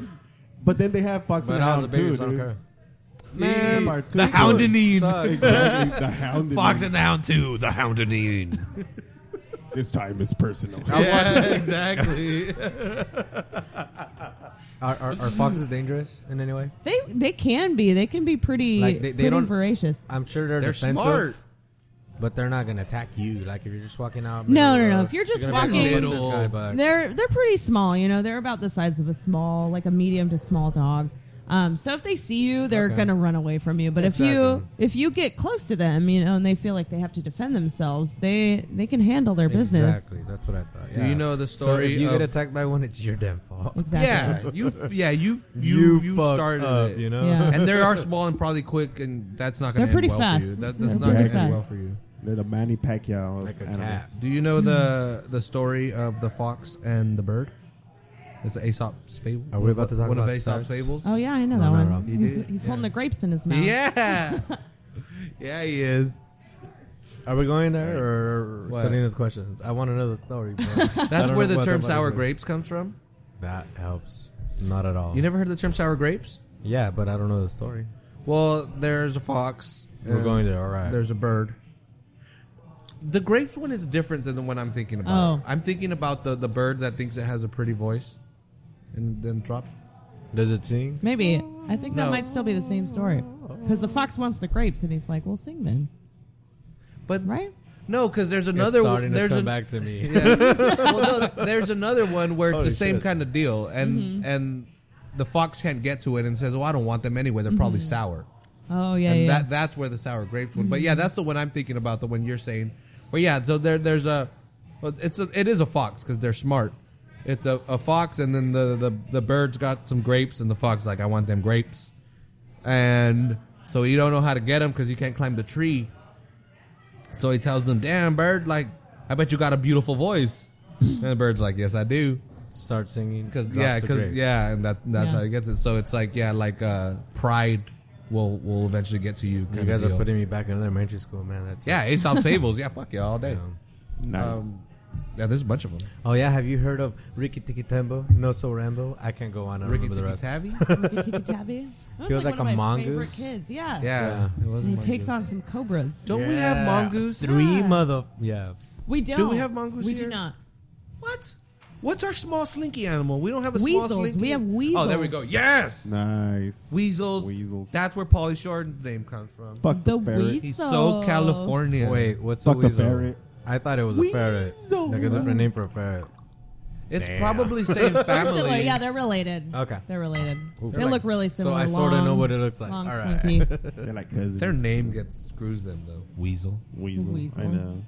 Speaker 2: But then they have Fox
Speaker 1: but
Speaker 2: and the
Speaker 1: I was a
Speaker 2: Hound
Speaker 1: baby,
Speaker 2: too.
Speaker 1: so I don't
Speaker 2: dude.
Speaker 1: care.
Speaker 2: Man,
Speaker 4: The Hound and Need.
Speaker 2: Exactly, the Hound.
Speaker 4: Fox and the Hound too. The Hound and Need.
Speaker 2: This time is personal.
Speaker 4: *laughs* yeah, exactly.
Speaker 1: Are, are, are foxes dangerous in any way?
Speaker 5: They they can be. They can be pretty
Speaker 1: Like, they- they
Speaker 5: pretty
Speaker 1: don't-
Speaker 5: voracious.
Speaker 1: I'm sure they're,
Speaker 4: They're
Speaker 1: defensive,
Speaker 4: smart.
Speaker 1: but they're not gonna attack you. Like if you're just walking out. middle
Speaker 5: No,
Speaker 1: of
Speaker 5: no,
Speaker 1: the
Speaker 5: no.
Speaker 1: road,
Speaker 5: If you're just
Speaker 1: gonna be like,
Speaker 5: walking-
Speaker 1: "Oh, fuck this guy," but-
Speaker 5: They're they're pretty small. You know, they're about the size of a small, like a medium to small dog. Um, so if they see you, they're gonna run away from you. But if you
Speaker 1: Exactly.
Speaker 5: if you get close to them, you know, and they feel like they have to defend themselves, they they can handle their business.
Speaker 1: Exactly. That's what I thought.
Speaker 4: Do
Speaker 1: yeah.
Speaker 4: you know the
Speaker 1: So
Speaker 4: story
Speaker 1: if you get
Speaker 4: of-
Speaker 1: attacked by one, it's your damn fault.
Speaker 5: Exactly.
Speaker 4: yeah, you. Yeah, you. You. You,
Speaker 1: fucked
Speaker 4: started
Speaker 1: up,
Speaker 4: it.
Speaker 1: You know.
Speaker 5: Yeah. *laughs*
Speaker 4: And they are small and probably quick, and that's not going to
Speaker 5: They're pretty
Speaker 4: end well
Speaker 5: fast.
Speaker 4: for you. That,
Speaker 5: They're
Speaker 4: that's not going
Speaker 5: pretty
Speaker 4: to end
Speaker 5: fast.
Speaker 4: well for you.
Speaker 2: They're the Manny Pacquiao of
Speaker 1: Like a
Speaker 2: animals.
Speaker 1: cat.
Speaker 4: Do you know the the story of the fox and the bird? It's an Aesop's fable.
Speaker 1: Are we about to talk
Speaker 4: One
Speaker 1: about
Speaker 4: of
Speaker 1: stars?
Speaker 4: Aesop's fables?
Speaker 5: Oh yeah, I know
Speaker 1: No,
Speaker 5: that
Speaker 1: no,
Speaker 5: one.
Speaker 1: Rob, you
Speaker 5: he's
Speaker 4: did.
Speaker 5: he's holding the grapes in his mouth.
Speaker 4: Yeah. *laughs* yeah, he is.
Speaker 1: Are we going there or
Speaker 4: What?
Speaker 1: Selena's questions? I want to know the story.
Speaker 5: *laughs*
Speaker 1: Bro. I
Speaker 4: That's
Speaker 1: don't know
Speaker 4: where the
Speaker 1: what
Speaker 4: term
Speaker 1: the-
Speaker 4: sour grapes comes from.
Speaker 1: That helps. Not at all.
Speaker 4: You never heard the term sour grapes?
Speaker 1: Yeah, but I don't know the story.
Speaker 4: Well, there's a fox.
Speaker 1: We're
Speaker 4: and
Speaker 1: going there. All right.
Speaker 4: There's a bird. The grapes one is different than the one I'm thinking about.
Speaker 5: Oh.
Speaker 4: I'm thinking about the, the bird that thinks it has a pretty voice and then drops.
Speaker 1: Does it sing?
Speaker 5: Maybe I think that
Speaker 4: No.
Speaker 5: might still be the same story because the fox wants the grapes, and he's like, "We'll sing then."
Speaker 4: But
Speaker 5: Right?
Speaker 4: no, because there's
Speaker 1: It's
Speaker 4: another
Speaker 1: starting
Speaker 4: one. There's
Speaker 1: to come
Speaker 4: an- *laughs*
Speaker 1: back to me.
Speaker 4: well, no, there's another one where it's
Speaker 1: Holy
Speaker 4: the same
Speaker 1: shit.
Speaker 4: kind of deal, and
Speaker 5: Mm-hmm.
Speaker 4: and the fox can't get to it and says, "Oh, I don't want them anyway. They're probably
Speaker 5: Mm-hmm.
Speaker 4: sour."
Speaker 5: Oh yeah,
Speaker 4: and
Speaker 5: yeah.
Speaker 4: that that's where the sour grapes one. But yeah, that's the one I'm thinking about. The one you're saying. But yeah, so there there's a, well, it's a, it is a fox because they're smart. It's a, a fox, and then the, the the bird's got some grapes, and the fox is like, I want them grapes, and so you don't know how to get them because you can't climb the tree. So he tells them, "Damn bird, like I bet you got a beautiful voice," and the bird's like, "Yes, I do."
Speaker 1: Start singing.
Speaker 4: Cause,
Speaker 1: drops
Speaker 4: yeah,
Speaker 1: the
Speaker 4: because
Speaker 1: grapes.
Speaker 4: yeah, and that that's
Speaker 5: Yeah.
Speaker 4: how he gets it. So it's like yeah, like uh, pride will will eventually get to you.
Speaker 1: You
Speaker 4: kind of
Speaker 1: guys are
Speaker 4: deal.
Speaker 1: putting me back in elementary school, man. That's
Speaker 4: yeah, Aesop's fables. Yeah, fuck yeah, all day.
Speaker 2: Nice.
Speaker 4: Um, yeah, there's a bunch of them.
Speaker 1: Oh yeah, have you heard of Ricky Tiki Tembo? No So Rambo. I can't go on. I don't
Speaker 4: Ricky
Speaker 1: remember the
Speaker 4: Tikki
Speaker 1: rest. *laughs*
Speaker 4: Tavi.
Speaker 5: Tiki Tabby. That
Speaker 1: Feels like
Speaker 5: one
Speaker 1: a
Speaker 5: of my
Speaker 1: mongoose.
Speaker 5: favorite kids. Yeah.
Speaker 4: Yeah, it
Speaker 5: And he
Speaker 4: wasn't.
Speaker 5: takes on some cobras.
Speaker 4: Don't we have
Speaker 1: Yeah.
Speaker 4: mongoose?
Speaker 1: Three
Speaker 5: Yeah.
Speaker 1: mother. Yeah.
Speaker 5: we don't.
Speaker 4: Do we have mongoose
Speaker 5: We
Speaker 4: here?
Speaker 5: do not.
Speaker 4: What? What's our small slinky animal? We don't have a small
Speaker 5: Weasels.
Speaker 4: slinky.
Speaker 5: We have
Speaker 4: Oh, there we
Speaker 5: weasels.
Speaker 4: go. Yes,
Speaker 2: nice.
Speaker 4: weasels.
Speaker 2: Weasels.
Speaker 4: That's where Polly Shore's name comes from.
Speaker 2: Fuck the,
Speaker 5: The
Speaker 2: ferret.
Speaker 5: weasel.
Speaker 4: He's
Speaker 5: Oh.
Speaker 4: so California.
Speaker 1: Wait, what's
Speaker 2: Fuck
Speaker 1: a
Speaker 2: the
Speaker 1: weasel?
Speaker 2: ferret.
Speaker 1: I thought it was a
Speaker 2: Weasel.
Speaker 1: ferret. Like a different name for a ferret.
Speaker 4: it's
Speaker 1: Damn.
Speaker 4: probably
Speaker 5: *laughs*
Speaker 4: same
Speaker 5: They're similar.
Speaker 4: family.
Speaker 5: Yeah, they're related.
Speaker 1: Okay.
Speaker 5: They're related. They
Speaker 4: like-
Speaker 5: look really
Speaker 1: so
Speaker 5: similar.
Speaker 1: I sorta
Speaker 5: Long-
Speaker 1: know what it looks like.
Speaker 5: Long,
Speaker 1: All right.
Speaker 5: slinky.
Speaker 2: They're like cousins.
Speaker 4: Their name gets screws them though. Weasel.
Speaker 2: weasel.
Speaker 5: Weasel.
Speaker 2: I
Speaker 5: *laughs*
Speaker 2: know.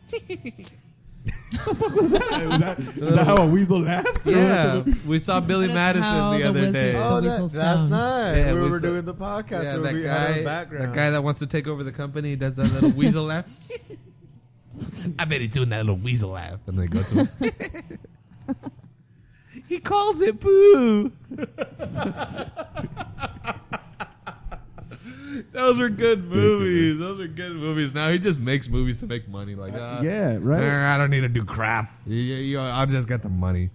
Speaker 2: Is that, is that how a weasel laughs? or
Speaker 4: Yeah,
Speaker 2: what?
Speaker 4: we *laughs* saw Billy
Speaker 5: That's
Speaker 4: Madison
Speaker 5: how
Speaker 4: the
Speaker 5: the
Speaker 4: other
Speaker 5: wizard-
Speaker 4: day.
Speaker 5: Oh, The weasel sound.
Speaker 1: night.
Speaker 4: Yeah, weasel.
Speaker 1: the podcast.
Speaker 4: yeah,
Speaker 1: so
Speaker 4: that
Speaker 1: we had a
Speaker 4: guy, that guy that wants to take over the company does that little *laughs* weasel laugh. I bet he's doing that little weasel laugh, and they go to him. *laughs* he calls it poo. *laughs* Those are good movies. Those are good movies. Now he just makes movies to make money. Like, uh,
Speaker 2: Yeah, right?
Speaker 4: "Nah, I don't need to do crap. You- you- you- I've just got the money.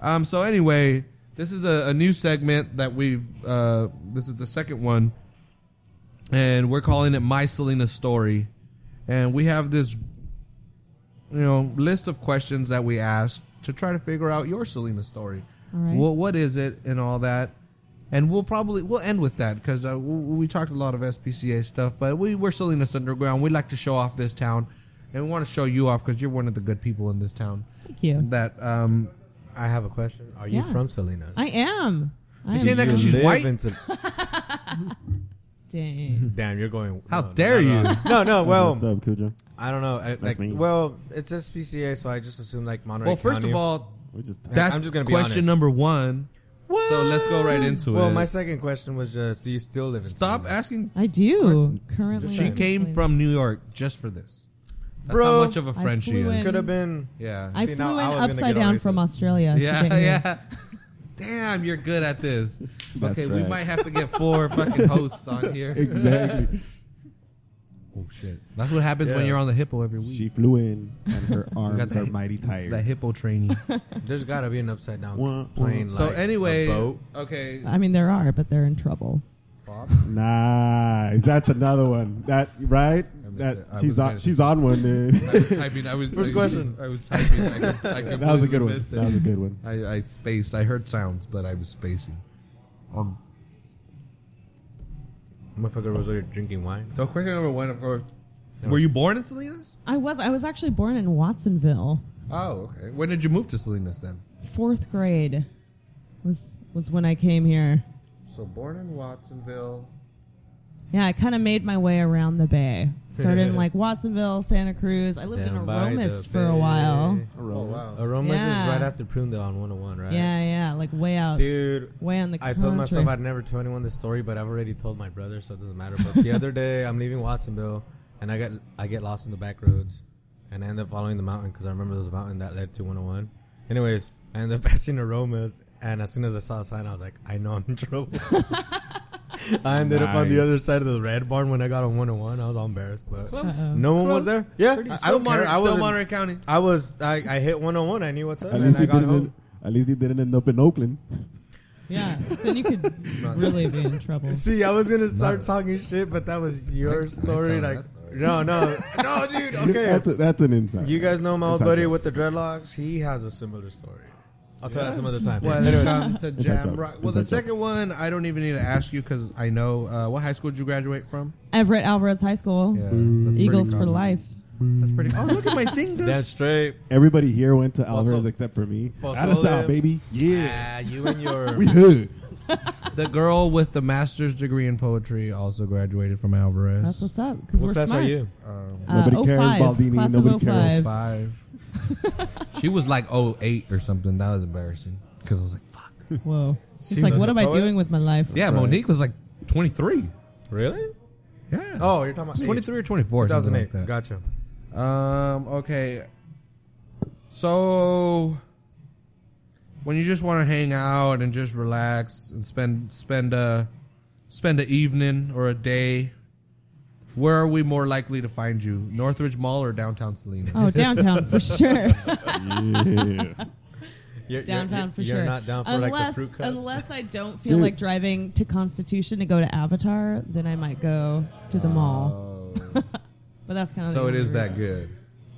Speaker 4: Um. So anyway, this is a, a new segment that we've. Uh, this is the second one, and we're calling it My Selena's Story, and we have this, you know, list of questions that we ask to try to figure out your Selena story.
Speaker 5: All right.
Speaker 4: What what is it and all that, and we'll probably we'll end with that because uh, we, we talked a lot of SPCA stuff, but we we're Salinas Underground. We like to show off this town, and we want to show you off because you're one of the good people in this town.
Speaker 5: *laughs*
Speaker 1: *laughs*
Speaker 5: Thank you.
Speaker 4: That um,
Speaker 1: I have a question. Are you
Speaker 5: Yeah.
Speaker 1: from Salinas?
Speaker 5: I am. I
Speaker 4: saying
Speaker 5: am.
Speaker 4: that
Speaker 1: You
Speaker 4: 'cause she's
Speaker 1: live
Speaker 4: white?
Speaker 1: in Sal-
Speaker 5: Dang.
Speaker 1: Damn, you're going.
Speaker 4: How
Speaker 1: no,
Speaker 4: dare
Speaker 1: no, no.
Speaker 4: you.
Speaker 1: No, no.
Speaker 2: Messed
Speaker 1: Well,
Speaker 2: up, Cujo.
Speaker 1: I don't know. I, like,
Speaker 2: me.
Speaker 1: Well, it's SPCA, so I just assume like Monterey.
Speaker 4: well, first
Speaker 1: County.
Speaker 4: of all,
Speaker 2: We're just
Speaker 4: that's
Speaker 1: I'm just gonna be
Speaker 4: question
Speaker 1: honest.
Speaker 4: number one. So let's go right into
Speaker 1: Well,
Speaker 4: it.
Speaker 1: my second question was just: Do you still live in?
Speaker 4: Stop
Speaker 1: Salinas?
Speaker 4: asking.
Speaker 5: I do currently.
Speaker 4: She came from New York just for this. That's
Speaker 1: Bro.
Speaker 4: how much of a
Speaker 5: I
Speaker 4: friend she
Speaker 5: flew
Speaker 4: is.
Speaker 5: in.
Speaker 1: Could have been.
Speaker 4: Yeah.
Speaker 5: I
Speaker 1: See, now
Speaker 5: flew
Speaker 1: I
Speaker 5: in
Speaker 1: was gonna
Speaker 5: upside
Speaker 1: get all
Speaker 5: down from
Speaker 1: racist.
Speaker 5: Australia.
Speaker 4: *laughs*
Speaker 5: to
Speaker 4: yeah,
Speaker 5: get here.
Speaker 4: yeah. Damn, you're good at this.
Speaker 2: That's
Speaker 4: Okay, we
Speaker 2: right.
Speaker 4: might have to get four fucking hosts on
Speaker 1: *laughs*
Speaker 4: here.
Speaker 2: exactly.
Speaker 4: Oh shit, that's what happens when
Speaker 1: Yeah.
Speaker 4: you're on the hippo every
Speaker 2: *laughs*
Speaker 4: week.
Speaker 2: She flew in, and her arms
Speaker 4: the-
Speaker 2: are mighty
Speaker 4: the *laughs*
Speaker 2: tired.
Speaker 4: hippo
Speaker 1: *laughs*
Speaker 4: training.
Speaker 1: There's got to be an upside down
Speaker 2: Wah,
Speaker 1: plane.
Speaker 4: so
Speaker 1: like,
Speaker 4: anyway,
Speaker 1: a boat.
Speaker 4: okay,
Speaker 5: I mean, there are, but they're in trouble.
Speaker 2: Nice. That's another one. That right? That
Speaker 4: I was
Speaker 2: she's on.
Speaker 4: gonna-
Speaker 2: She's on one. Dude.
Speaker 4: I was typing. I was
Speaker 1: First
Speaker 4: I-
Speaker 1: question.
Speaker 4: I was typing. I,
Speaker 1: *laughs*
Speaker 4: just, *laughs*
Speaker 2: *laughs*
Speaker 4: I
Speaker 2: That was a good
Speaker 4: completely
Speaker 2: one.
Speaker 4: missed it.
Speaker 2: That was a good one.
Speaker 4: I, I spaced. I heard sounds, but I was spacing. Um,
Speaker 1: motherfucker was already drinking wine.
Speaker 4: so question number one, of course. Were you born in Salinas?
Speaker 5: I was I was actually born in Watsonville.
Speaker 4: Oh, okay. When did you move to Salinas then?
Speaker 5: Fourth grade was was when I came here.
Speaker 4: So born in Watsonville.
Speaker 5: Yeah, I kind of made my way around the bay. Started in like Watsonville, Santa Cruz. I lived
Speaker 1: Down
Speaker 5: in
Speaker 1: by the
Speaker 5: Aromas for a
Speaker 1: bay.
Speaker 5: while.
Speaker 4: Oh wow.
Speaker 1: Aromas
Speaker 5: Yeah.
Speaker 1: is right after Prunedale on 101, right?
Speaker 5: Yeah, yeah, like way out,
Speaker 1: Dude,
Speaker 5: way on the
Speaker 1: I
Speaker 5: country.
Speaker 1: told myself I'd never tell anyone this story, but I've already told my brother, so it doesn't matter. But the other day, I'm leaving Watsonville, and I get I get lost in the back roads, and I end up following the mountain because I remember there was a mountain that led to 101. Anyways, I end up *laughs* passing Aromas, and as soon as I saw a sign, I was like, I know I'm in trouble. *laughs* I ended up on the
Speaker 2: Nice.
Speaker 1: other side of the red barn when I got on 101. I was all embarrassed, but no one was there. Yeah,
Speaker 4: Pretty-
Speaker 1: I, I
Speaker 4: still
Speaker 1: don't care.
Speaker 4: Monterey-
Speaker 1: I was
Speaker 4: still
Speaker 1: in-
Speaker 4: Monterey County.
Speaker 1: I was I, I hit 101. I knew what's up.
Speaker 2: At
Speaker 1: and
Speaker 2: least
Speaker 1: I
Speaker 2: he
Speaker 1: got
Speaker 2: didn't.
Speaker 1: home.
Speaker 2: At least he didn't end up in Oakland.
Speaker 5: yeah, then
Speaker 1: *laughs*
Speaker 5: you could really be in trouble.
Speaker 1: See, I was gonna start talking shit, but that was your
Speaker 4: tell
Speaker 1: story.
Speaker 4: her
Speaker 1: Like,
Speaker 4: that story.
Speaker 1: *laughs* no, no, no, dude.
Speaker 2: *laughs* That's,
Speaker 1: Okay,
Speaker 2: a, that's an insight.
Speaker 1: you guys know my old
Speaker 2: It's
Speaker 1: buddy
Speaker 2: okay.
Speaker 1: with the dreadlocks. He has a similar story. I'll tell that some other time.
Speaker 4: *laughs* Welcome to
Speaker 2: Inside
Speaker 4: Jam
Speaker 2: jokes.
Speaker 4: Rock. Well, the
Speaker 2: Inside
Speaker 4: second
Speaker 2: jokes.
Speaker 4: one, I don't even need to ask you because I know. Uh, what high school did you graduate from?
Speaker 5: Everett Alvarez High School,
Speaker 4: that's pretty
Speaker 5: Eagles for
Speaker 4: common.
Speaker 5: life.
Speaker 4: That's pretty. Oh, look at my *laughs* thing. Does.
Speaker 1: That's straight.
Speaker 2: Everybody here went to Alvarez
Speaker 1: Also-
Speaker 2: except for me.
Speaker 1: Also
Speaker 2: Out of South,
Speaker 1: them.
Speaker 2: baby. Yeah.
Speaker 1: Yeah, Ah, you and your.
Speaker 2: *laughs* We hood.
Speaker 4: the girl with the master's degree in poetry also graduated from Alvarez.
Speaker 5: That's what's up because
Speaker 1: What
Speaker 5: we're
Speaker 1: class
Speaker 5: smart.
Speaker 1: are you?
Speaker 5: Uh,
Speaker 2: Nobody cares,
Speaker 5: 05,
Speaker 2: Baldini.
Speaker 4: *laughs*
Speaker 5: Class
Speaker 2: Nobody
Speaker 5: of
Speaker 2: cares.
Speaker 5: 05.
Speaker 4: Five. She was like 08 or something. That was embarrassing because I was like, fuck.
Speaker 5: Whoa. It's
Speaker 1: She
Speaker 5: like,
Speaker 1: was
Speaker 5: what
Speaker 1: a
Speaker 5: am I
Speaker 1: poet?
Speaker 5: doing with my life?
Speaker 4: Yeah, Monique was like 23.
Speaker 1: Really?
Speaker 4: Yeah.
Speaker 1: Oh, you're talking about
Speaker 4: 23 or 24. something
Speaker 1: 2008.
Speaker 4: like that.
Speaker 1: Gotcha.
Speaker 4: Um. Okay. So, when you just want to hang out and just relax and spend spend a spend an evening or a day, where are we more likely to find you? Northridge Mall or downtown Salinas?
Speaker 5: Oh,
Speaker 1: *laughs*
Speaker 5: downtown for sure.
Speaker 1: You're,
Speaker 5: downtown
Speaker 1: you're,
Speaker 5: for
Speaker 1: you're
Speaker 5: sure.
Speaker 1: not down for
Speaker 5: unless,
Speaker 1: like the fruit cups.
Speaker 5: unless I don't feel like driving to Constitution to go to Avatar, then I might go to the mall.
Speaker 1: Oh.
Speaker 5: *laughs* but that's kind of
Speaker 4: So
Speaker 5: the
Speaker 4: it is
Speaker 5: only
Speaker 4: that
Speaker 5: reason.
Speaker 4: good.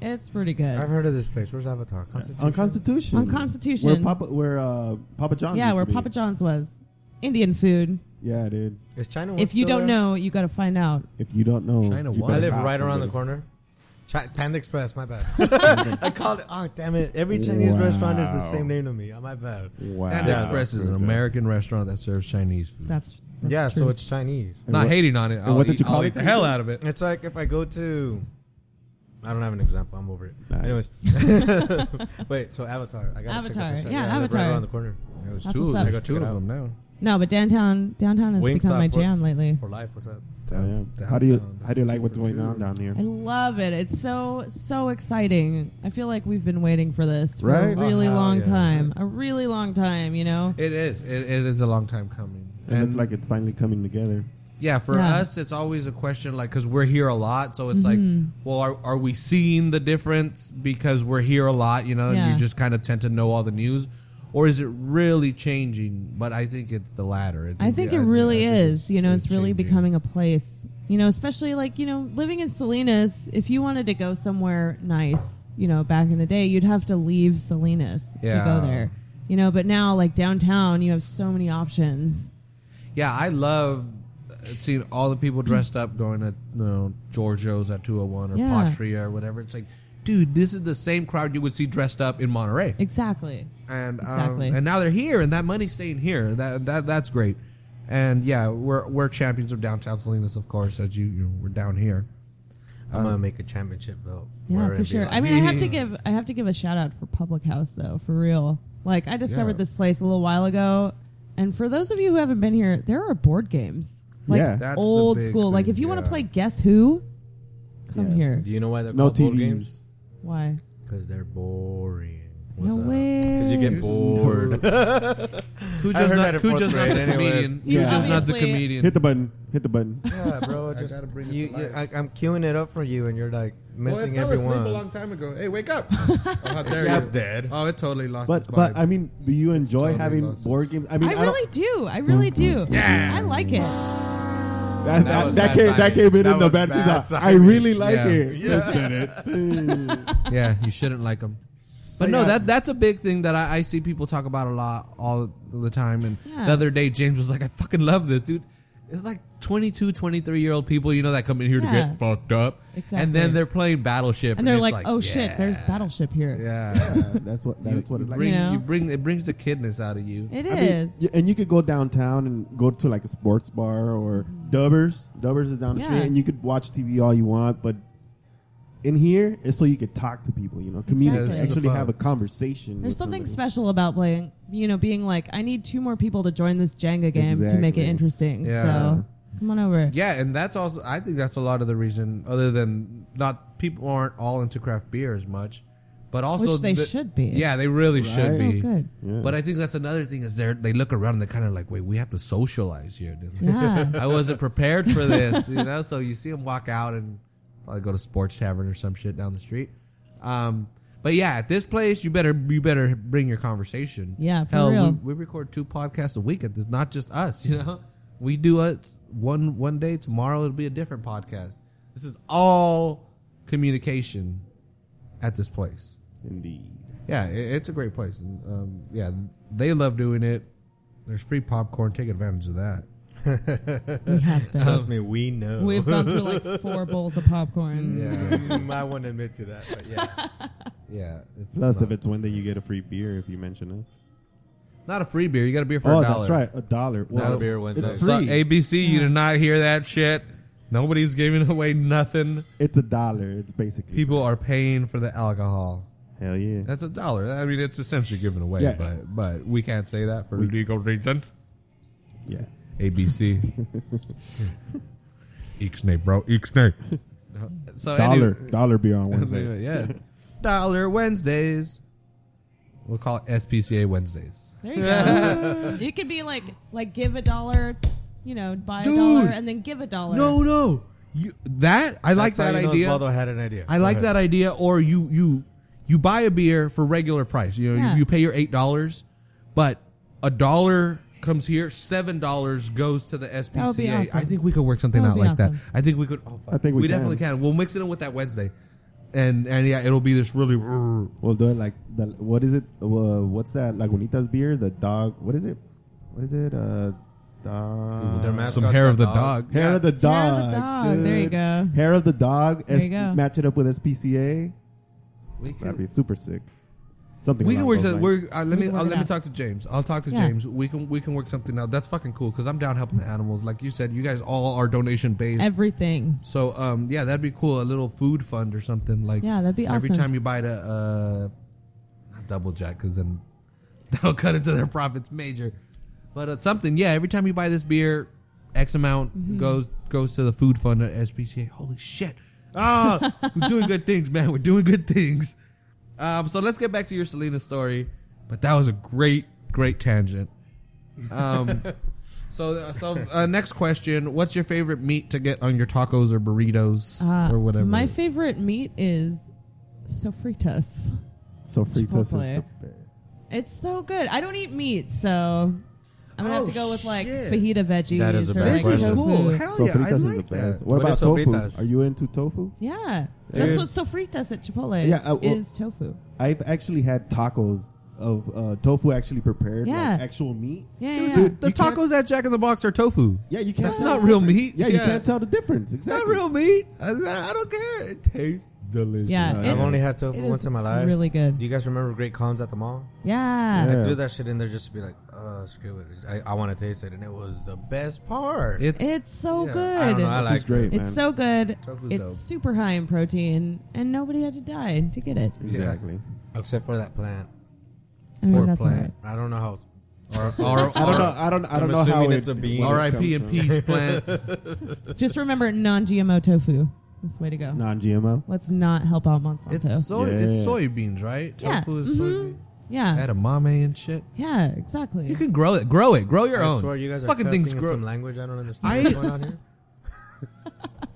Speaker 5: It's pretty good.
Speaker 6: I've heard of this place. Where's Avatar? Constitution.
Speaker 2: on Constitution.
Speaker 5: On Constitution.
Speaker 2: Where Papa, where uh, Papa John's.
Speaker 5: yeah,
Speaker 2: used
Speaker 5: where
Speaker 2: to be.
Speaker 5: Papa John's was. Indian food.
Speaker 2: Yeah, dude.
Speaker 1: Is China?
Speaker 5: if you don't know, you got to find out.
Speaker 2: If you don't know,
Speaker 4: China
Speaker 2: you
Speaker 4: was.
Speaker 1: I
Speaker 2: better
Speaker 1: live
Speaker 2: ask
Speaker 1: right around the
Speaker 2: somebody.
Speaker 1: corner. Chi- Panda Express. My
Speaker 2: *laughs*
Speaker 1: bad. *laughs* I called it. Oh damn it! Every Chinese
Speaker 2: Wow.
Speaker 1: restaurant is the same name to me. Oh, my bad.
Speaker 2: Wow.
Speaker 4: Panda Express is an American restaurant that serves Chinese food.
Speaker 5: That's, that's
Speaker 1: yeah,
Speaker 5: true.
Speaker 1: so it's Chinese.
Speaker 4: Not
Speaker 2: what-
Speaker 4: hating on it. I'll
Speaker 2: what did
Speaker 4: eat-
Speaker 2: you call
Speaker 4: I'll
Speaker 2: it?
Speaker 4: eat the hell out of it.
Speaker 1: It's like if I go to, I don't have an example. I'm over it.
Speaker 2: Nice.
Speaker 1: Anyways, *laughs* wait. So Avatar. I got
Speaker 5: Avatar. Yeah,
Speaker 1: Right
Speaker 5: Avatar.
Speaker 1: around the corner.
Speaker 4: There's
Speaker 5: That's
Speaker 4: two.
Speaker 5: what's
Speaker 4: of-
Speaker 5: up.
Speaker 4: I got two of them now.
Speaker 5: no, but downtown downtown has
Speaker 1: Wingstop
Speaker 5: become my
Speaker 1: for-
Speaker 5: jam lately.
Speaker 1: For life. What's up?
Speaker 2: Yeah. How do you how do you like what's going on down here?
Speaker 5: I love it. It's so so exciting. I feel like we've been waiting for this for a
Speaker 2: Right? Oh,
Speaker 5: really
Speaker 1: hell
Speaker 5: long
Speaker 1: yeah.
Speaker 5: time. A really long time, you know.
Speaker 4: It is. It, it is a long time coming.
Speaker 2: And it's like it's finally coming together.
Speaker 4: Yeah, for
Speaker 5: Yeah.
Speaker 4: us, it's always a question like because we're here a lot, so it's
Speaker 5: Mm-hmm.
Speaker 4: like, well, are, are we seeing the difference because we're here a lot? You know, and
Speaker 5: Yeah.
Speaker 4: you just kind of tend to know all the news, or is it really changing? But I think it's the latter.
Speaker 5: I think it really is. You know, it's, really becoming a place. You know, especially like you know, living in Salinas. If you wanted to go somewhere nice, you know, back in the day, you'd have to leave Salinas to
Speaker 4: Yeah.
Speaker 5: go there. You know, but now like downtown, you have so many options.
Speaker 4: Yeah, I love uh, seeing all the people dressed up going to you know Giorgio's at two hundred one or
Speaker 5: Yeah.
Speaker 4: Patria or whatever. It's like, dude, this is the same crowd you would see dressed up in Monterey.
Speaker 5: Exactly.
Speaker 4: and um,
Speaker 5: Exactly.
Speaker 4: and now they're here, and that money's staying here. That that that's great. And yeah, we're we're champions of downtown Salinas, of course, as you, you know, we're down here.
Speaker 1: I'm gonna make a championship belt. Wear it
Speaker 5: Yeah,
Speaker 1: and
Speaker 5: for
Speaker 1: be
Speaker 5: sure.
Speaker 1: like,
Speaker 5: I mean, I have to give I have to give a shout out for Public House though, for real. Like I discovered
Speaker 4: Yeah.
Speaker 5: this place a little while ago, and for those of you who haven't been here, there are board games. Like
Speaker 2: Yeah.
Speaker 4: That's the
Speaker 5: old
Speaker 4: big
Speaker 5: school. like
Speaker 4: thing,
Speaker 5: if you want
Speaker 4: yeah.
Speaker 5: to play Guess Who, come
Speaker 2: Yeah.
Speaker 5: here.
Speaker 1: Do you know why they're
Speaker 2: No
Speaker 1: called board
Speaker 2: TVs.
Speaker 1: games?
Speaker 5: Why?
Speaker 1: Because they're boring.
Speaker 5: No way.
Speaker 1: Because you get bored.
Speaker 4: Cujo's
Speaker 1: heard
Speaker 4: not
Speaker 1: that in fourth
Speaker 4: Cujo's not the
Speaker 1: grade, anyways.
Speaker 4: comedian.
Speaker 5: He's
Speaker 4: Cujo's not the
Speaker 5: obviously-
Speaker 4: comedian.
Speaker 2: Hit the button. Hit the button.
Speaker 1: Yeah, bro. I just
Speaker 6: gotta bring it
Speaker 1: you,
Speaker 6: to
Speaker 1: you-
Speaker 6: life.
Speaker 1: I, I'm queuing it up for you, and you're like missing everyone.
Speaker 4: time ago. Hey, wake *laughs* up! oh, how dare
Speaker 1: That's
Speaker 4: you.
Speaker 1: dead.
Speaker 4: Oh, it totally lost.
Speaker 2: But
Speaker 4: its
Speaker 2: but
Speaker 4: vibe.
Speaker 2: I mean, do you enjoy
Speaker 4: totally
Speaker 2: having
Speaker 4: lost
Speaker 2: board
Speaker 4: its-
Speaker 2: games? I mean,
Speaker 5: I
Speaker 2: don't-
Speaker 5: really do. I really do. I like it.
Speaker 2: that,
Speaker 1: That
Speaker 2: that,
Speaker 1: was
Speaker 2: that
Speaker 1: bad
Speaker 2: came that
Speaker 1: timing.
Speaker 2: came in
Speaker 1: That
Speaker 2: in the
Speaker 1: was
Speaker 2: bad.
Speaker 1: bad
Speaker 2: She's like, I
Speaker 1: timing.
Speaker 2: really like
Speaker 4: Yeah.
Speaker 2: it.
Speaker 4: yeah, you shouldn't like them. But no, that that's a big thing that I, I see people talk about a lot all the time. And
Speaker 5: Yeah.
Speaker 4: the other day, James was like, "I fucking love this, dude." It's like 22, 23 year old people, you know, that come in here to
Speaker 5: Yeah.
Speaker 4: get fucked up, and
Speaker 5: Exactly.
Speaker 4: then they're playing Battleship,
Speaker 5: And they're
Speaker 4: it's
Speaker 5: like, "Oh
Speaker 4: yeah,
Speaker 5: shit, there's Battleship here."
Speaker 4: *laughs*
Speaker 5: *laughs*
Speaker 4: yeah."
Speaker 2: Uh, *laughs* that's what that's what it's like.
Speaker 4: Bring,
Speaker 5: You know?
Speaker 4: you bring it brings the kidness out of you.
Speaker 5: It
Speaker 2: I
Speaker 5: is.
Speaker 2: mean, y- and you could go downtown and go to like a sports bar or Dubbers. Dubbers is down the street,
Speaker 5: Yeah.
Speaker 2: and you could watch TV all you want, but in here, it's so you could talk to people. You know, communicate,
Speaker 5: Exactly.
Speaker 2: actually
Speaker 4: Yeah,
Speaker 2: have a conversation.
Speaker 5: There's
Speaker 2: with
Speaker 5: something
Speaker 2: somebody.
Speaker 5: special about playing, you know, being like, I need two more people to join this Jenga game to make
Speaker 2: Exactly.
Speaker 5: it interesting.
Speaker 4: Yeah.
Speaker 5: So come on over.
Speaker 4: Yeah, and that's also I think that's a lot of the reason. Other than not people aren't all into craft beer as much, but also
Speaker 5: Which they
Speaker 4: the-
Speaker 5: should be.
Speaker 4: Yeah, they really should
Speaker 5: So
Speaker 4: be.
Speaker 5: good.
Speaker 4: But I think that's another thing is they are they look around and they're kind of like, wait, we have to socialize here. This-
Speaker 5: Yeah.
Speaker 4: *laughs* I wasn't prepared for this, *laughs* you know. So you see them walk out and probably go to sports tavern or some shit down the street. Um, but yeah, at this place, you better you better bring your conversation.
Speaker 5: Yeah, for
Speaker 4: hell,
Speaker 5: real.
Speaker 4: We, we record two podcasts a week. It's not just us, you know. We do it one one day. Tomorrow it'll be a different podcast. This is all communication at this place
Speaker 2: Indeed.
Speaker 4: yeah, it, it's a great place. And, um, yeah, they love doing it. There's free popcorn. Take advantage of that.
Speaker 5: We have
Speaker 1: *laughs*
Speaker 5: been.
Speaker 1: Trust me, we know.
Speaker 5: We've
Speaker 1: *laughs*
Speaker 5: gone through like four bowls of popcorn.
Speaker 1: Mm, I won't admit to that, but yeah.
Speaker 4: Yeah, it's
Speaker 2: Plus, if it's Wednesday, you get a free beer if you mention it.
Speaker 4: not a free beer. You got a beer for
Speaker 2: oh,
Speaker 4: a dollar.
Speaker 2: that's right, a dollar. Well,
Speaker 1: beer Wednesday.
Speaker 2: It's
Speaker 4: So,
Speaker 2: free.
Speaker 4: ABC, you did not hear that shit. Nobody's giving *laughs* away nothing.
Speaker 2: it's a dollar. It's basically
Speaker 4: People are paying for the alcohol.
Speaker 2: Hell yeah.
Speaker 4: That's a dollar. I mean, it's essentially given away,
Speaker 2: Yeah.
Speaker 4: but but we can't say that for legal reasons.
Speaker 2: Yeah. *laughs*
Speaker 4: ABC. Ixnay,
Speaker 2: *laughs*
Speaker 4: bro. Ixnay. So
Speaker 2: Dollar.
Speaker 4: anyway-
Speaker 2: Dollar beer
Speaker 4: *laughs*
Speaker 2: on Wednesday.
Speaker 4: Oh, Anyway, yeah. Dollar Wednesdays. We'll call it SPCA Wednesdays.
Speaker 5: There you go.
Speaker 1: *laughs*
Speaker 5: it could be like like give a dollar, you know, buy
Speaker 4: Dude.
Speaker 5: a dollar, and then give a dollar.
Speaker 4: No, no. You, that I like
Speaker 1: That's how
Speaker 4: that
Speaker 1: you know
Speaker 4: idea.
Speaker 1: Osvaldo had an idea.
Speaker 4: I like that idea. Or you you you buy a beer for regular price. You know,
Speaker 5: Yeah.
Speaker 4: you, you pay your eight dollars, but a dollar comes here, seven dollars goes to the SPCA.
Speaker 5: would be awesome.
Speaker 4: I think we could work something
Speaker 5: That
Speaker 4: out
Speaker 5: would be
Speaker 4: like that.
Speaker 5: awesome.
Speaker 4: I think we could. Oh, fuck.
Speaker 2: I think we can.
Speaker 4: definitely can. We'll mix it in with that Wednesday, and and yeah, it'll be this really.
Speaker 2: We'll do it like the what is it? Uh, what's that Lagunitas beer? The dog. What is it? What is it? Uh, dog.
Speaker 1: Their mascot's
Speaker 4: Some hair of
Speaker 1: a
Speaker 4: the dog.
Speaker 2: Hair
Speaker 4: Yeah.
Speaker 2: of the
Speaker 5: Hair
Speaker 2: dog.
Speaker 5: of the dog. There you
Speaker 2: dude.
Speaker 5: go.
Speaker 2: Hair of the dog.
Speaker 5: There
Speaker 2: S-
Speaker 5: you go.
Speaker 2: Match it up with SPCA.
Speaker 4: We
Speaker 2: That'd
Speaker 4: can,
Speaker 2: be super sick. Something
Speaker 4: we can
Speaker 2: along
Speaker 4: work.
Speaker 2: those
Speaker 4: some-
Speaker 2: lines.
Speaker 4: We're, uh, let
Speaker 5: We
Speaker 4: me
Speaker 5: can work
Speaker 4: uh,
Speaker 5: it
Speaker 4: let me
Speaker 5: out.
Speaker 4: talk to James. I'll talk to
Speaker 5: Yeah.
Speaker 4: James. We can we can work something out. That's fucking cool because I'm down helping the animals. Like you said, you guys all are donation based.
Speaker 5: Everything.
Speaker 4: So um yeah, that'd be cool. A little food fund or something like.
Speaker 5: Yeah, that'd be
Speaker 4: Every
Speaker 5: awesome.
Speaker 4: time you buy the uh, not double jack, because then *laughs* that'll cut into their profits major. But uh, something, yeah. Every time you buy this beer, X amount
Speaker 5: Mm-hmm.
Speaker 4: goes goes to the food fund at SPCA. Holy shit!
Speaker 5: *laughs*
Speaker 4: Ah, we're doing good things, man. We're doing good things. Um, so let's get back to your Selena story. But that was a great, great tangent. Um, So, so uh, next question: What's your favorite meat to get on your tacos or burritos
Speaker 5: Uh,
Speaker 4: or whatever?
Speaker 5: My favorite meat is sofritas.
Speaker 2: so fritas is the
Speaker 5: Chipotle.
Speaker 2: best.
Speaker 5: It's so good. I don't eat meat, so I'm gonna have to
Speaker 4: Oh,
Speaker 5: go with like
Speaker 4: shit.
Speaker 5: fajita veggies.
Speaker 1: That is a
Speaker 5: or
Speaker 1: bad
Speaker 5: like
Speaker 4: this is
Speaker 1: question.
Speaker 4: cool.
Speaker 5: tofu.
Speaker 4: Hell
Speaker 2: So
Speaker 4: Oh, yeah, I
Speaker 2: fritas is the best.
Speaker 4: like that.
Speaker 2: What,
Speaker 1: What
Speaker 2: about
Speaker 1: is
Speaker 2: tofu?
Speaker 1: sofritas?
Speaker 2: Are you into tofu?
Speaker 5: Yeah, that's
Speaker 2: is-
Speaker 5: what sofritas at Chipotle.
Speaker 2: Yeah, uh, well-
Speaker 5: is tofu.
Speaker 2: I've actually had tacos of uh, tofu actually prepared,
Speaker 5: Yeah.
Speaker 2: like actual meat.
Speaker 5: Yeah,
Speaker 4: Dude,
Speaker 5: yeah,
Speaker 4: the-
Speaker 5: yeah.
Speaker 4: the
Speaker 2: you can't-
Speaker 4: tacos at Jack in the Box are tofu.
Speaker 2: Yeah, you can't.
Speaker 4: That's
Speaker 2: tell
Speaker 4: not
Speaker 2: the
Speaker 4: real
Speaker 2: difference.
Speaker 4: meat.
Speaker 2: Yeah, you
Speaker 4: Yeah.
Speaker 2: can't tell the difference. Exactly.
Speaker 4: Not real meat. I, I don't care. It tastes delicious.
Speaker 5: Yeah,
Speaker 1: I've
Speaker 5: it's-
Speaker 1: only had tofu
Speaker 5: it is
Speaker 1: once in my life.
Speaker 5: really good.
Speaker 1: Do you guys remember Great Cons at the mall?
Speaker 5: yeah.
Speaker 2: Yeah.
Speaker 1: I threw that shit in there just to be like, uh, screw it. I, I want to taste it, and it was the best part.
Speaker 4: It's, *laughs*
Speaker 5: It's so
Speaker 4: Yeah.
Speaker 5: good.
Speaker 1: I don't know. I
Speaker 2: It's
Speaker 1: like
Speaker 2: great, man.
Speaker 5: It's so good.
Speaker 4: Tofu's
Speaker 5: it's
Speaker 4: dope.
Speaker 5: super high in protein, and nobody had to die to get it.
Speaker 2: Exactly.
Speaker 1: except for that plant.
Speaker 5: I mean,
Speaker 4: Poor
Speaker 5: that's all
Speaker 4: plant.
Speaker 5: right.
Speaker 1: I don't know how.
Speaker 4: or, or,
Speaker 2: I don't know. I don't. I don't know how
Speaker 1: assuming
Speaker 2: it-
Speaker 1: it's a bean.
Speaker 2: where it
Speaker 4: R.I.P.
Speaker 2: comes
Speaker 4: and
Speaker 2: from.
Speaker 4: peace
Speaker 2: *laughs*
Speaker 4: plant.
Speaker 5: Just remember non-GMO tofu. That's the way to go.
Speaker 2: Non-GMO.
Speaker 5: Let's not help out Monsanto.
Speaker 4: It's soy.
Speaker 2: Yeah.
Speaker 4: It's soybeans, right?
Speaker 5: Yeah.
Speaker 4: Tofu is
Speaker 2: Mm-hmm.
Speaker 4: soybean.
Speaker 5: yeah,
Speaker 4: Edamame and shit.
Speaker 5: yeah, exactly.
Speaker 4: You can grow it. Grow it. Grow your
Speaker 1: I
Speaker 4: own.
Speaker 1: swear you guys are
Speaker 4: fucking
Speaker 1: cussing
Speaker 4: things
Speaker 1: in
Speaker 4: grow.
Speaker 1: some language I don't understand
Speaker 4: I-
Speaker 1: what's going on here.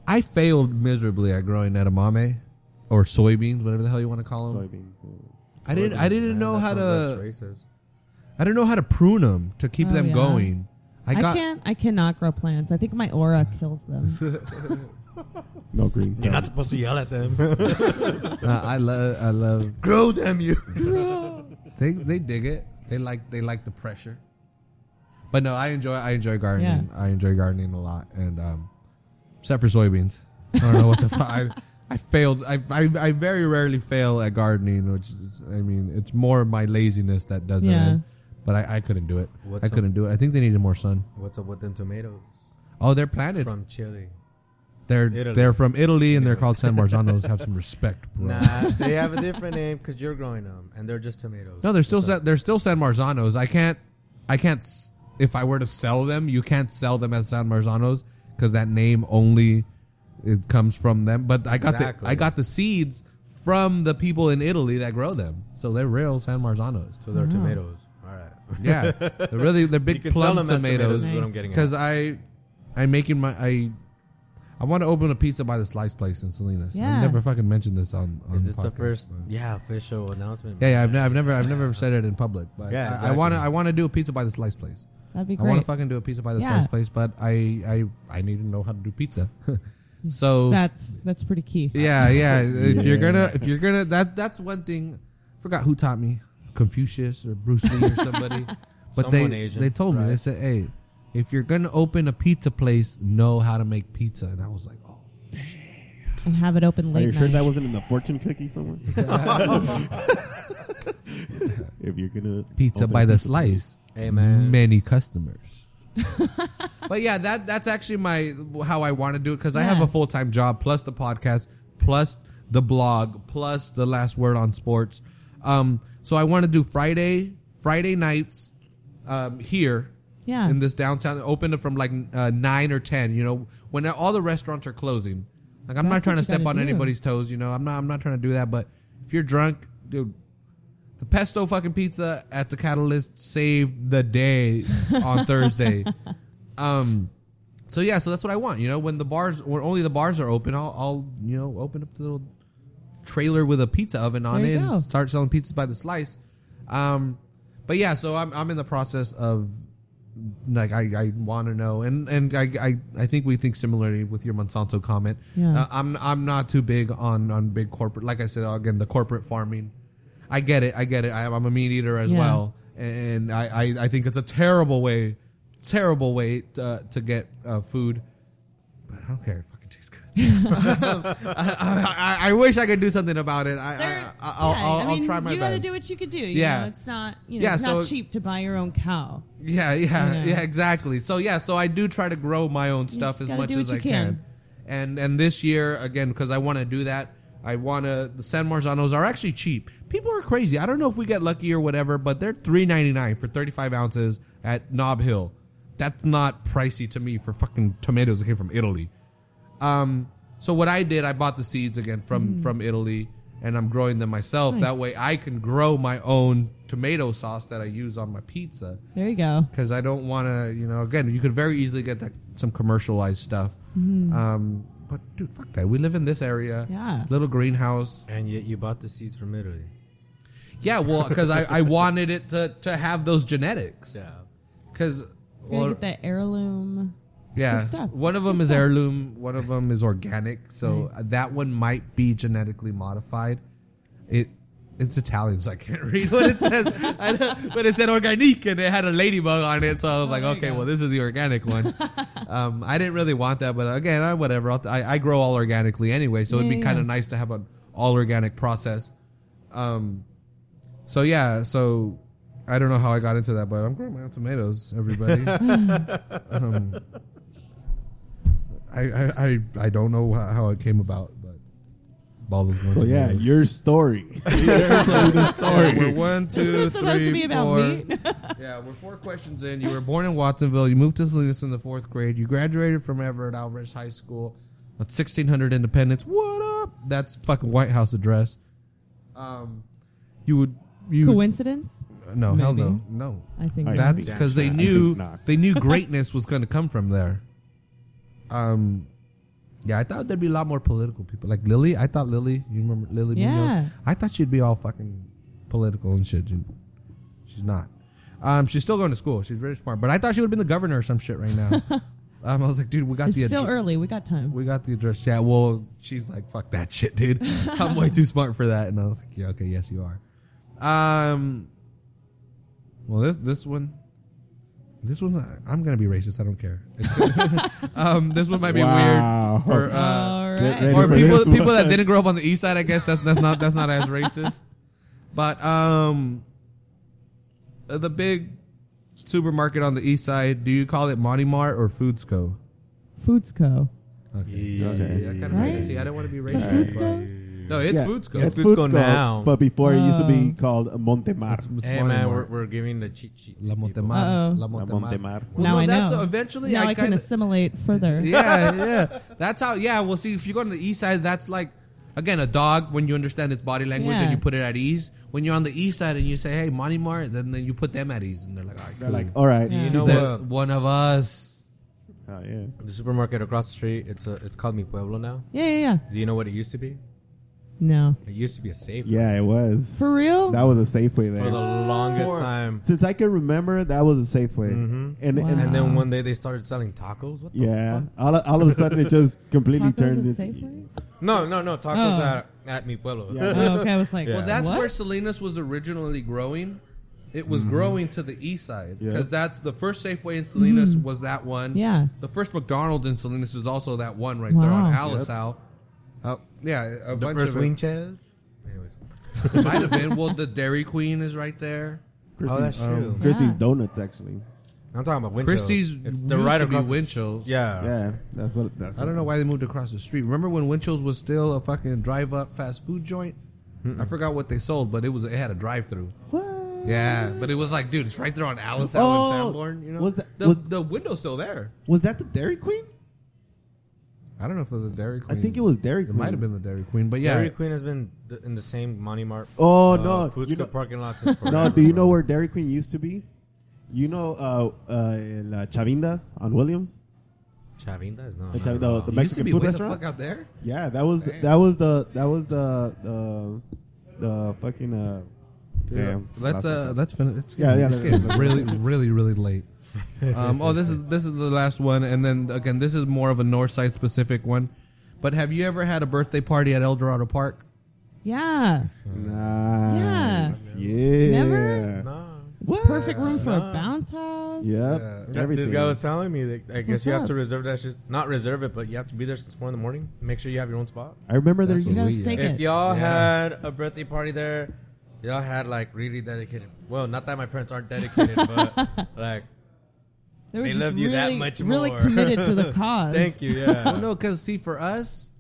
Speaker 4: I failed miserably at growing edamame or soybeans, whatever the hell you want to call them.
Speaker 2: Soybeans.
Speaker 4: I didn't. I didn't
Speaker 1: Man,
Speaker 4: know
Speaker 1: that
Speaker 4: how
Speaker 1: sounds
Speaker 4: to.
Speaker 1: less racist.
Speaker 4: I didn't know how to prune them to keep
Speaker 5: Oh,
Speaker 4: them
Speaker 5: yeah.
Speaker 4: going. I
Speaker 5: I,
Speaker 4: got.
Speaker 5: can't. I cannot grow plants. I think my aura kills
Speaker 4: *laughs*
Speaker 5: them.
Speaker 2: No green.
Speaker 1: You're
Speaker 2: thumb.
Speaker 1: not supposed to yell at them.
Speaker 4: Uh, I love. I love.
Speaker 1: Grow them, you.
Speaker 4: *laughs* They they dig it. They like they like the pressure. But no, I enjoy I enjoy gardening. I enjoy gardening a lot, and um, except for soybeans, I don't know what the fuck. I, I failed. I, I I very rarely fail at gardening, which is, I mean, it's more my laziness that does
Speaker 5: Yeah.
Speaker 4: it. But I, I couldn't do it.
Speaker 1: What's
Speaker 4: I
Speaker 1: up?
Speaker 4: couldn't do it. I think they needed more sun.
Speaker 1: *laughs* What's up with them tomatoes
Speaker 4: Oh, they're planted.
Speaker 1: from Chile?
Speaker 4: they're
Speaker 1: Italy.
Speaker 4: they're from Italy, and they're
Speaker 1: *laughs*
Speaker 4: called San Marzanos. Have some respect, bro.
Speaker 1: Nah, they have a different name because you're growing them, and they're just tomatoes.
Speaker 4: No, they're still San, they're still San Marzanos. I can't, I can't. s- If I were to sell them, you can't sell them as San Marzanos because that name only it comes from them. But I got
Speaker 1: Exactly.
Speaker 4: the I got the seeds from the people in Italy that grow them, so they're real San Marzanos.
Speaker 1: so they're tomatoes. All right.
Speaker 4: Yeah, *laughs* they're really they're big
Speaker 1: can
Speaker 4: plum
Speaker 1: sell them as
Speaker 4: tomatoes.
Speaker 1: tomatoes, is what I'm getting at.
Speaker 4: Because I, I'm making my I. I want to open a pizza by the slice place in Salinas.
Speaker 5: Yeah.
Speaker 4: I never fucking mentioned this on. on
Speaker 1: Is this the first,
Speaker 4: podcast.
Speaker 1: yeah, official announcement?
Speaker 4: Yeah, yeah I've, ne- I've never, I've never said it in public, but
Speaker 1: Yeah,
Speaker 4: I- I want to, I want to do a pizza by the slice place.
Speaker 5: That'd be
Speaker 4: I want
Speaker 5: great.
Speaker 4: to fucking do a pizza by the
Speaker 5: Yeah.
Speaker 4: slice place, but I, I, I need to know how to do pizza. *laughs* so
Speaker 5: That's that's pretty key.
Speaker 4: yeah,
Speaker 5: *laughs*
Speaker 4: yeah. If you're gonna, if you're gonna, that that's one thing. I forgot who taught me Confucius or Bruce Lee or somebody, but
Speaker 1: Someone
Speaker 4: they
Speaker 1: Asian,
Speaker 4: they told me they
Speaker 1: right.
Speaker 4: said, hey, if you're gonna open a pizza place, know how to make pizza, and I was like, oh.
Speaker 5: And have it open
Speaker 2: Are
Speaker 5: late.
Speaker 2: you sure
Speaker 5: night.
Speaker 2: that wasn't in the fortune cookie somewhere? *laughs* if you're gonna
Speaker 4: pizza
Speaker 2: open
Speaker 4: by
Speaker 2: a
Speaker 4: the
Speaker 2: pizza
Speaker 4: slice.
Speaker 1: Hey, man.
Speaker 4: Many customers. *laughs* but yeah, that that's actually my how I want to do it because I have
Speaker 5: Yeah.
Speaker 4: a full time job plus the podcast plus the blog plus the last word on sports Um, so I want to do Friday, Friday nights, um, here.
Speaker 5: Yeah.
Speaker 4: In this downtown, open from like uh, nine or ten. You know, when all the restaurants are closing. Like I'm not
Speaker 5: That's
Speaker 4: trying
Speaker 5: what
Speaker 4: to
Speaker 5: you
Speaker 4: step
Speaker 5: gotta
Speaker 4: on
Speaker 5: do.
Speaker 4: anybody's toes. You know, I'm not. I'm not trying to do that. But if you're drunk, dude, the pesto fucking pizza at the Catalyst saved the day on
Speaker 5: *laughs*
Speaker 4: Thursday. Um, so yeah, so that's what I want. You know, when the bars, when only the bars are open, I'll, I'll you know, open up the little trailer with a pizza oven on
Speaker 5: There
Speaker 4: it
Speaker 5: you
Speaker 4: and
Speaker 5: go.
Speaker 4: start selling pizzas by the slice. Um, but yeah, so I'm I'm in the process of like I, I want to know and and I, I I think we think similarly with your Monsanto comment.
Speaker 5: Yeah.
Speaker 4: Uh, I'm I'm not too big on on big corporate. Like I said again, the corporate farming. I get it. I get it. I, I'm a meat eater as
Speaker 5: Yeah.
Speaker 4: well, and I, I I think it's a terrible way, terrible way to, to get uh, food. But I don't care. It fucking tastes *laughs*
Speaker 5: *laughs*
Speaker 4: good. I, I, I wish I could do something about it. I, I,
Speaker 5: There-
Speaker 4: I, I'll,
Speaker 5: yeah,
Speaker 4: I'll,
Speaker 5: I mean,
Speaker 4: I'll try my
Speaker 5: you
Speaker 4: best.
Speaker 5: gotta do what you could do. You
Speaker 4: Yeah.
Speaker 5: know, it's not you know
Speaker 4: Yeah,
Speaker 5: it's not
Speaker 4: so-
Speaker 5: cheap to buy your own cow.
Speaker 4: Yeah, yeah,
Speaker 5: Yeah.
Speaker 4: yeah, exactly. So yeah, so I do try to grow my own stuff
Speaker 5: just
Speaker 4: as
Speaker 5: gotta
Speaker 4: much
Speaker 5: do what
Speaker 4: as
Speaker 5: you
Speaker 4: I can.
Speaker 5: can.
Speaker 4: And and this year again because I want to do that. I want to. The San Marzanos are actually cheap. People are crazy. I don't know if we get lucky or whatever, but they're three ninety nine for thirty five ounces at Knob Hill. That's not pricey to me for fucking tomatoes that came from Italy. Um, so what I did, I bought the seeds again from from Italy, and I'm growing them myself.
Speaker 5: Mm. Nice.
Speaker 4: That way, I can grow my own tomato sauce that I use on my pizza
Speaker 5: There you go.
Speaker 4: because I don't want to, you know, again, you could very easily get that some commercialized stuff. Um, but dude, fuck that. We live in this area.
Speaker 5: Mm-hmm. Yeah.
Speaker 4: Little greenhouse.
Speaker 1: And yet you bought the seeds from Italy.
Speaker 4: Yeah, well, because I, I wanted it to, to have those genetics. Because,
Speaker 5: You're gonna get that heirloom.
Speaker 4: yeah.
Speaker 5: good stuff.
Speaker 4: One of them is heirloom, one of them is organic. So
Speaker 5: Nice.
Speaker 4: that one might be genetically modified. It It's Italian, so I can't *laughs* read what it says. I don't- but it said organic and it had a ladybug on it. So I was like,
Speaker 5: Oh, there you
Speaker 4: okay,
Speaker 5: go.
Speaker 4: well, this is the organic
Speaker 5: *laughs*
Speaker 4: one. Um, I didn't really want that, but again, I, whatever. I'll, I, I grow all organically anyway, so it'd
Speaker 5: Yeah,
Speaker 4: be
Speaker 5: yeah.
Speaker 4: kind of nice to have an all organic process. Um, so yeah, so I don't know how I got into that, but I'm growing my own tomatoes, everybody.
Speaker 5: *laughs*
Speaker 4: um, I, I, I I don't know how how it came about, but Baldur's
Speaker 2: So yeah, your story. *laughs*
Speaker 4: We're
Speaker 5: *laughs*
Speaker 4: one, two,
Speaker 5: Isn't this supposed to
Speaker 4: three,
Speaker 5: be about
Speaker 4: four.
Speaker 5: meat?
Speaker 4: *laughs* Yeah, we're four questions in. You were born in Watsonville. You moved to Salinas in the fourth grade. You graduated from Everett Alvarez High School. That's 1600 Independence. What up? That's fucking White House address. Um, you would you
Speaker 5: Coincidence?
Speaker 4: no hell no
Speaker 5: Maybe.
Speaker 4: no.
Speaker 5: I think
Speaker 2: I-
Speaker 4: That's
Speaker 2: think
Speaker 4: because they
Speaker 2: not. I
Speaker 4: knew
Speaker 2: think not.
Speaker 5: *laughs*
Speaker 4: they knew greatness was going to come from there. Um, yeah, I thought there'd be a lot more political people like Lily. I thought Lily, you remember Lily?
Speaker 5: Yeah.
Speaker 4: Munoz? I thought she'd be all fucking political and shit. and She's not. Um, she's still going to school. She's very smart, but I thought she would have been the governor or some shit right
Speaker 5: *laughs*
Speaker 4: now. um, I was like, dude, we got
Speaker 5: it's
Speaker 4: the
Speaker 5: still
Speaker 4: ad-
Speaker 5: early. We got time.
Speaker 4: we got the address. Yeah, well, she's like, fuck that
Speaker 2: *laughs*
Speaker 4: shit, dude. I'm way too smart for that. And I was like, yeah, okay, yes, you are. Um, well, this this one, this one, I- I'm gonna be racist. I don't care.
Speaker 2: *laughs*
Speaker 4: It's- um, this one might be
Speaker 2: Wow.
Speaker 4: weird for uh,
Speaker 5: All
Speaker 2: Get
Speaker 5: right.
Speaker 2: ready
Speaker 4: or
Speaker 2: for
Speaker 4: people
Speaker 2: this
Speaker 4: people that
Speaker 2: one.
Speaker 4: didn't grow up on the east side. I guess that's that's not that's not as racist. But um, the big supermarket on the east side. Do you call it Monty Mart or Foodsco?
Speaker 5: Foodsco.
Speaker 4: Yeah, I kind of
Speaker 5: Right?
Speaker 4: see. I don't want to be
Speaker 5: The
Speaker 4: racist.
Speaker 5: Foodsco?
Speaker 4: No, it's
Speaker 2: Yeah,
Speaker 4: Foods Go.
Speaker 2: It's
Speaker 1: Foods
Speaker 2: Foods
Speaker 1: Go
Speaker 2: Go
Speaker 1: now.
Speaker 2: But before it used to be
Speaker 5: Oh.
Speaker 2: called Montemar.
Speaker 1: Hey man, we're, we're giving the cheat sheet. to people.
Speaker 5: Uh-oh.
Speaker 4: La
Speaker 2: Montemar.
Speaker 5: Now
Speaker 4: no,
Speaker 5: I
Speaker 4: that's-
Speaker 5: know.
Speaker 4: eventually
Speaker 5: now
Speaker 4: I
Speaker 5: I, can
Speaker 4: kinda-
Speaker 5: assimilate further.
Speaker 4: yeah, yeah. That's how. Yeah. Well, see, if you go on the east side, that's like again a dog. When you understand its body language
Speaker 5: Yeah.
Speaker 4: and you put it at ease. When you're on the east side and you say, "Hey, Monty Mart," then then you put them at ease, and they're like, "All right,
Speaker 2: They're
Speaker 4: cool.
Speaker 2: like, all right.
Speaker 5: Yeah.
Speaker 2: she's
Speaker 1: You know
Speaker 2: a-
Speaker 1: what?
Speaker 4: one of us."
Speaker 2: oh, yeah.
Speaker 1: The supermarket across the street. It's a, it's called Mi Pueblo now.
Speaker 5: Yeah, yeah, yeah.
Speaker 1: Do you know what it used to be?
Speaker 5: No.
Speaker 1: It used to be a safe
Speaker 2: Yeah, it was.
Speaker 5: For real?
Speaker 2: That was a Safeway
Speaker 1: for the
Speaker 2: there.
Speaker 1: longest time.
Speaker 2: Since I can remember, that was a Safeway.
Speaker 1: Mm-hmm.
Speaker 2: And,
Speaker 5: Wow.
Speaker 2: and
Speaker 1: And then one day they started selling tacos. What the
Speaker 2: yeah,
Speaker 1: fuck?
Speaker 2: all, all of a sudden it just completely
Speaker 5: Tacos
Speaker 2: turned
Speaker 5: at
Speaker 2: into.
Speaker 5: Safeway?
Speaker 1: No, no, no. Tacos
Speaker 5: Oh.
Speaker 1: at, at Mi Pueblo.
Speaker 2: Yeah.
Speaker 5: Oh, okay. I was like,
Speaker 1: Well,
Speaker 5: what?
Speaker 4: Well, that's where Salinas was originally growing. It was growing to the east side
Speaker 2: Mm-hmm. Yeah.
Speaker 4: because that's the first Safeway in Salinas was that one.
Speaker 5: Mm-hmm. Yeah.
Speaker 4: The first McDonald's in Salinas is also that one right there
Speaker 5: Wow.
Speaker 4: on
Speaker 5: Yep.
Speaker 4: Alisal. Oh, yeah, a
Speaker 1: The
Speaker 4: bunch
Speaker 1: first
Speaker 4: of it.
Speaker 1: Winches. Anyways.
Speaker 4: Might have been. Well, the Dairy Queen is right
Speaker 6: *laughs*
Speaker 4: there.
Speaker 1: Oh, that's
Speaker 2: Christie's,
Speaker 1: true.
Speaker 2: Christie's um, Donuts, actually.
Speaker 1: I'm talking about Winchell's.
Speaker 4: Christie's
Speaker 1: It's
Speaker 4: used to be
Speaker 1: across the-
Speaker 4: Winchell's.
Speaker 1: Yeah.
Speaker 2: Yeah, that's what. That's
Speaker 4: I don't know why they moved across the street. Remember when Winchell's was still a fucking drive-up fast food joint?
Speaker 6: I forgot what they sold, but it was it had a drive through.
Speaker 2: What?
Speaker 6: Yeah, but it was like, dude, it's right there on Alice
Speaker 2: Oh,
Speaker 6: Avenue, in Sanborn. You know,
Speaker 2: was that-
Speaker 6: the
Speaker 2: was-
Speaker 6: the window's still there?
Speaker 2: Was that the Dairy Queen?
Speaker 6: I don't know if it was a Dairy
Speaker 2: I
Speaker 6: Queen.
Speaker 2: think it was Dairy
Speaker 6: It
Speaker 2: Queen.
Speaker 6: might have been the Dairy Queen, but yeah,
Speaker 1: Dairy Queen has been th- in the same Monty Mart.
Speaker 2: Oh,
Speaker 1: uh,
Speaker 2: no,
Speaker 1: food
Speaker 2: you
Speaker 1: court
Speaker 2: know-
Speaker 1: parking lots.
Speaker 2: *laughs*
Speaker 1: since
Speaker 2: No,
Speaker 1: forever,
Speaker 2: do you
Speaker 1: bro.
Speaker 2: know where Dairy Queen used to be? You know, uh, uh, in, uh Chavindas on Williams,
Speaker 1: Chavindas? No, not
Speaker 2: the,
Speaker 1: at
Speaker 2: Chavinda-
Speaker 1: all.
Speaker 2: the
Speaker 6: It used to
Speaker 2: Mexican
Speaker 6: be
Speaker 2: food
Speaker 6: way
Speaker 2: restaurant.
Speaker 6: the fuck out there.
Speaker 2: Yeah, that was that was the that was the the the fucking uh. Damn.
Speaker 4: Let's uh let's finish. It's
Speaker 2: Yeah,
Speaker 4: yeah,
Speaker 2: yeah,
Speaker 4: It's
Speaker 2: yeah,
Speaker 4: getting really, really, really late. Um, oh, this is
Speaker 2: *laughs*
Speaker 4: this is the last one, and then again, this is more of a north side specific one. But have you ever had a birthday party at El Dorado Park?
Speaker 5: Yeah.
Speaker 2: Nice. Yeah.
Speaker 5: Never?
Speaker 1: Nah.
Speaker 5: Perfect room for a bounce house.
Speaker 2: Yep. Everything.
Speaker 1: This guy was telling me that I guess
Speaker 5: what's
Speaker 1: you have
Speaker 5: up.
Speaker 1: to reserve that shit. Not reserve it, but you have to be there since four in the morning. Make sure you have your own spot.
Speaker 2: I remember there
Speaker 5: You
Speaker 2: used
Speaker 4: uh,
Speaker 5: gotta stake
Speaker 1: If
Speaker 5: it.
Speaker 1: y'all had a birthday party there, y'all had like really dedicated. Well, not that my parents aren't dedicated, but like
Speaker 5: They, were
Speaker 1: they
Speaker 5: just
Speaker 1: loved
Speaker 5: really,
Speaker 1: you that much more.
Speaker 5: Really committed
Speaker 1: *laughs*
Speaker 5: to the cause.
Speaker 1: Thank you.
Speaker 4: Oh, *laughs*
Speaker 1: Yeah.
Speaker 4: no, because see, for us,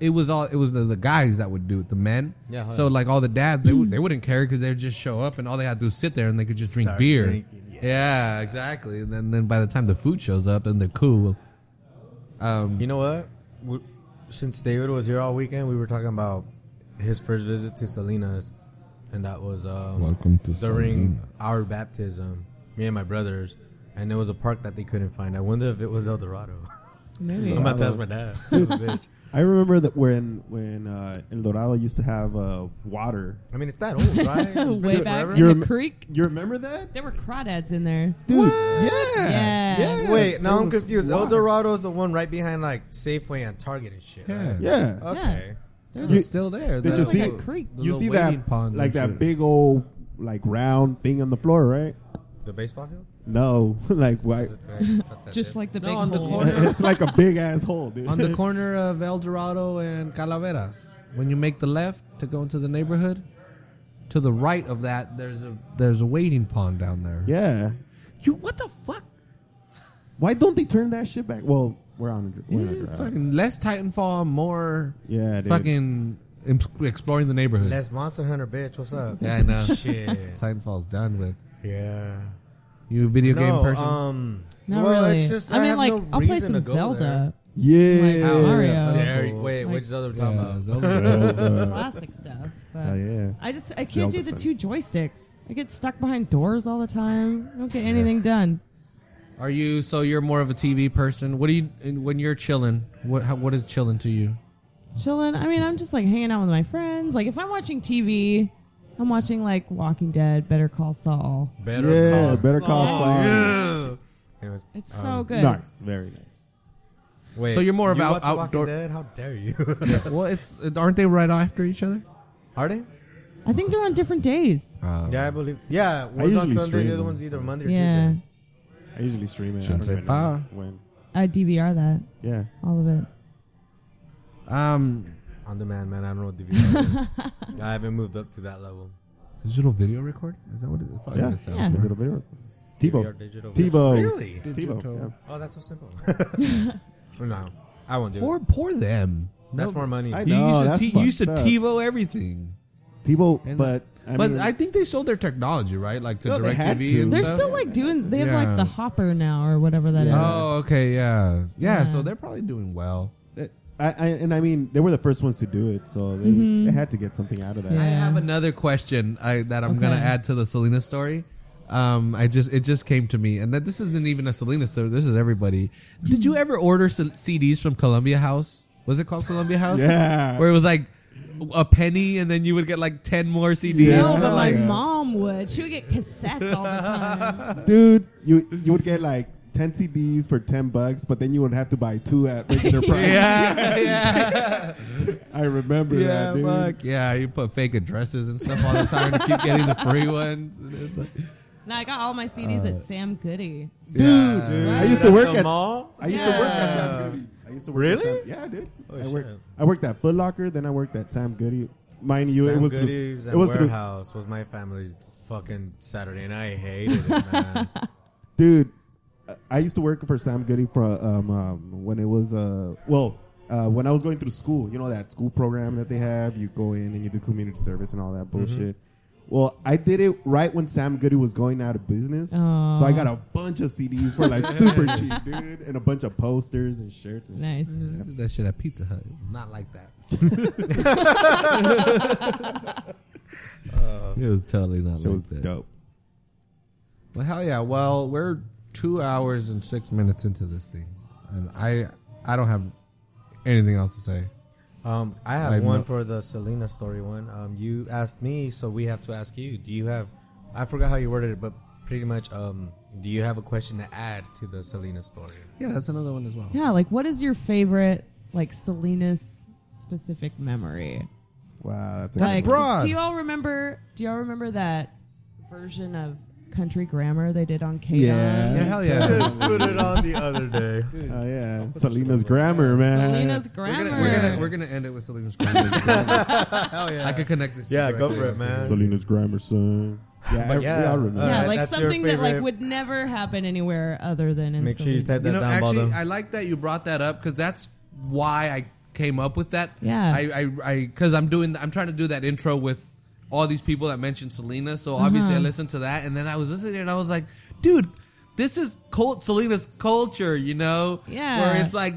Speaker 4: it was all it was the, the guys that would do it, the men.
Speaker 1: Yeah, huh.
Speaker 4: So like all the dads, they, would, they wouldn't care because they'd just show up and all they had to do is sit there and they could just drink
Speaker 1: Start
Speaker 4: beer.
Speaker 1: drinking,
Speaker 4: yeah. exactly. And then then by the time the food shows up, then they're cool.
Speaker 1: You know what? We, since David was here all weekend, we were talking about his first visit to Salinas, and that was um,
Speaker 4: Welcome to
Speaker 1: during our baptism. Me and my brothers, and it was a park that they couldn't find. I wonder if it was El Dorado. *laughs*
Speaker 5: Maybe.
Speaker 1: I'm about to ask my dad.
Speaker 4: *laughs*
Speaker 1: Son of a bitch.
Speaker 2: I remember that when when uh, El Dorado used to have uh, water.
Speaker 1: I mean, it's that old, right? It's been
Speaker 5: *laughs* Way
Speaker 1: there
Speaker 5: back
Speaker 1: forever.
Speaker 5: in
Speaker 2: You're
Speaker 5: the
Speaker 2: a m-
Speaker 5: creek.
Speaker 2: You remember that,
Speaker 5: There were crawdads in there.
Speaker 2: dude? Yeah.
Speaker 5: Yeah.
Speaker 2: Yeah.
Speaker 1: Wait, now
Speaker 2: There
Speaker 1: I'm
Speaker 2: was
Speaker 1: confused. El
Speaker 2: water.
Speaker 1: Dorado is the one right behind like Safeway and Target and shit.
Speaker 4: Yeah.
Speaker 1: right?
Speaker 2: Yeah.
Speaker 1: Okay.
Speaker 4: It's
Speaker 2: You-
Speaker 4: still there.
Speaker 2: Did
Speaker 4: The-
Speaker 2: you
Speaker 5: It's like
Speaker 2: see?
Speaker 5: a creek.
Speaker 2: You
Speaker 4: The
Speaker 2: see
Speaker 4: little
Speaker 2: that
Speaker 4: wading ponds
Speaker 2: like
Speaker 4: and
Speaker 2: that
Speaker 4: shit.
Speaker 2: big old like round thing on the floor, right?
Speaker 1: The baseball field?
Speaker 2: No, *laughs* like why?
Speaker 5: *laughs* Just like the
Speaker 4: No,
Speaker 5: big
Speaker 4: on the
Speaker 5: hole.
Speaker 4: corner.
Speaker 2: it's like a big asshole, dude. *laughs*
Speaker 4: on the corner of El Dorado and Calaveras. When you make the left to go into the neighborhood, to the right of that, there's a there's a wading pond down there.
Speaker 2: yeah.
Speaker 4: You what the fuck?
Speaker 2: Why don't they turn that shit back? Well, we're on. We're on a
Speaker 4: Yeah,
Speaker 2: drought.
Speaker 4: fucking less Titanfall, more
Speaker 2: Yeah, dude.
Speaker 4: fucking im- exploring the neighborhood.
Speaker 1: That's Monster Hunter, bitch. What's up?
Speaker 4: yeah, I know. *laughs*
Speaker 1: Shit.
Speaker 4: Titanfall's done with.
Speaker 1: yeah.
Speaker 4: You a video game
Speaker 1: No,
Speaker 4: person?
Speaker 1: um,
Speaker 5: Not
Speaker 1: well,
Speaker 5: really.
Speaker 1: It's just,
Speaker 5: I mean,
Speaker 1: have
Speaker 5: like,
Speaker 1: no
Speaker 5: I'll play
Speaker 1: reason
Speaker 5: some
Speaker 1: to go
Speaker 5: Zelda.
Speaker 2: Yeah.
Speaker 5: Like Mario.
Speaker 1: there.
Speaker 5: That's
Speaker 1: Dairy-
Speaker 4: cool.
Speaker 1: Wait,
Speaker 5: Like-
Speaker 1: which Zelda are we
Speaker 4: yeah,
Speaker 1: talking about? *laughs*
Speaker 4: Zelda.
Speaker 2: *laughs*
Speaker 5: classic stuff. But
Speaker 2: Uh, Oh, yeah.
Speaker 5: I just I can't do the
Speaker 2: Zelda
Speaker 5: two joysticks. I get stuck behind doors all the time. I don't get anything done.
Speaker 4: Are you so you're more of a TV person? What do you and when you're chilling? What how, what is chilling to you?
Speaker 5: Chilling. I mean, I'm just like hanging out with my friends. Like if I'm watching TV, I'm watching like Walking Dead, Better Call Saul.
Speaker 1: Better
Speaker 2: Yeah.
Speaker 1: Call
Speaker 2: Better call
Speaker 5: Saul.
Speaker 2: Saul.
Speaker 1: *laughs* Anyways,
Speaker 5: It's so good.
Speaker 2: Um, Nice. Very nice.
Speaker 1: wait,
Speaker 4: So you're more of
Speaker 1: you watch
Speaker 4: out-
Speaker 1: The Walking
Speaker 4: outdoor-
Speaker 1: Dead? How dare you?
Speaker 4: well, it's aren't they right after each other?
Speaker 1: Are they?
Speaker 5: I think they're on different days.
Speaker 1: Yeah, I believe. Yeah, one's on
Speaker 2: usually
Speaker 1: Sunday, the
Speaker 2: stream.
Speaker 1: other one's either Monday or
Speaker 5: Yeah,
Speaker 1: Tuesday.
Speaker 2: I usually stream it. I
Speaker 4: Shouldn't
Speaker 2: don't
Speaker 4: say
Speaker 2: even
Speaker 4: pa.
Speaker 2: know when.
Speaker 5: I DVR that
Speaker 2: Yeah.
Speaker 5: all of it.
Speaker 4: Um,
Speaker 1: On demand, man. I don't know what DVR
Speaker 5: *laughs*
Speaker 1: is. I haven't moved up to that level.
Speaker 4: digital video record? Is that what it is? Probably
Speaker 2: Yeah.
Speaker 4: what it sounds
Speaker 5: Yeah.
Speaker 4: like.
Speaker 2: Little bit of-
Speaker 1: DVR
Speaker 2: Tebow.
Speaker 1: digital.
Speaker 2: Tebow.
Speaker 1: Really?
Speaker 2: Tebow.
Speaker 1: Oh, that's so
Speaker 5: *laughs*
Speaker 1: simple. *laughs* no, I won't do
Speaker 4: Poor
Speaker 1: it.
Speaker 4: poor them.
Speaker 1: That's more money.
Speaker 2: I
Speaker 4: You
Speaker 2: No,
Speaker 4: used to,
Speaker 2: that's
Speaker 4: t- you used to
Speaker 2: fucked up.
Speaker 4: TiVo everything.
Speaker 2: Yeah. Tebow.
Speaker 4: And-
Speaker 2: but I
Speaker 4: but
Speaker 2: mean,
Speaker 4: I think they sold their technology, right? Like to
Speaker 2: No, they
Speaker 4: direct
Speaker 2: had
Speaker 4: DirecTV
Speaker 2: to.
Speaker 4: and
Speaker 5: They're
Speaker 4: stuff.
Speaker 5: still like doing. They have
Speaker 4: Yeah.
Speaker 5: like the Hopper now or whatever that is.
Speaker 4: Oh, okay, yeah. yeah,
Speaker 5: Yeah.
Speaker 4: So they're probably doing well.
Speaker 2: eh, I, I and I mean they were the first ones to do it, so they, they had to get something out of that.
Speaker 4: I
Speaker 5: Yeah.
Speaker 4: have another question I, that I'm gonna
Speaker 5: Okay.
Speaker 4: add to the Selena story. Um, I just it just came to me, and that this isn't even a Selena story. This is everybody.
Speaker 5: Hmm.
Speaker 4: Did you ever order s- CDs from Columbia House? Was it called Columbia House?
Speaker 2: Yeah.
Speaker 4: where it was like a penny, and then you would get like ten more CDs.
Speaker 5: No,
Speaker 2: Yeah.
Speaker 5: but my
Speaker 2: Yeah.
Speaker 5: mom would. She would get cassettes all the time.
Speaker 2: Dude, you you would get like ten CDs for ten bucks, but then you would have to buy two at regular price.
Speaker 4: yeah, yeah,
Speaker 2: I remember that, dude.
Speaker 4: fuck. yeah. You put fake addresses and stuff all the time to keep getting the free ones. And it's like-
Speaker 5: No, I got all my CDs at Sam Goody.
Speaker 2: Dude, I used to
Speaker 1: That's
Speaker 2: work
Speaker 1: the
Speaker 2: at
Speaker 1: mall.
Speaker 2: I used to work at Sam Goody. I used to work
Speaker 1: Really?
Speaker 2: at Sam, yeah, dude. I
Speaker 1: shit.
Speaker 2: worked I worked at Foot Locker, then I worked at Sam Goody. Mind you, it
Speaker 1: Sam
Speaker 2: was through-
Speaker 1: Goody's
Speaker 2: it
Speaker 1: and
Speaker 2: was through,
Speaker 1: warehouse was my family's fucking Saturday, and I hated it,
Speaker 2: *laughs*
Speaker 1: man.
Speaker 2: dude. I used to work for Sam Goody for um, um when it was uh well uh, when I was going through school, you know that school program that they have, you go in and you do community service and all that
Speaker 5: Mm-hmm.
Speaker 2: bullshit. Well, I did it right when Sam Goody was going out of business, so I got a bunch of CDs for like
Speaker 5: *laughs*
Speaker 2: super cheap, dude, and a bunch of posters and shirts. And shit.
Speaker 5: Nice.
Speaker 4: Did that shit at Pizza Hut. It was Not like
Speaker 2: *laughs*
Speaker 4: that.
Speaker 10: It was totally not
Speaker 2: Shit was
Speaker 10: like that.
Speaker 2: dope.
Speaker 4: Well, hell yeah. Well, we're two hours and six minutes into this thing, and I I don't have anything else to say.
Speaker 1: Um, I have
Speaker 4: I've
Speaker 1: one
Speaker 4: not-
Speaker 1: for the Selena story one. Um, you asked me, so we have to ask you. Do you have? I forgot how you worded it, but pretty much, um, do you have a question to add to the Selena *laughs* story?
Speaker 4: Yeah, that's another one as well.
Speaker 5: Yeah, like what is your favorite like Selena's specific memory?
Speaker 2: Wow, that's a
Speaker 5: Like
Speaker 2: good one.
Speaker 4: broad.
Speaker 5: do you all remember do y'all remember that version of country grammar they did on K
Speaker 2: Yeah.
Speaker 4: Yeah, hell yeah.
Speaker 1: Put it on the other day.
Speaker 2: Oh yeah, Selena's grammar, man.
Speaker 5: Selena's
Speaker 4: We're
Speaker 5: grammar.
Speaker 4: gonna, we're gonna we're gonna end it with Selena's Hell
Speaker 1: *laughs*
Speaker 4: yeah! I could connect this.
Speaker 1: *laughs*
Speaker 4: shit
Speaker 1: Yeah, go
Speaker 4: directly
Speaker 1: for it,
Speaker 4: to-
Speaker 1: man.
Speaker 2: Selena's grammar, son. Yeah,
Speaker 1: But
Speaker 2: I,
Speaker 1: yeah,
Speaker 2: yeah, I remember.
Speaker 1: uh,
Speaker 5: yeah,
Speaker 1: Alright,
Speaker 5: like
Speaker 1: that's your
Speaker 5: something that like
Speaker 1: favorite-
Speaker 5: would never happen anywhere other than in
Speaker 1: Make sure you
Speaker 5: Selena.
Speaker 1: type that
Speaker 4: You know,
Speaker 1: down,
Speaker 4: actually,
Speaker 1: Baldo.
Speaker 4: I like that you brought that up because that's why I came up with that.
Speaker 5: Yeah.
Speaker 4: I, I, I, because I'm doing, I'm trying to do that intro with all these people that mentioned Selena. So obviously, I listened to that, and then I was listening, and I was like, dude. This is cult Selena's culture, you know.
Speaker 5: Yeah.
Speaker 4: where it's like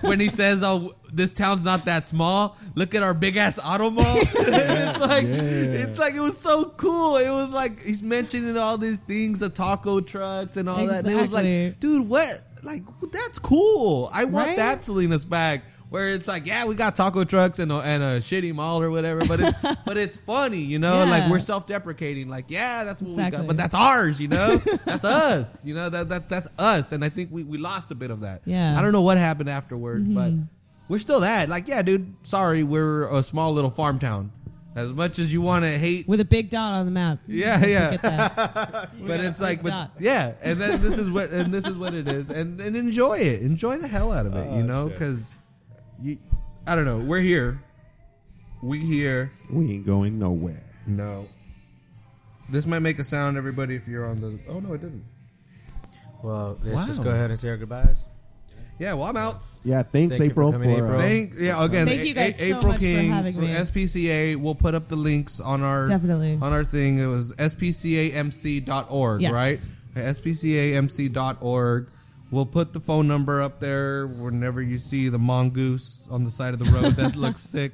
Speaker 4: *laughs* when he says, "Oh, this town's not that small. Look at our big ass auto mall." *laughs* it's like it's like it was so cool. It was like he's mentioning all these things, the taco trucks and all that. And it was
Speaker 5: Exactly.
Speaker 4: like, dude, what? Like that's cool. I want
Speaker 5: Right?
Speaker 4: that Selena's back. Where it's like, yeah, we got taco trucks and a, and a shitty mall or whatever, but
Speaker 5: *laughs*
Speaker 4: it's but it's funny, you know.
Speaker 5: Yeah.
Speaker 4: Like we're self deprecating, like yeah, that's what we
Speaker 5: Exactly.
Speaker 4: got, but that's ours, you
Speaker 5: *laughs*
Speaker 4: know. that's us, you know. That, that that's us, and I think we, we lost a bit of that.
Speaker 5: Yeah. Mm-hmm.
Speaker 4: I don't know what happened afterward, but we're still that. Like, yeah, dude. Sorry, we're a small little farm town. As much as you want to hate
Speaker 5: with a big dot on the map.
Speaker 4: Yeah, yeah.
Speaker 5: Look at that.
Speaker 4: but
Speaker 5: got
Speaker 4: it's
Speaker 5: a
Speaker 4: like,
Speaker 5: big
Speaker 4: but,
Speaker 5: dot.
Speaker 4: yeah, and then this is what and this is what it is, and and enjoy it, enjoy the hell out of it, you know, because you, I don't know, we're here, we here.
Speaker 2: We ain't going nowhere.
Speaker 4: No, this might make a sound, everybody, if you're on the. Oh no, it didn't.
Speaker 1: well, let's just
Speaker 4: Wow.
Speaker 1: go ahead and say our goodbys.
Speaker 4: Yeah, well, I'm out.
Speaker 2: Yeah, thanks,
Speaker 1: Thank you for
Speaker 2: April, for,
Speaker 1: coming, April.
Speaker 2: uh,
Speaker 4: Thank yeah again.
Speaker 5: Thank you guys so
Speaker 4: April
Speaker 5: much for
Speaker 4: King
Speaker 5: having
Speaker 4: from
Speaker 5: me.
Speaker 4: SPCA. We'll put up the links on our
Speaker 5: Definitely.
Speaker 4: on our thing. It was spcamc.org,
Speaker 5: Yes.
Speaker 4: right? spcamc.org. We'll put the phone number up there whenever you see the mongoose on the side of the road
Speaker 5: *laughs*
Speaker 4: that looks sick.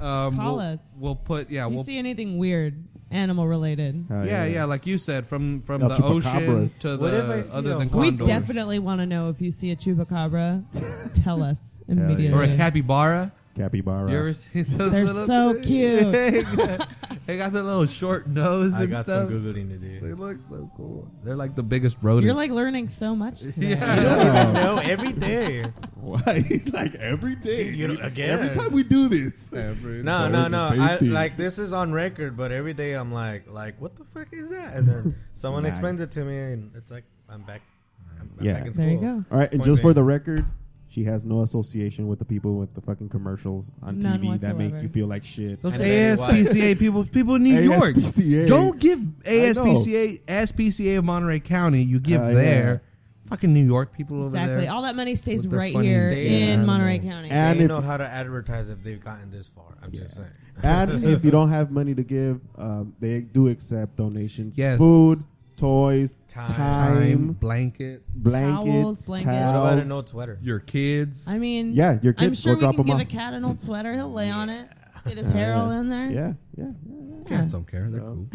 Speaker 4: Um,
Speaker 5: Call
Speaker 4: we'll,
Speaker 5: us.
Speaker 4: We'll put yeah.
Speaker 5: you
Speaker 4: we'll
Speaker 5: see anything weird animal related?
Speaker 2: uh,
Speaker 4: yeah, yeah, like you said, from from
Speaker 2: El
Speaker 4: the ocean
Speaker 2: Chupacabras.
Speaker 4: to
Speaker 1: What if I
Speaker 4: the
Speaker 1: see
Speaker 4: other
Speaker 1: a
Speaker 4: than
Speaker 5: We
Speaker 4: condors
Speaker 5: definitely want to know if you see a chupacabra.
Speaker 4: *laughs*
Speaker 5: tell us
Speaker 2: yeah.
Speaker 5: immediately.
Speaker 4: or a capybara.
Speaker 2: Capybara.
Speaker 4: You ever seen those
Speaker 5: They're
Speaker 4: little *laughs*
Speaker 5: so cute.
Speaker 4: they got they got the little short nose
Speaker 1: I
Speaker 4: and
Speaker 1: got
Speaker 4: stuff.
Speaker 1: some googling to do. *laughs*
Speaker 4: They look so cool. They're like the biggest rodent.
Speaker 5: You're like learning so much today.
Speaker 1: *laughs* no, every day.
Speaker 2: *laughs* Why? like every day.
Speaker 1: You know, again.
Speaker 2: Every time we do this.
Speaker 1: No,
Speaker 2: time
Speaker 1: no, no.
Speaker 2: it's the same
Speaker 1: I
Speaker 2: thing.
Speaker 1: like this is on record, but every day I'm like, like, what the fuck is that? And
Speaker 2: *laughs*
Speaker 1: then someone
Speaker 2: Nice.
Speaker 1: explains it to me, and it's like I'm back. I'm I'm
Speaker 2: Yeah.
Speaker 1: back in school.
Speaker 5: There you go.
Speaker 2: All right, and
Speaker 1: Point
Speaker 2: just for
Speaker 1: being-
Speaker 2: the record, she has no association with the people with the fucking commercials on
Speaker 5: None
Speaker 2: TV that
Speaker 5: whatsoever.
Speaker 2: make you feel like shit.
Speaker 4: those
Speaker 1: And then why-
Speaker 2: *laughs*
Speaker 4: ASPCA people, people in New
Speaker 2: ASPCA.
Speaker 4: York. Don't give
Speaker 2: I know.
Speaker 4: ASPCA, ASPCA of Monterey County. You give
Speaker 2: Oh, yeah.
Speaker 4: there, fucking New York people over
Speaker 5: Exactly.
Speaker 4: there.
Speaker 5: All that money stays
Speaker 4: With their
Speaker 5: right
Speaker 4: funny
Speaker 5: here
Speaker 1: damn
Speaker 5: in Monterey
Speaker 4: animals.
Speaker 5: County.
Speaker 2: And
Speaker 1: they
Speaker 2: if-
Speaker 1: know how to advertise if they've gotten this far. I'm just saying. *laughs*
Speaker 2: and if you don't have money to give, um, they do accept donations.
Speaker 4: Yes.
Speaker 2: Food, toys,
Speaker 1: Time.
Speaker 2: time,
Speaker 4: Time, blanket,
Speaker 2: blankets,
Speaker 5: Towels,
Speaker 2: towels.
Speaker 5: blankets. What
Speaker 1: What about an old sweater?
Speaker 4: your kids.
Speaker 5: I mean,
Speaker 2: Yeah, your
Speaker 5: I'm
Speaker 2: kids
Speaker 5: sure
Speaker 2: will drop
Speaker 5: we can
Speaker 2: 'em
Speaker 5: give a
Speaker 2: off.
Speaker 5: cat an old sweater. He'll lay on it. Get his hair all in there.
Speaker 2: yeah, yeah, yeah.
Speaker 4: Cats don't care.
Speaker 2: *laughs*
Speaker 4: They're cool.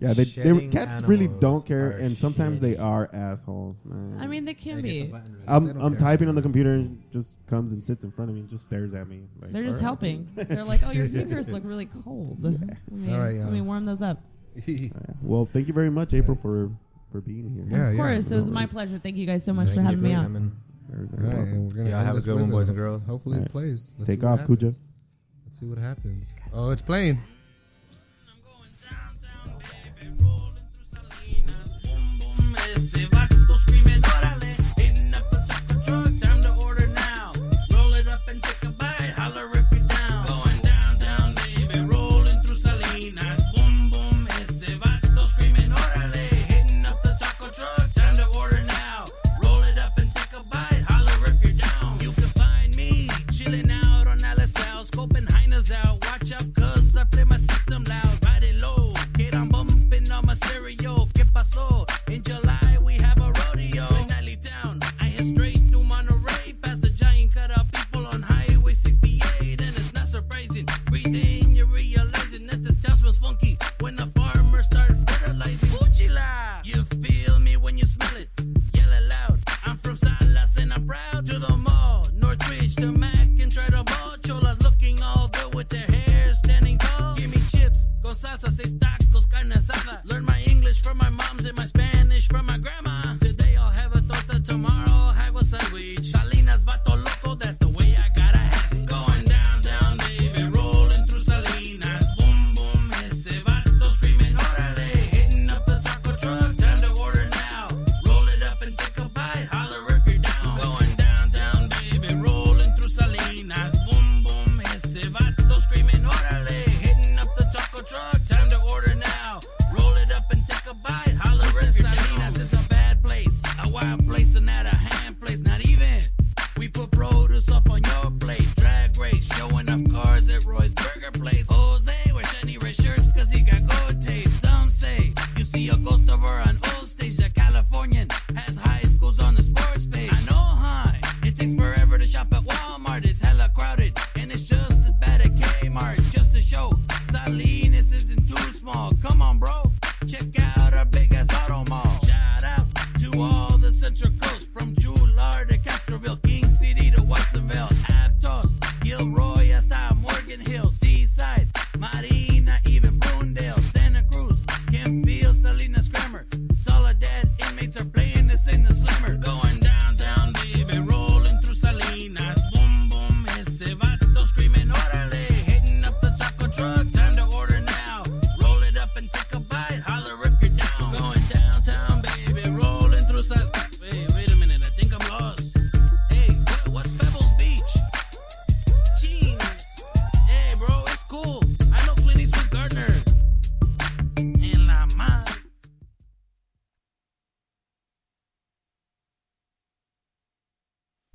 Speaker 2: Yeah, they, they
Speaker 1: Shedding
Speaker 2: cats really
Speaker 1: animals
Speaker 2: don't care,
Speaker 1: are
Speaker 2: and sometimes
Speaker 1: shit.
Speaker 2: they are assholes, man.
Speaker 5: I mean, they can be.
Speaker 2: I'm, I'm typing on the computer and just comes and sits in front of me and just stares at me. Like,
Speaker 5: They're just
Speaker 2: "All
Speaker 5: helping. They're like,
Speaker 4: *laughs*
Speaker 5: oh, your fingers look really cold. Let, me,
Speaker 4: All right, yeah.
Speaker 5: let me warm those up.
Speaker 2: right. Well, thank you very much, April, for for being here.
Speaker 4: Yeah,
Speaker 5: of
Speaker 4: yeah.
Speaker 5: course, it was my pleasure. Thank you guys so much for having me on.
Speaker 2: Very, very
Speaker 4: All right,
Speaker 2: welcome.
Speaker 4: and we're gonna
Speaker 1: Yeah,
Speaker 4: end
Speaker 1: have a
Speaker 4: this
Speaker 1: good
Speaker 4: with
Speaker 1: one,
Speaker 4: it.
Speaker 1: boys and girls.
Speaker 4: Hopefully
Speaker 2: All
Speaker 4: it
Speaker 2: right.
Speaker 4: plays. Let's
Speaker 2: Take
Speaker 4: see what
Speaker 2: off,
Speaker 4: happens.
Speaker 2: Kuja.
Speaker 4: Let's see what happens. Oh, it's playing.
Speaker 11: boom, boom, ese vato screaming, órale, hitting up the taco truck, time to order now. Roll it up and take a bite, holler if you're down. Going down, down, baby, rolling through Salinas. Boom, boom, ese vato screaming, órale, hitting up the taco truck, time to order now. Roll it up and take a bite, holler if you're down. You can find me, words in my Spanish from my grandma. Today I'll have a torta, tomorrow I'll have a sandwich. Salinas vato loco, that's the way I gotta have it. Going down, down, baby, rolling through Salinas. Boom, boom, ese vato screaming, órale. Hitting up the taco truck, time to order now. Roll it up and take a bite, holler if you're down. Going down, down, baby, rolling through Salinas. Boom, boom, ese vato screaming, órale. Hitting up the taco truck, time to order now. Roll it up and take a bite, holler if you're Salinas is a bad place, a wild place, and not a hand place, not even. We put produce up on your plate, drag race, showing off cars at Roy's Burger Place. Jose wears shiny red shirts cause he got good taste. Some say you see a ghost over an old stage, a Californian.